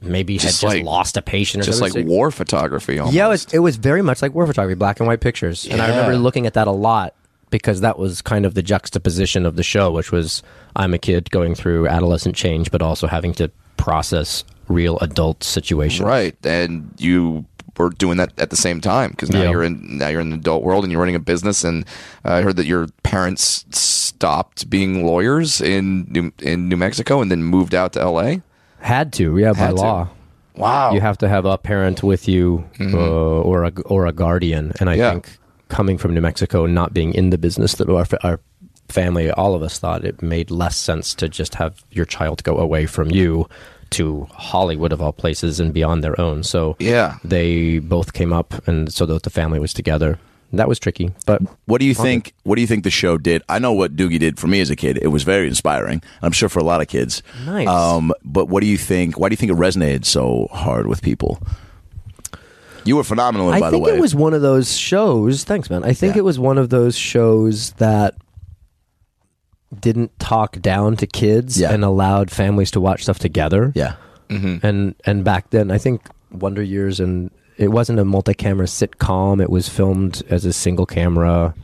S17: maybe
S3: Just
S17: had just
S3: like-
S17: lost a patient or
S3: just like
S17: something.
S3: war photography. Almost.
S17: yeah, it was, it was very much like war photography, black and white pictures, and I remember
S3: Yeah.
S17: looking at that a lot because that was kind of the juxtaposition of the show, which was I'm a kid going through adolescent change, but also having to process real adult situations.
S3: Right, and you were doing that at the same time because now
S17: Yeah.
S3: you're in now you're in the adult world and you're running a business. And uh, I heard that your parents stopped being lawyers in New, in New Mexico and then moved out to L.A.
S17: Had to, yeah, by
S3: Had to.
S17: law.
S3: Wow.
S17: You have to have a parent with you
S8: Mm-hmm.
S17: uh, or a or a guardian, and I think coming from New Mexico and not being in the business that our our family, all of us thought it made less sense to just have your child go away from you to Hollywood of all places and beyond their own. So
S3: yeah,
S17: they both came up, and so that the family was together. that was tricky. But
S8: What do you
S17: Okay.
S8: think? What do you think the show did? I know what Doogie did for me as a kid. It was very inspiring. I'm sure for a lot of kids.
S17: Nice.
S8: Um, but what do you think? Why do you think it resonated so hard with people? You were phenomenal,
S17: I
S8: by
S17: think
S8: the way.
S17: it was one of those shows. Thanks, man. I think it was one of those shows that didn't talk down to kids and allowed families to watch stuff together.
S8: Yeah.
S17: And and back then, I think Wonder Years and it wasn't a multi-camera sitcom. It was filmed as a single camera.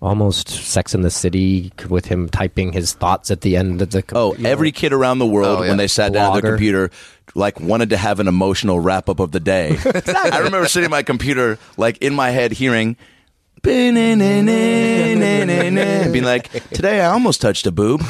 S17: Almost Sex in the City with him typing his thoughts at the end of the. Oh,
S8: Every kid around the world,
S17: Oh, yeah.
S8: when they sat down at their
S17: Blogger.
S8: computer, like wanted to have an emotional wrap up of the day. I remember sitting at my computer, like in my head, hearing and being like, "Today I almost touched a boob.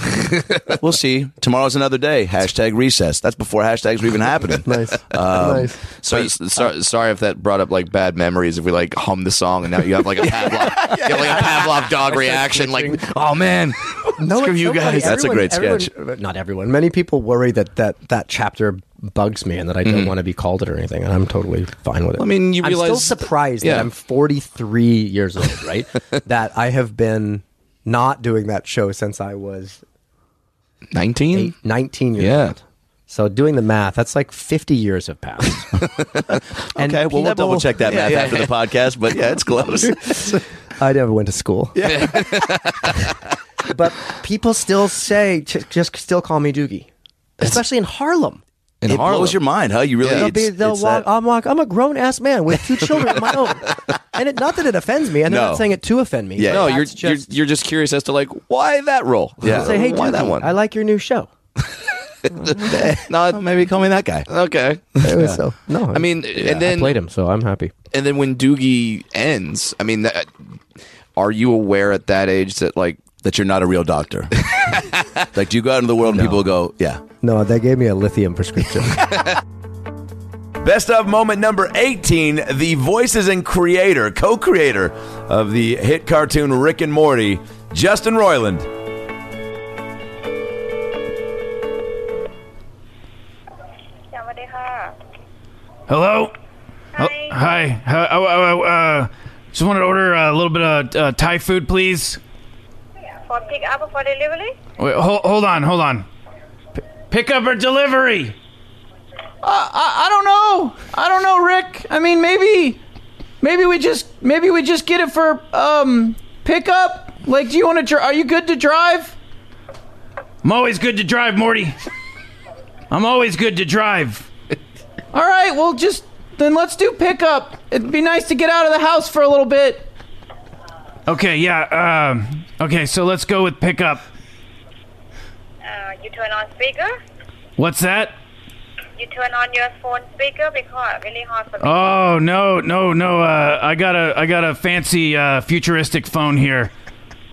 S8: we'll see. Tomorrow's another day." Hashtag recess. That's before hashtags were even happening. nice.
S3: Nice. Um, So, sorry, sorry if that brought up like bad memories. If we like hum the song and now you have like a Pavlov, you have, like a Pavlov dog reaction, like oh man, screw you guys.
S17: sketch. Not everyone. Many people worry that that, that chapter bugs me and that I don't want to be called it or anything, and I'm totally fine with it.
S8: I mean, you
S17: I'm still
S8: realize-
S17: surprised
S8: Yeah.
S17: that I'm 43 years old, right? that I have been not doing that show since I was
S3: 19,
S17: 19 years yeah. old. So doing the math, that's like 50 years have passed. And
S8: okay, well, we'll
S17: people-
S8: double check that
S17: Yeah,
S8: math
S17: yeah.
S8: after the podcast, but yeah, it's close.
S17: I never went to school. but people still say, j- just still call me Doogie, especially in Harlem.
S8: it blows your mind, huh? You really
S17: They'll be-
S8: it's-
S17: they'll
S8: it's
S17: walk-
S8: that-
S17: I'm, walk- I'm a grown ass man with two children of my own, and it, not that it offends me. I'm
S3: No.
S17: not saying it to offend me.
S3: Yeah, no,
S17: That's
S3: you're,
S17: just,
S3: you're you're just curious as to like why that role.
S17: I'll say, hey,
S3: why
S17: Doogie,
S3: that one?
S17: I like your new show.
S8: no, maybe call me that guy.
S3: Okay,
S17: So no,
S3: I mean,
S17: yeah,
S3: and then
S17: I played him, so I'm happy.
S3: And then when Doogie ends, I mean, that, are you aware at that age that like
S8: that you're not a real doctor? like, do you go out into the world and people go, yeah.
S17: No, they gave me a lithium prescription.
S1: Best of moment number 18 the voices and creator, co creator of the hit cartoon Rick and Morty, Justin Roiland.
S22: Hello. Hi. hi. Uh, oh, oh, oh, uh, just wanted to order a little bit of uh, Thai food, please.
S23: For pick up for delivery?
S22: Wait, hold, hold on, hold on. P- pick up or delivery?
S24: I, I don't know. I don't know, Rick. I mean, maybe, maybe we just, maybe we just get it for um pickup. Like, do you want to? Dri- are you good to drive?
S22: I'm always good to drive, Morty. I'm always good to drive.
S24: All right. Well, just then let's do pickup. It'd be nice to get out of the house for a little bit.
S22: Okay, yeah. Um, okay, so let's go with pickup.
S23: Uh, you turn on speaker.
S22: What's that?
S23: You turn on your phone speaker because really hard for me.
S22: Oh no, no, no! Uh, I got a I got a fancy uh, futuristic phone here.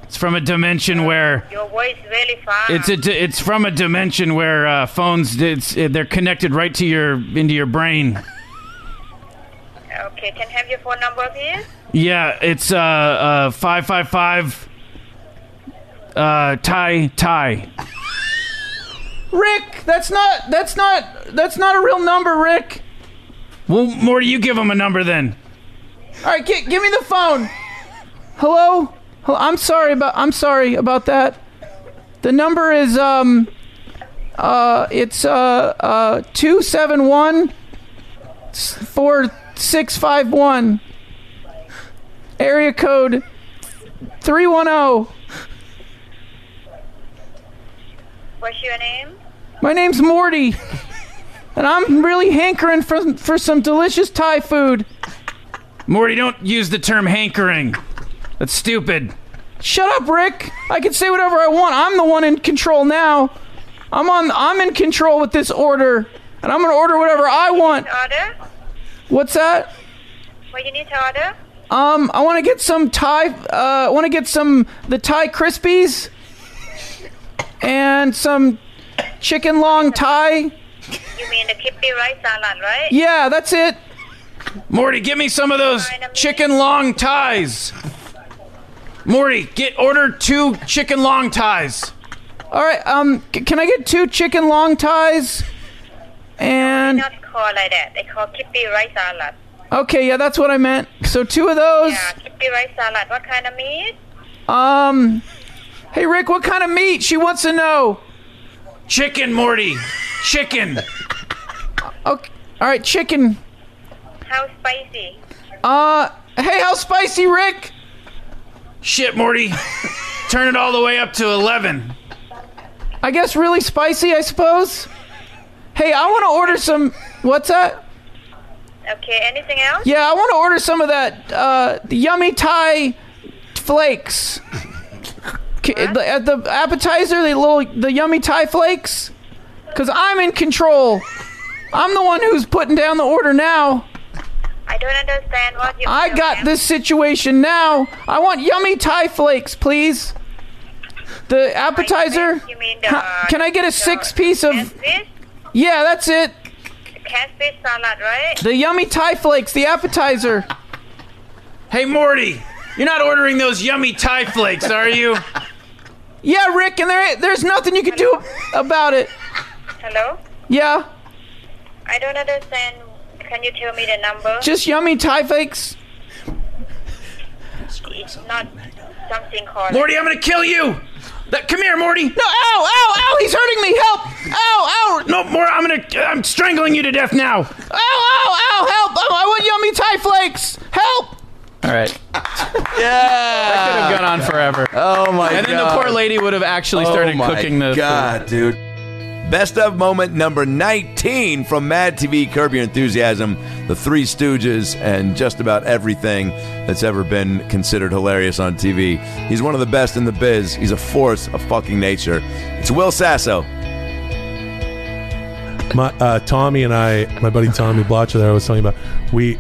S22: It's from a dimension where
S24: Oh.
S23: Your voice really far.
S22: It's a, it's from a dimension where uh, phones it's, they're connected right to your into your brain.
S23: Okay, can I have your phone number, please?
S22: Yeah, it's uh uh five five five. Uh, tie tie.
S24: Rick, that's not, that's not, that's not a real number, Rick.
S22: Well, Morty, you give him a number then.
S24: All right, gi- give me the phone. Hello? Hello? I'm sorry about I'm sorry about that. The number is um uh it's uh uh 271 4651 area code oh. 310.
S23: What's your name?
S24: My name's Morty. And I'm really hankering for for some delicious Thai food.
S22: Morty, don't use the term hankering. That's stupid.
S24: Shut up, Rick. I can say whatever I want. I'm the one in control now. I'm on. I'm in control with this order, and I'm gonna order whatever I want.
S23: Order?
S24: What's that?
S23: What you need to order?
S24: Um, I want to get some Thai. Uh, I want to get some the Thai crispies, and some chicken long Thai.
S23: You mean the kippy rice salad, right?
S24: Yeah, that's it.
S22: Morty, give me some of those chicken long ties. Morty, get order two chicken long ties.
S24: All right. Um, c- can I get two chicken long Thais? And
S23: Not call like that. They call kippy rice salad.
S24: Okay, yeah, that's what I meant. So two of those.
S23: Chickpea rice salad. What kind of meat?
S24: Um, hey Rick, what kind of meat? She wants to know.
S22: Chicken, Morty. Chicken.
S24: Okay, all right, chicken.
S23: How spicy?
S24: Uh, hey, how spicy, Rick?
S22: Shit, Morty. Turn it all the way up to 11.
S24: I guess really spicy, I suppose. Hey, I want to order some. What's that?
S23: Okay, anything else?
S24: Yeah, I want to order some of that uh, yummy Thai flakes. K- the- At the appetizer, the little the yummy Thai flakes. Cause I'm in control. I'm the one who's putting down the order now.
S23: I don't understand what you.
S24: I got this situation now. I want yummy Thai flakes, please. The appetizer.
S23: You mean the,
S24: Ha- Can I get a six piece of?
S23: Catfish?
S24: Yeah, that's it.
S23: Catfish salad, right?
S24: The yummy Thai flakes. The appetizer.
S22: Hey, Morty. You're not ordering those yummy Thai flakes, are you?
S24: Yeah, Rick, and there there's nothing you can do about it.
S23: Hello?
S24: Yeah,
S23: I don't understand. Can you tell me the number?
S24: just yummy Thai flakes.
S23: Not something called.
S22: Morty, I'm gonna kill you. That, come here, Morty. No,
S24: ow, ow, ow. He's hurting me. Help. Ow, ow.
S22: No, more. I'm gonna. I'm strangling you to death now.
S24: Ow, ow, ow! Help! Oh, I want yummy Thai flakes. Help!
S15: All right.
S22: Yeah.
S15: That could have gone on forever.
S1: Oh my
S15: And then the
S1: God.
S15: poor lady would have actually
S1: Oh
S15: started
S1: my
S15: cooking the.
S1: God, dude. Best of moment number 19 from Mad TV, Curb Your Enthusiasm, The Three Stooges, and just about everything that's ever been considered hilarious on TV. He's one of the best in the biz. He's a force of fucking nature. It's Will Sasso.
S25: my uh, Tommy and I, my buddy Tommy Blotcher that I was telling you about, we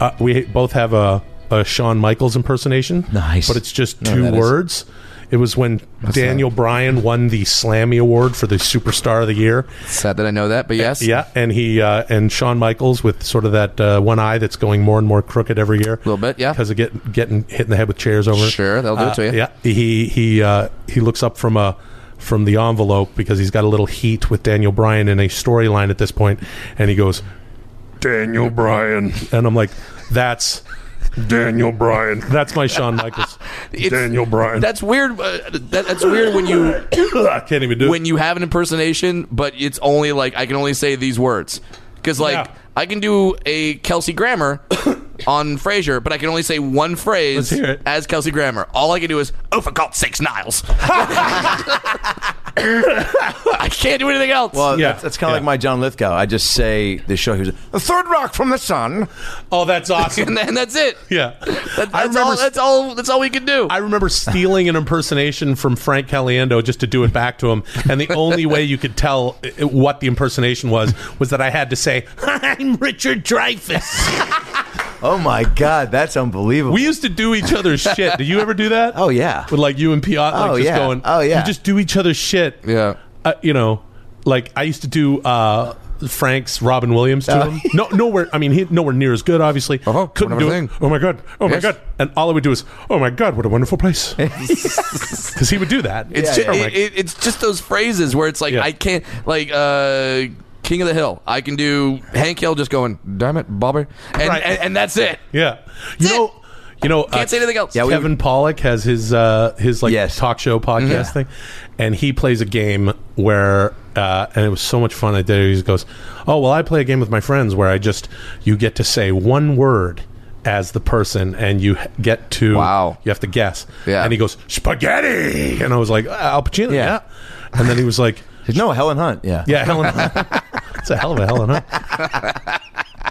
S25: uh, we both have a, a Shawn Michaels impersonation. Nice, but it's just
S13: No,
S25: two
S13: that is-
S25: words. It was when Daniel Bryan won the Slammy Award for the Superstar of the Year.
S3: Sad that I know that, but yes.
S25: Yeah, and he uh, and Shawn Michaels with sort of that uh, one eye that's going more and more crooked every year. A little
S3: bit, yeah,
S25: because of get, getting hit in the head with chairs over.
S3: Sure, that'll do it to
S25: Uh,
S3: you.
S25: Yeah, he he uh, he looks up from a from the envelope because he's got a little heat with Daniel Bryan in a storyline at this point, and he goes, Daniel Bryan, and I'm like, that's. Daniel Bryan. That's my Shawn Michaels. Daniel Bryan.
S3: That's weird. Uh, that, that's weird when you.
S25: I can't even do
S3: when you have an impersonation, but it's only like I can only say these words because like I can do a Kelsey Grammer on Frasier, but I can only say one phrase as Kelsey Grammer. All I can do is oh for God's sakes, Niles. I can't do anything else.
S1: Well, that's, that's kind of like my John Lithgow. I just say the show. He was the third rock from the sun.
S25: Oh, that's awesome.
S3: and, then that's it.
S25: Yeah,
S3: That, that's all. That's all. That's all we can do.
S25: I remember stealing an impersonation from Frank Caliendo just to do it back to him, and the only way you could tell i- what the impersonation was was that I had to say, "I'm Richard Dreyfuss."
S1: Oh my God, that's unbelievable.
S25: We used to do each other's shit. Do you ever do that? Oh
S1: yeah,
S25: with like you and Piot, like
S1: Oh,
S25: just
S1: yeah.
S25: going,
S1: Oh, yeah.
S25: you just do each other's shit.
S3: Yeah,
S25: uh, you know, like I used to do. uh Frank's Robin Williams to
S13: Oh.
S25: him. No, nowhere. I mean, he, nowhere near as good. Obviously, couldn't do
S13: wonderful
S25: it. Oh my god! Oh my
S13: Yes.
S25: god! And all I would do is, oh my god, what a wonderful place. Because he would do that.
S3: It's
S25: Oh
S3: ju-
S25: my
S3: it, it- it's just those phrases where it's like I can't like uh King of the Hill. I can do Hank Hill just going, damn it, Bobby, and and, and that's it.
S25: Yeah, you know, you know, uh,
S3: Can't say anything else. Yeah, we-
S25: Kevin Pollock has his uh, his like talk show podcast thing, and he plays a game where. Uh, and it was so much fun. I did. it. He just goes, "Oh well, I play a game with my friends where I just you get to say one word as the person, and you h- get to wow. You have to guess. Yeah. And he goes spaghetti, and I was like "Uh, Al Pacino. Yeah. And then he was like,
S1: No, Helen Hunt. Yeah.
S25: Yeah, Helen. Hunt. it's a hell of a Helen Hunt.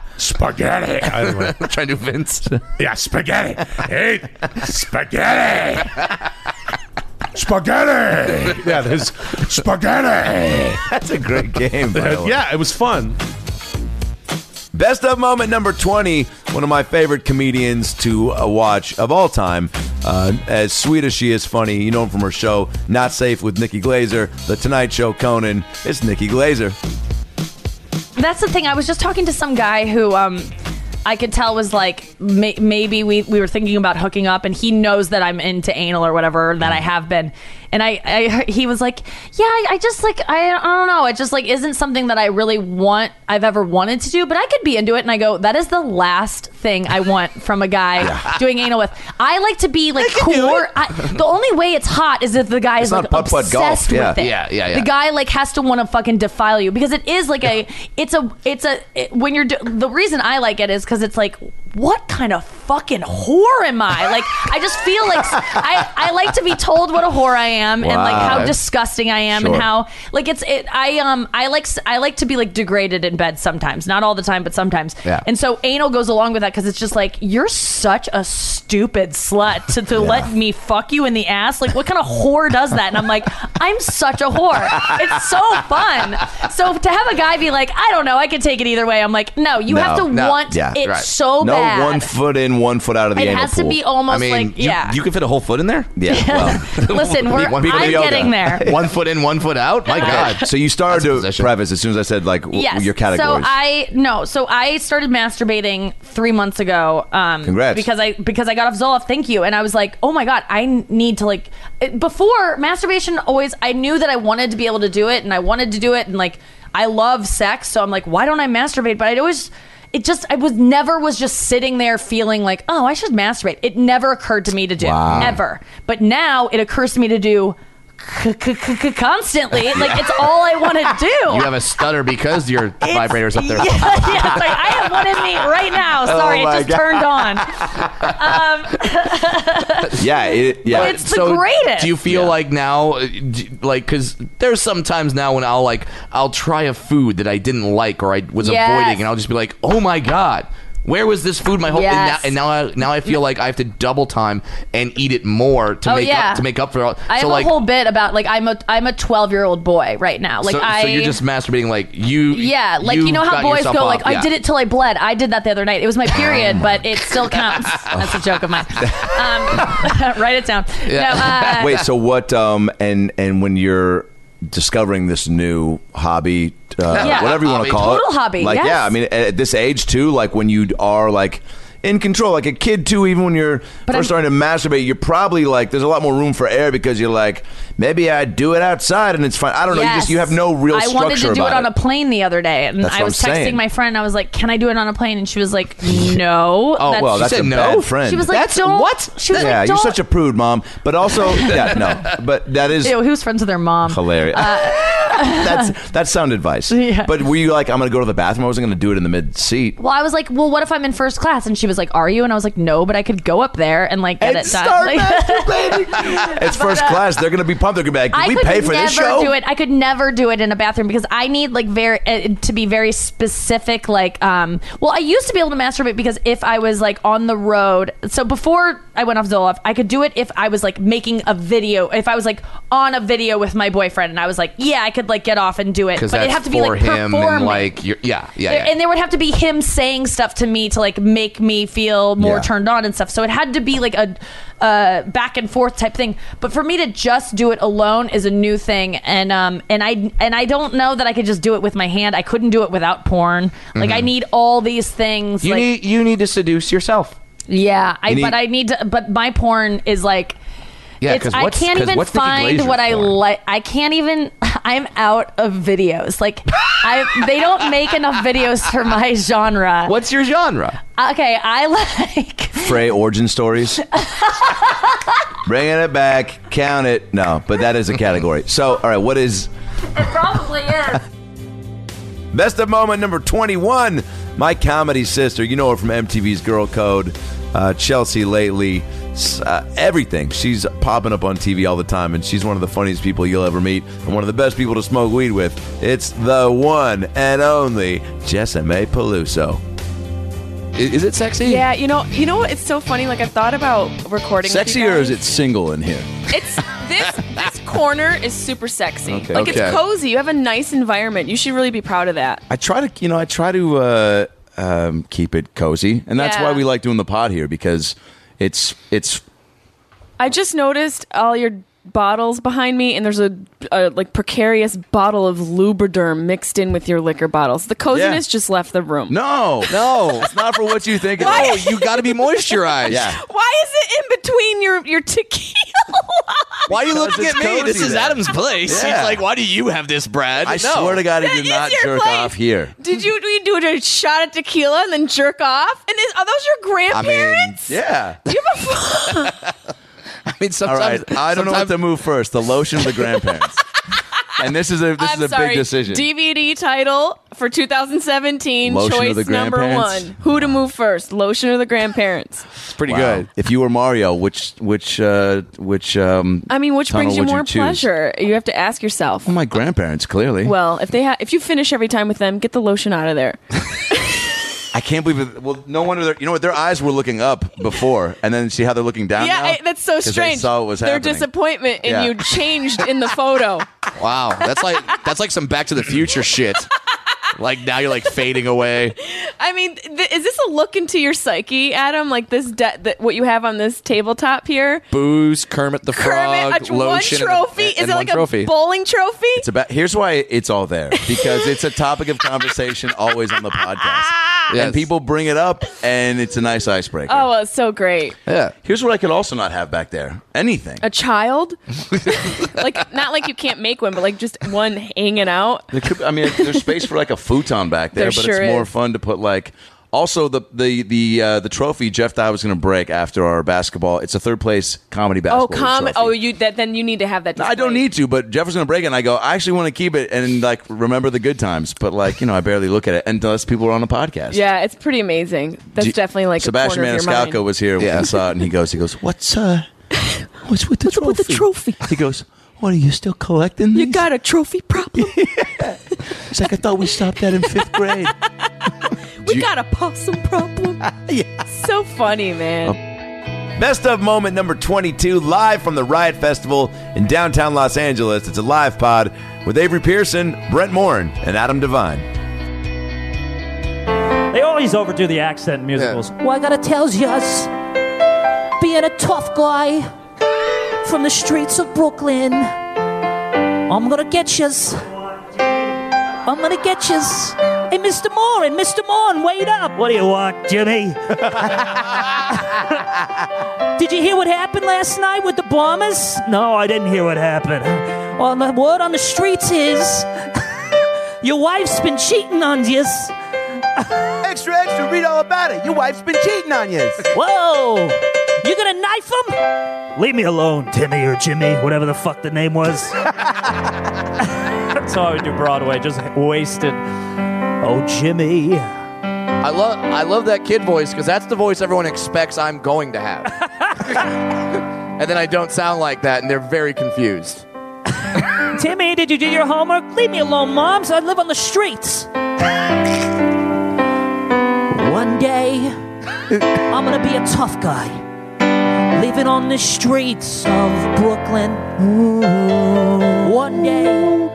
S25: spaghetti. I don't know.
S3: Trying to do Vince.
S25: Yeah, spaghetti. Hey, spaghetti. Spaghetti. Yeah, there's spaghetti.
S1: That's a great game. by the way.
S25: yeah, it was fun.
S1: Best of moment number 20, one of my favorite comedians to uh, watch of all time. Uh, as sweet as she is funny, you know him from her show Not Safe with Nikki Glazer, The Tonight Show Conan. It's Nikki Glazer.
S26: That's the thing. I was just talking to some guy who um I could tell was like may- maybe we, we were thinking about hooking up, and he knows that I'm into anal or whatever that I have been, and I, I he was like, yeah, I, I just like I, I don't know, it just like isn't something that I really want I've ever wanted to do, but I could be into it, and I go, that is the last thing I want from a guy doing anal with. I like to be like core. I, the only way it's hot is if the guy is
S1: not
S26: like
S1: putt-putt
S26: obsessed
S1: golf, yeah.
S26: with it.
S1: Yeah, yeah, yeah.
S26: The guy like has to want to fucking defile you because it is like a it's a it's a it- when you're do- the reason I like it is because it's like what kind of fucking whore am I like I just feel like s- I I like to be told what a whore I am and like
S16: Wow.
S26: how disgusting I am
S16: Sure.
S26: and how like it's it I um I like s- I like to be like degraded in bed sometimes not all the time but sometimes
S16: Yeah.
S26: and so anal goes along with that because it's just like you're such a stupid slut to, to let me fuck you in the ass like what kind of whore does that and I'm like I'm such a whore it's so fun so to have a guy be like I don't know I can take it either way I'm like no you have
S1: No,
S26: to
S1: no,
S26: want
S1: yeah,
S26: it
S1: right.
S26: so
S1: no
S26: bad
S1: one foot in, one foot out of the
S26: It
S1: anal
S26: has to
S1: pool.
S26: be almost I mean, like- you- yeah. you
S1: can fit a whole foot in there. Yeah. Well,
S26: listen we're
S1: One foot of
S26: I'm
S1: yoga.
S26: getting there
S1: one foot in, one foot out. My God. So you started to preface as soon as I said like w-
S26: yes.
S1: your categories.
S26: So I no. So I started masturbating three months ago. Um,
S1: Congrats.
S26: Because I because I got off Zoloft. Thank you. And I was like, oh my god, I need to like. it- Before masturbation, always I knew that I wanted to be able to do it, and I wanted to do it, and like I love sex, so I'm like, why don't I masturbate? But I always. It just, I was never was just sitting there feeling like, oh, I should masturbate. It never occurred to me to do,
S16: Wow.
S26: ever. But now it occurs to me to do c- c- c- c- constantly. Like,
S3: Yeah.
S26: it's all I want to do.
S3: You have a stutter because your vibrator's up there.
S26: Yeah, yeah, it's like, I have one in me right now.
S3: Oh
S26: Sorry,
S3: my
S26: it just
S3: God.
S26: turned on. Um,
S1: yeah, it, yeah.
S26: But it's the greatest.
S3: Do you feel like now, uh, d- like, because there's some times now when I'll like I'll try a food that I didn't like or I was
S26: Yes.
S3: avoiding, and I'll just be like, oh my god. Where was this food my whole
S26: Yes.
S3: and, now, and now I now I feel like I have to double time and eat it more to
S26: Oh,
S3: make
S26: yeah.
S3: up to make up for all.
S26: I have
S3: so like
S26: a whole bit about like I'm a I'm a 12 year old boy right now. Like
S3: so,
S26: I
S3: so you're just masturbating like you
S26: yeah, like you, know how
S3: got
S26: boys go
S3: yourself
S26: like
S3: up,
S26: I
S3: yeah.
S26: did it till I bled. I did that the other night. It was my
S1: Oh
S26: period, but it still counts. That's a joke of mine. Um, write it down. No, uh,
S1: Wait. So what? Um. And and when you're discovering this new hobby, uh,
S26: Yeah.
S1: whatever you want
S26: Hobby.
S1: to call it,
S26: Total hobby,
S1: Like
S26: yes.
S1: yeah. I mean, at- at this age too, like when you are like. In control, like a kid too. Even when you're
S26: But
S1: 1st
S26: I'm-
S1: starting to masturbate, you're probably like there's a lot more room for air because you're like maybe I do it outside and it's fine. I don't know. You just
S26: Yes.
S1: you have no real
S26: I
S1: structure
S26: wanted to do
S1: about
S26: it on a plane the other day, and
S1: That's
S26: I
S1: what
S26: was
S1: I'm
S26: texting
S1: saying.
S26: my friend. I was like, "Can I do it on a plane?" And she was like, "No."
S1: Oh, well, that's a bad friend.
S26: She was like,
S1: That's-
S26: "Don't." What? She was
S1: yeah,
S26: like,
S1: you're
S26: "Don't."
S1: such a prude, mom. But also, yeah, no. But that is
S26: Ew, he was friends with their mom.
S1: hilarious. that's that's sound advice.
S26: Yeah.
S1: But were you like, I'm gonna go to the bathroom? I wasn't gonna do it in the mid seat.
S26: Well, I was like, well, what if I'm in first class? And she was like, are you? And I was like, no, but I could go up there and like get
S16: And
S26: it done.
S16: start
S26: Like-
S1: It's
S26: But,
S1: first
S26: uh,
S1: class. They're gonna be pumped. They're gonna be like, Did
S26: I
S1: we
S26: could
S1: pay for
S26: never
S1: this show?
S26: do it. I could never do it in a bathroom because I need like very uh, to be very specific. Like, um, well, I used to be able to masturbate because if I was like on the road, so before I went off Zoloft, I could do it if I was like making a video, if I was like on a video with my boyfriend, and I was like, yeah, I could like get off and do it,
S3: because
S26: but
S3: that's
S26: it'd have to be
S3: for
S26: like
S3: him and
S26: performing.
S3: like you're, yeah yeah,
S26: There-
S3: yeah.
S26: And there would have to be him saying stuff to me to like make me feel more
S3: Yeah.
S26: turned on and stuff. So it had to be like a uh, back and forth type thing. But for me to just do it alone is a new thing, and um and I and I don't know that I could just do it with my hand. I couldn't do it without porn. Like I
S3: Mhm.
S26: need all these things.
S3: you
S26: like,
S3: need you need to seduce yourself.
S26: yeah, I
S3: You need-
S26: but I need to. But my porn is like.
S3: Yeah,
S26: it's,
S3: 'cause
S26: I
S3: what's-
S26: can't
S3: 'cause
S26: even
S3: what's Nikki
S26: find
S3: Glaser
S26: what I
S3: porn?
S26: like. I can't even. I'm out of videos. Like, I they don't make enough videos for my genre.
S3: What's your genre?
S26: Okay, I like.
S1: Frey origin stories. Bringing it back. Count it. No, but that is a category. So, all right, what is
S26: It probably is.
S1: Best of moment number 21. My comedy sister. You know her from MTV's Girl Code, uh, Chelsea lately, s- uh, everything. She's popping up on TV all the time, and she's one of the funniest people you'll ever meet and one of the best people to smoke weed with. It's the one and only Jessime Peluso. I- Is it sexy?
S27: Yeah, you know, you know what? It's so funny. Like I thought about recording. with
S28: Sexy
S27: you
S28: or is
S27: guys.
S28: it single in here?
S27: It's this this corner is super sexy.
S28: Okay.
S27: Like
S28: Okay.
S27: it's cozy. You have a nice environment. You should really be proud of that.
S28: I try to, you know, I try to uh, um, keep it cozy, and that's
S27: Yeah.
S28: why we like doing the pod here because it's it's
S27: I just noticed all your bottles behind me, and there's a, a like precarious bottle of Lubriderm mixed in with your liquor bottles. The coziness
S1: Yeah.
S27: just left the room.
S1: No, no, it's not for what you think.
S27: Why?
S1: No, you got to be moisturized. Yeah.
S27: Why is it in between your your tequila?
S12: Why are you
S1: Because
S12: looking at
S1: it's
S12: me? This
S1: cozy
S12: is
S1: there.
S12: Adam's place.
S1: Yeah.
S12: He's like, why do you have this, Brad?
S1: I swear to God, he
S27: That
S1: did
S27: is
S1: not
S27: your
S1: jerk
S27: place.
S1: off here.
S27: Did you, do you do a shot at tequila and then jerk off? And is, are those your
S1: I
S27: grandparents?
S1: mean, yeah.
S27: do you have a
S1: I mean, sometimes All right, I don't know what to move first: the lotion or the grandparents. and this is a this
S27: I'm
S1: is a
S27: sorry.
S1: big decision.
S27: DVD title for 2017,
S1: Lotion or
S27: choice
S1: the
S27: number
S1: grandparents?
S27: one. Who to move first, lotion or the grandparents?
S1: It's
S29: pretty
S1: good. If you were Mario, which which uh, which um,
S27: I mean, which
S1: tunnel
S27: brings you
S1: would
S27: more
S1: choose?
S27: pleasure? You have to ask yourself.
S1: Oh, my grandparents clearly.
S27: Well, if they ha- if you finish every time with them, get the lotion out of there.
S1: I can't believe it. Well, no wonder. Their, you know what? Their eyes were looking up before, and then see how they're looking down.
S27: yeah,
S1: now?
S27: I, that's so
S1: 'Cause
S27: strange.
S1: They saw what was
S27: Their
S1: happening.
S27: disappointment in
S1: Yeah.
S27: you changed in the photo.
S12: Wow, that's like that's like some Back to the Future shit. Like now you're like fading away.
S27: I mean, th- is this a look into your psyche, Adam? Like this, de- that what you have on this tabletop here?
S12: Booze, Kermit the Frog,
S27: Kermit, a, one
S12: lotion, and a-
S27: trophy.
S12: and
S27: is it
S12: one
S27: like
S12: trophy.
S27: a bowling trophy?
S1: It's about here's why it's all there because it's a topic of conversation always on the podcast,
S12: Yes.
S1: and people bring it up, and it's a nice icebreaker.
S27: Oh, well, it's so great.
S1: Yeah. Here's what I could also not have back there: anything.
S27: A child? like not like you can't make one, but like just one hanging out.
S1: There could, I mean, there's space for like a futon back there,
S27: There
S1: but
S27: sure
S1: it's more
S27: is.
S1: fun to put like. Also, the the the uh, the trophy Jeff thought I was going to break after our basketball. It's a third place comedy basketball.
S27: Oh, com.
S1: trophy.
S27: Oh, you that then you need to have that.
S1: No, I don't need to, but Jeff was going to break it, and I go, I actually want to keep it and like remember the good times, but like you know, I barely look at it unless people are on a podcast.
S27: Yeah, it's pretty amazing. That's
S1: Do-
S27: definitely like
S1: Sebastian
S27: a corner of your
S1: Maniscalco
S27: mind.
S1: was here when I saw it, and he goes, he goes, what's uh, what's with the trophy? What's with the trophy? He goes, what are you still collecting? You got
S27: a trophy problem?
S1: It's like I thought we stopped that in fifth grade.
S27: We got a possum problem. So funny,
S12: Oh.
S27: man.
S1: Best of moment number 22, live from the Riot Festival in downtown Los Angeles. It's a live pod with Avery Pearson, Brent Morin, and Adam Devine.
S21: They always overdo the accent in musicals.
S19: Well, I gotta tell yous, being a tough guy from the streets of Brooklyn, I'm gonna get yous. I'm gonna get yous. Hey, Mr. Moran, Mr. Moran, wait up.
S21: What do you want, Jimmy?
S19: Did you hear what happened last night with the bombers?
S21: no, I didn't hear what happened.
S19: Well, the word on the streets is your wife's been cheating on yous.
S30: extra, extra, read all about it. Your wife's been cheating on you.
S19: Whoa! You gonna knife him?
S21: Leave me alone, Timmy or Jimmy, whatever the fuck the name was. That's how I would do Broadway, just wasted. Oh, Jimmy.
S3: I love I love that kid voice because that's the voice everyone expects I'm going to have. and then I don't sound like that, and they're very confused.
S19: Timmy, did you do your homework? Leave me alone, moms. I live on the streets. One day, I'm gonna be a tough guy, living on the streets of Brooklyn. One day,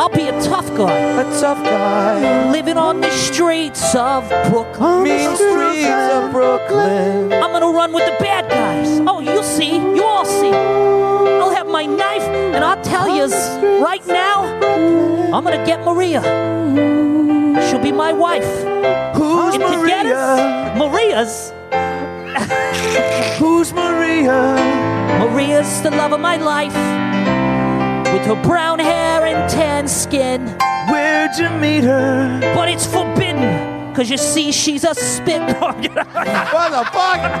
S19: I'll be a tough guy, a tough guy, living on the streets of Brooklyn. Mean streets of Brooklyn. I'm gonna run with the bad guys. Oh, you'll see. You all see. I'll have my knife, and I'll tell you right now, I'm gonna get Maria. She'll be my wife. Who's and Maria? Maria's. Who's Maria? Maria's the love of my life. With her brown hair and tan skin. Where'd you meet her? But it's forbidden. Cause you see, she's a spit. what the fuck?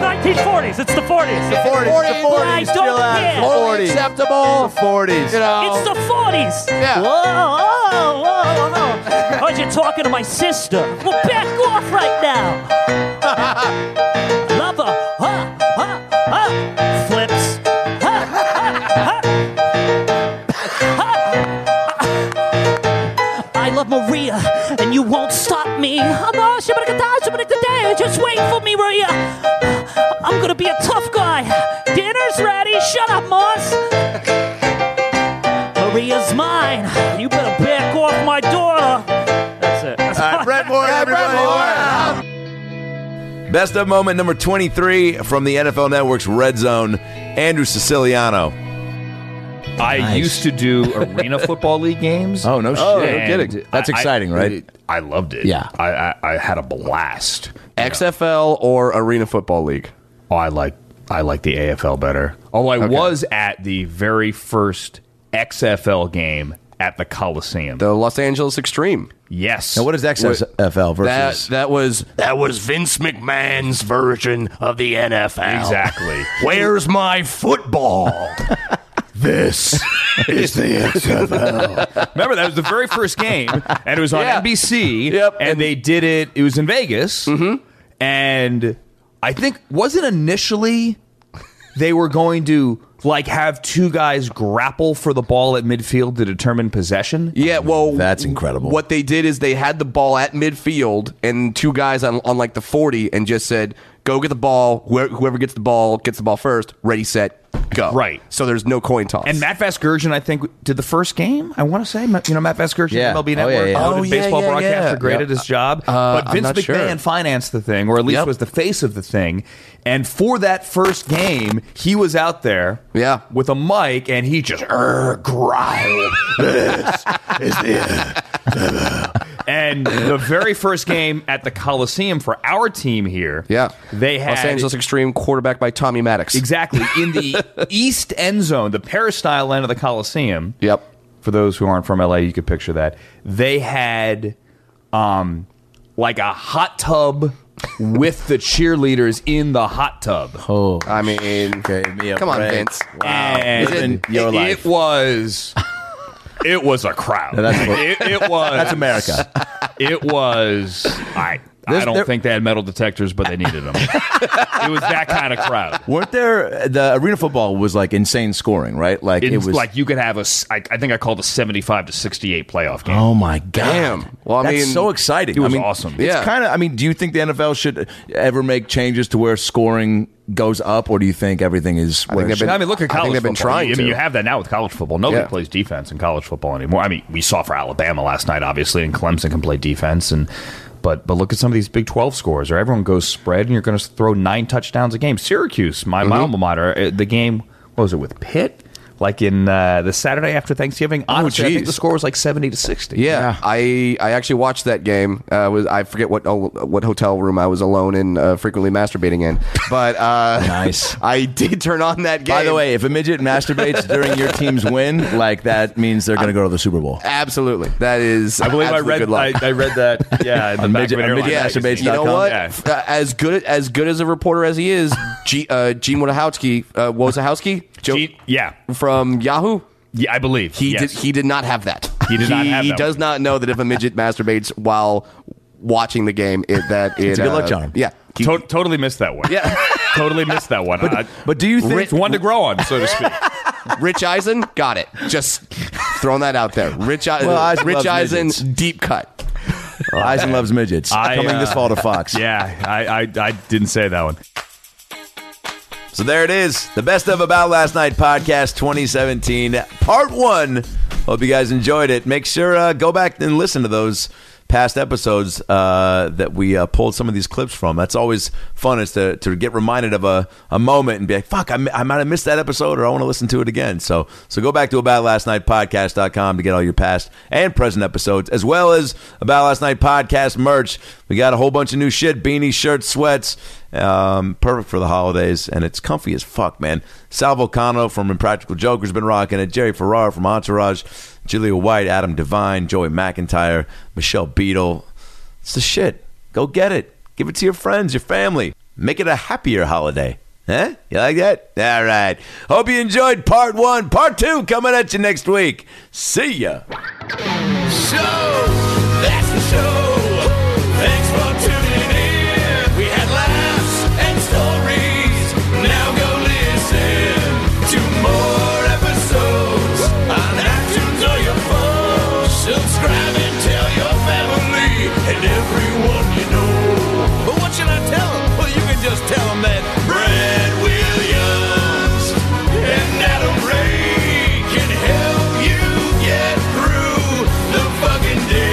S21: 1940s, it's the 40s.
S19: The 40s, the 40s, I don't chill out. care. The 40s.
S1: acceptable. The 40s.
S19: You know. It's the 40s. Yeah. Whoa, whoa, whoa, whoa. Heard you talking to my sister. Well, back off right now. Lover. Huh, huh, huh. Flips. Huh, huh, huh. I love Maria, and you won't stop me. Oh, no, she better get down, she better get down. Just wait for me, Maria. I'm gonna be a tough guy. Dinner's ready. Shut up, Moss. Maria's mine. You better back off
S1: Uh,
S19: my daughter. That's it. That's
S1: All right, Brett Moore, everybody. Best of moment number 23 from the NFL Network's Red Zone, Andrew Siciliano.
S12: I used to do arena football league games.
S31: Oh, no shit.
S12: And
S31: No kidding. That's
S12: I- I-
S31: exciting, right?
S12: I loved it.
S31: Yeah.
S12: I, I, I had a blast.
S3: XFL or Arena Football League?
S12: Oh, I like I like the AFL better. Although I was at the very first XFL game at the Coliseum.
S3: The Los Angeles Extreme.
S12: Yes.
S1: Now, what is XFL versus?
S3: That that was
S12: that was Vince McMahon's version of the NFL. Exactly.
S24: Where's my football?
S12: this
S24: is the XFL.
S12: Remember, that was the very first game, and it was on
S24: Yeah.
S12: NBC. And, they did it. It was in Vegas, and I think wasn't initially they were going to like have two guys grapple for the ball at midfield to determine possession.
S3: Yeah, well,
S12: that's incredible.
S3: What they did is they had the ball at midfield and two guys on, on like the 40 and just said, go get the ball. Whoever, whoever gets the ball gets the ball first. Ready, set, go. Right. So there's no coin toss.
S12: And Matt Vasgersian, I think, did the first game. I want to say, you know, Matt Vasgersian,
S3: Yeah.
S12: MLB
S3: Oh,
S12: Network,
S3: yeah, yeah.
S12: noted
S3: Oh, yeah,
S12: baseball
S3: yeah,
S12: broadcaster,
S3: yeah.
S12: great at his job.
S3: Uh,
S12: but
S3: I'm
S12: Vince
S3: not sure.
S12: McMahon financed the thing, or at least
S3: Yep.
S12: was the face of the thing. And for that first game, he was out there, yeah, with a mic, and he just er, "Err, growl. This is the and the very first game at the Coliseum for our team here, yeah, they had
S3: Los Angeles Extreme quarterback by Tommy Maddox.
S12: Exactly. In the east end zone, the peristyle end of the Coliseum. Yep. For those who aren't from LA, you could picture that. They had um like a hot tub with the cheerleaders in the hot tub.
S1: Oh.
S12: I mean,
S3: a Come on, break. Vince. Wow.
S12: And
S3: Is it-
S12: it,
S3: Your life.
S12: was it was a crowd.
S3: No, that's what-
S12: it, it was
S3: That's America.
S12: It was I I
S1: This-
S12: don't
S1: there-
S12: think they had metal detectors, but they needed them. it was that kind of crowd.
S31: Weren't there the arena football was like insane scoring, right? Like
S12: It's
S31: it was
S12: like you could have a. s- I, I think I called a seventy-five to sixty-eight playoff game.
S31: Oh my god!
S12: Damn. Well, I
S31: That's
S12: mean,
S31: so exciting.
S12: it was
S31: I mean,
S12: awesome.
S31: It's
S12: Yeah.
S31: kind of. I mean, do you think the NFL should ever make changes to where scoring goes up, or do you think everything is?
S12: I,
S31: where it
S12: think
S31: should-
S12: I mean, look at college football. I mean, you have that now with college football. Nobody plays defense in college football anymore. I mean, we saw for Alabama last night, obviously, and Clemson can play defense, and but but look at some of these Big Twelve scores, or everyone goes spread, and you're going to throw nine touchdowns a game. Syracuse,
S3: Mm-hmm.
S12: my my alma mater, uh, the game what was it with Pitt, like in uh, the Saturday after Thanksgiving. Honestly, I think
S3: Oh, geez.
S12: the score was like seventy to sixty.
S3: Yeah, I I actually watched that game. Uh, I was I forget what oh, what hotel room I was alone in, uh, frequently masturbating in. But uh,
S31: nice.
S3: I did turn on that game.
S31: By the way, if a midget masturbates during your team's win, like that means they're going to go to the Super Bowl.
S3: absolutely, that is.
S31: I believe I
S3: absolute
S31: read-
S3: good luck.
S12: I, I read that. Yeah, in the
S31: On
S12: back
S31: midget-
S12: of an
S31: on
S12: airline
S31: midget
S12: magazine.
S3: You know what?
S12: Yeah.
S3: Uh, as good as good as a reporter as he is, G, uh, Gene Wojciechowski, uh, Wojciechowski, Joe,
S12: yeah,
S3: from Yahoo.
S12: Yeah, I believe
S3: he
S12: yes.
S3: did. He did not have that.
S12: He did not have
S3: He
S12: that
S3: does not know that if a midget masturbates while watching the game, it, that it,
S12: It's a good luck
S3: uh,
S12: charm.
S3: Yeah,
S12: To- totally missed that one.
S3: Yeah,
S12: totally missed that one. But,
S31: but do you
S12: think- It's one to grow on, so to speak?
S3: Rich Eisen got it. Just throwing that out there. Rich, Eisen,
S31: Well, Eisen
S3: Rich
S31: loves
S3: Eisen,
S31: midgets.
S3: deep cut.
S31: Eisen loves midgets. coming this fall to Fox.
S12: uh, Yeah, I, I I didn't say that one.
S1: So there it is, the best of About Last Night podcast 2017, part one. Hope you guys enjoyed it. Make sure uh, go back and listen to those past episodes uh, that we uh, pulled some of these clips from. That's always fun is to, to get reminded of a, a moment and be like, fuck, I, mi- I might have missed that episode or I want to listen to it again. So so go back to aboutlastnightpodcast.com to get all your past and present episodes as well as About Last Night podcast merch. We got a whole bunch of new shit, beanies, shirts, sweats, um, perfect for the holidays, and it's comfy as fuck, man. Sal Volcano from Impractical Joker's been rocking it. Jerry Ferrara from Entourage, Julia White, Adam Devine, Joey McIntyre, Michelle Beadle. It's the shit. Go get it. Give it to your friends, your family. Make it a happier holiday. Huh? You like that? All right. Hope you enjoyed part one. Part two coming at you next week. See ya.
S24: So that's the show. Thanks for tuning in. We had laughs and stories. Now go listen to more episodes on iTunes or your phone. Subscribe and tell your family and everyone you know. But what should I tell them? Well, you can just tell them that Brad Williams and Adam Ray can help you get through the fucking day.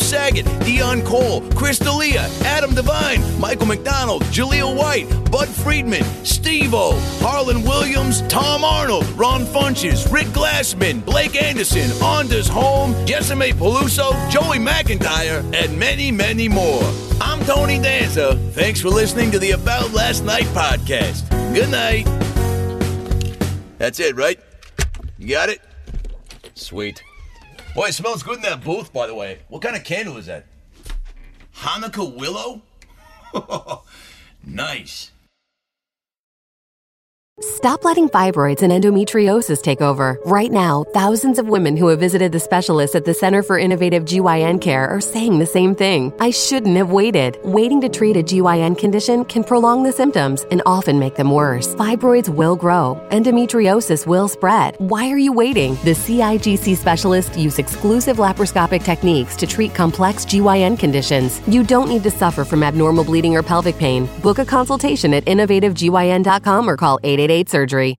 S1: Saget, Dion Cole, Chris D'Elia, Adam Devine, Michael McDonald, Jaleel White, Bud Friedman, Steve O, Harlan Williams, Tom Arnold, Ron Funches, Rick Glassman, Blake Anderson, Anders Holm, Jessime Peluso, Joey McIntyre, and many, many more. I'm Tony Danza. Thanks for listening to the About Last Night podcast. Good night. That's it, right? You got it? Sweet. Boy, it smells good in that booth, by the way. What kind of candle is that? Hanukkah willow? nice.
S32: Stop letting fibroids and endometriosis take over. Right now, thousands of women who have visited the specialists at the Center for Innovative GYN Care are saying the same thing. I shouldn't have waited. Waiting to treat a GYN condition can prolong the symptoms and often make them worse. Fibroids will grow, endometriosis will spread. Why are you waiting? The CIGC specialists use exclusive laparoscopic techniques to treat complex GYN conditions. You don't need to suffer from abnormal bleeding or pelvic pain. Book a consultation at innovativegyn.com or call 888 surgery.